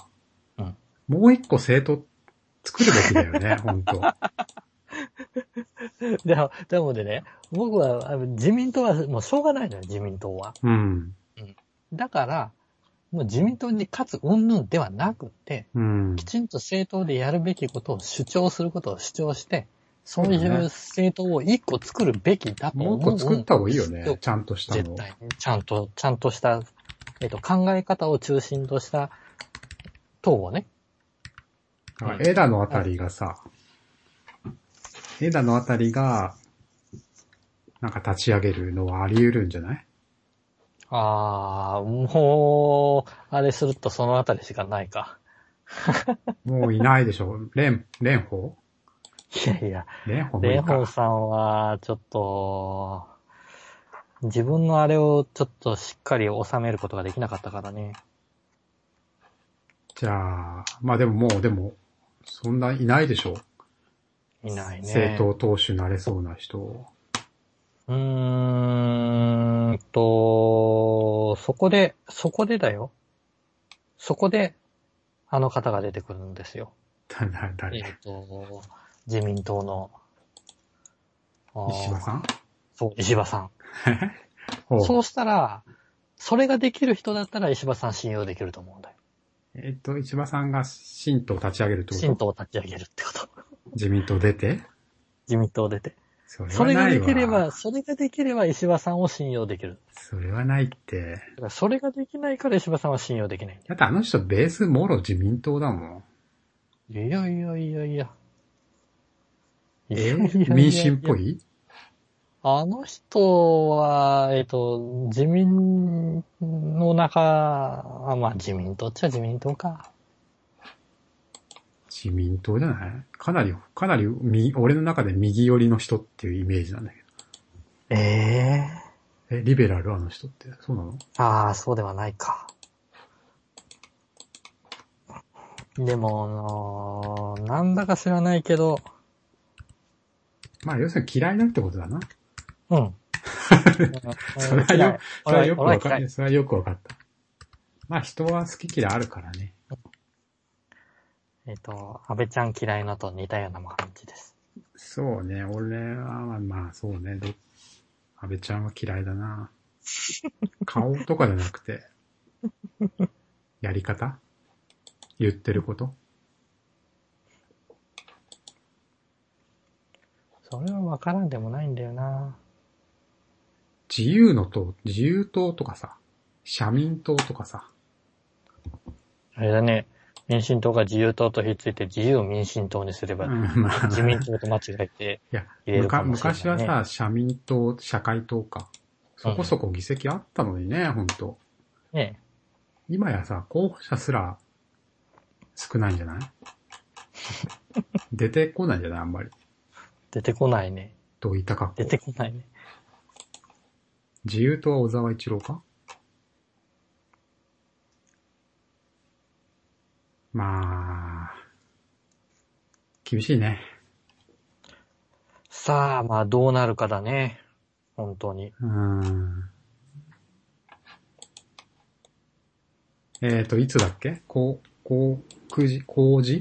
[SPEAKER 2] うん
[SPEAKER 1] もう一個政党作るべきだよ ね、本当
[SPEAKER 2] でも、でもでね、僕はあの自民党はもうしょうがないのよ、自民党は。
[SPEAKER 1] うん。
[SPEAKER 2] だから、もう自民党に勝つ云々ではなくて、
[SPEAKER 1] うん
[SPEAKER 2] き。ちんと政党でやるべきことを主張することを主張して、そうい
[SPEAKER 1] そうだね
[SPEAKER 2] う政党を一個作るべきだと
[SPEAKER 1] も
[SPEAKER 2] 思う
[SPEAKER 1] うん一
[SPEAKER 2] ですよ。
[SPEAKER 1] 個作った方がいいよね、ちゃんとしたの。
[SPEAKER 2] 絶対に。ちゃんと、ちゃんとした、えっと、考え方を中心とした党をね。
[SPEAKER 1] だから枝のあたりがさ、枝のあたりが、なんか立ち上げるのはあり得るんじゃない
[SPEAKER 2] ああ、もう、あれするとそのあたりしかないか。
[SPEAKER 1] もういないでしょ 蓮、蓮舫
[SPEAKER 2] いやいや、
[SPEAKER 1] 蓮舫もい
[SPEAKER 2] 蓮
[SPEAKER 1] い
[SPEAKER 2] 舫
[SPEAKER 1] か。
[SPEAKER 2] さんは、ちょっと、自分のあれをちょっとしっかり収めることができなかったからね。
[SPEAKER 1] じゃあ、まあでももう、でも、そんないないでしょ
[SPEAKER 2] いないね。
[SPEAKER 1] 政党党首なれそうな人。
[SPEAKER 2] うーんと、そこで、そこでだよ。そこで、あの方が出てくるんですよ。
[SPEAKER 1] だだ
[SPEAKER 2] えっ、
[SPEAKER 1] 誰
[SPEAKER 2] と、自民党の、あー
[SPEAKER 1] 石破さん
[SPEAKER 2] そう、石破さん。
[SPEAKER 1] おう
[SPEAKER 2] そうしたら、それができる人だったら石破さん信用できると思うんだよ。
[SPEAKER 1] えっと、石破さんが新党立ち上げるってこ
[SPEAKER 2] 新
[SPEAKER 1] と
[SPEAKER 2] 党を立ち上げるってこと。
[SPEAKER 1] 自民党出て
[SPEAKER 2] 自民党出て。
[SPEAKER 1] そ
[SPEAKER 2] それ
[SPEAKER 1] は
[SPEAKER 2] が
[SPEAKER 1] ない
[SPEAKER 2] で
[SPEAKER 1] わ
[SPEAKER 2] きれば、それができれば石破さんを信用できる。
[SPEAKER 1] それはないって。
[SPEAKER 2] だからそれができないから石破さんは信用できない。
[SPEAKER 1] だってあの人ベースもろ自民党だもん。
[SPEAKER 2] いやいやいやいや。いやい
[SPEAKER 1] え
[SPEAKER 2] やいやいや
[SPEAKER 1] 民進っぽい
[SPEAKER 2] あの人は、えっと、自民の中、あまあ自民党っちゃ自民党か。
[SPEAKER 1] 自民党じゃないかなり、かなりみ、俺の中で右寄りの人っていうイメージなんだけ
[SPEAKER 2] ええ
[SPEAKER 1] ど。え、リベラルあの人って。そうなの
[SPEAKER 2] ああ、そうではないか。でも、あのなんだか知らないけど、
[SPEAKER 1] まあ、要するに嫌いなってことだな。
[SPEAKER 2] うん。
[SPEAKER 1] それはよ、それはよくわか
[SPEAKER 2] る。
[SPEAKER 1] る。それはよくわかった。まあ、人は好き嫌いあるからね。
[SPEAKER 2] えっ、と、安倍ちゃん嫌いなと似たような感じです。
[SPEAKER 1] そうね、俺は、まあ、まあ、そうね、ど、安倍ちゃんは嫌いだ な。顔とかじゃなくて、やり方言ってること
[SPEAKER 2] それはわからんでもないんだよな。
[SPEAKER 1] 自由の党、自由党とかさ、社民党とかさ、
[SPEAKER 2] あれだね、民進党が自由党とひっついて自由民進党にすれば、
[SPEAKER 1] うんまあ
[SPEAKER 2] 自民党と間違えて、
[SPEAKER 1] いや、
[SPEAKER 2] 入れる
[SPEAKER 1] むか
[SPEAKER 2] かもしれないね
[SPEAKER 1] 昔はさ、社民党、社会党か。そこそこ議席あったのにね、ほんと。
[SPEAKER 2] ね、
[SPEAKER 1] 今やさ、候補者すら少ないん じゃない出てこないんじゃないあんまり。
[SPEAKER 2] 出てこないね。
[SPEAKER 1] どういった格好
[SPEAKER 2] 出てこないね。
[SPEAKER 1] 自由党は小沢一郎かまあ、厳しいね。
[SPEAKER 2] さあ、まあどうなるかだね。本当に。
[SPEAKER 1] うーん。えっ、ー、と、いつだっけこう、こう、くじ、工事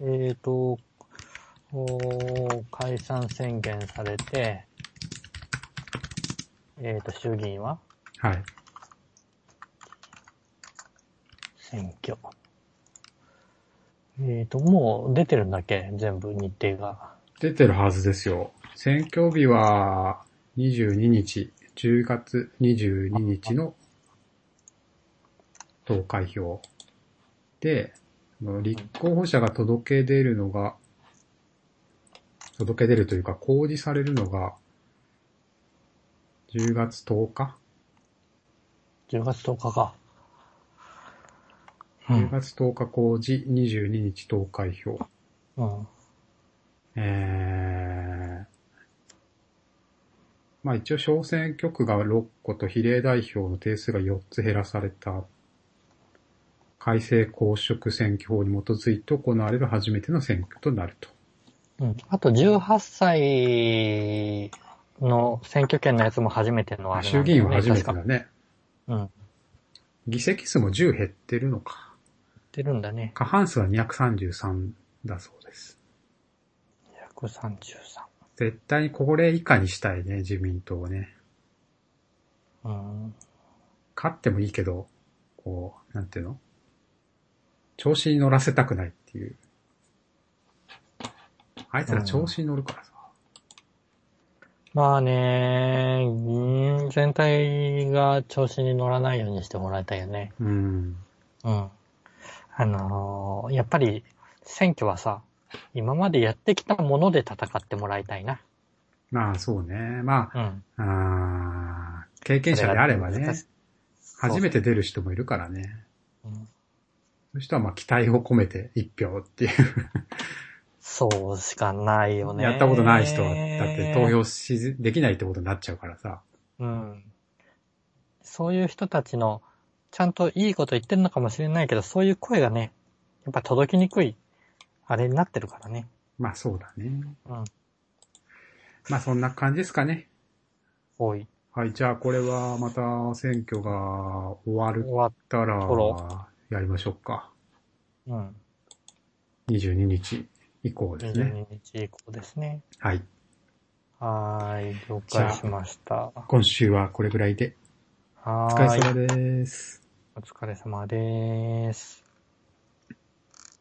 [SPEAKER 2] えっ、ー、と、おー解散宣言されて、えっ、と、衆議院は
[SPEAKER 1] はい。
[SPEAKER 2] 選挙。えっ、と、もう出てるんだっけ全部日程が。
[SPEAKER 1] 出てるはずですよ。選挙日は22日、10月22日の投開票。で、その立候補者が届け出るのが、届け出るというか公示されるのが10月10日
[SPEAKER 2] 10月10日か。う
[SPEAKER 1] ?10
[SPEAKER 2] ん。
[SPEAKER 1] 月10日公示、22日投開票。
[SPEAKER 2] うん。
[SPEAKER 1] えーまあ一応小選挙区が6個と比例代表の定数が4つ減らされた改正公職選挙法に基づいて行われる初めての選挙となると。
[SPEAKER 2] うんあと18歳の選挙権のやつも初めてのあれな
[SPEAKER 1] 衆
[SPEAKER 2] ん
[SPEAKER 1] 議
[SPEAKER 2] だよ
[SPEAKER 1] 院
[SPEAKER 2] ね
[SPEAKER 1] は初めてだ
[SPEAKER 2] 確か
[SPEAKER 1] ね。
[SPEAKER 2] うん。
[SPEAKER 1] 議席数も10減ってるのか。
[SPEAKER 2] 出るんだね。
[SPEAKER 1] 過半数は233だそうです。
[SPEAKER 2] 133。
[SPEAKER 1] 絶対にこれ以下にしたいね、自民党をね。
[SPEAKER 2] うん。
[SPEAKER 1] 勝ってもいいけど、こう、なんていうの調子に乗らせたくないっていう。あいつら調子に乗るからさ。
[SPEAKER 2] まあね、議員全体が調子に乗らないようにしてもらいたいよね。
[SPEAKER 1] うん。
[SPEAKER 2] うん。あのーやっぱり選挙はさ、今までやってきたもので戦ってもらいたいな。
[SPEAKER 1] まあそうね。ま
[SPEAKER 2] うん。
[SPEAKER 1] あ、あー経験者であればね、初め
[SPEAKER 2] て。
[SPEAKER 1] て出る人もいるからね。
[SPEAKER 2] うん
[SPEAKER 1] そういう人はまあ期待を込めて一票っていう。
[SPEAKER 2] そうしかないよね。
[SPEAKER 1] やったことない人は、だって投票しず、できないってことになっちゃうからさ。
[SPEAKER 2] うん。そういう人たちの、ちゃんといいこと言ってるのかもしれないけど、そういう声がね、やっぱ届きにくい、あれになってるからね。
[SPEAKER 1] まあそうだね。
[SPEAKER 2] うん。
[SPEAKER 1] まあそんな感じですかね。
[SPEAKER 2] 多い。
[SPEAKER 1] はい、じゃあこれはまた選挙が終わる
[SPEAKER 2] 終わっ
[SPEAKER 1] った
[SPEAKER 2] ほ
[SPEAKER 1] ら
[SPEAKER 2] ら、
[SPEAKER 1] やりましょうか。
[SPEAKER 2] うん。
[SPEAKER 1] 22日以降ですね。
[SPEAKER 2] 22日以降ですね。
[SPEAKER 1] はい。
[SPEAKER 2] はーい。了解しました。
[SPEAKER 1] 今週はこれぐらいで、
[SPEAKER 2] は
[SPEAKER 1] お疲れ
[SPEAKER 2] ーい。
[SPEAKER 1] 様です。
[SPEAKER 2] お疲れ様です。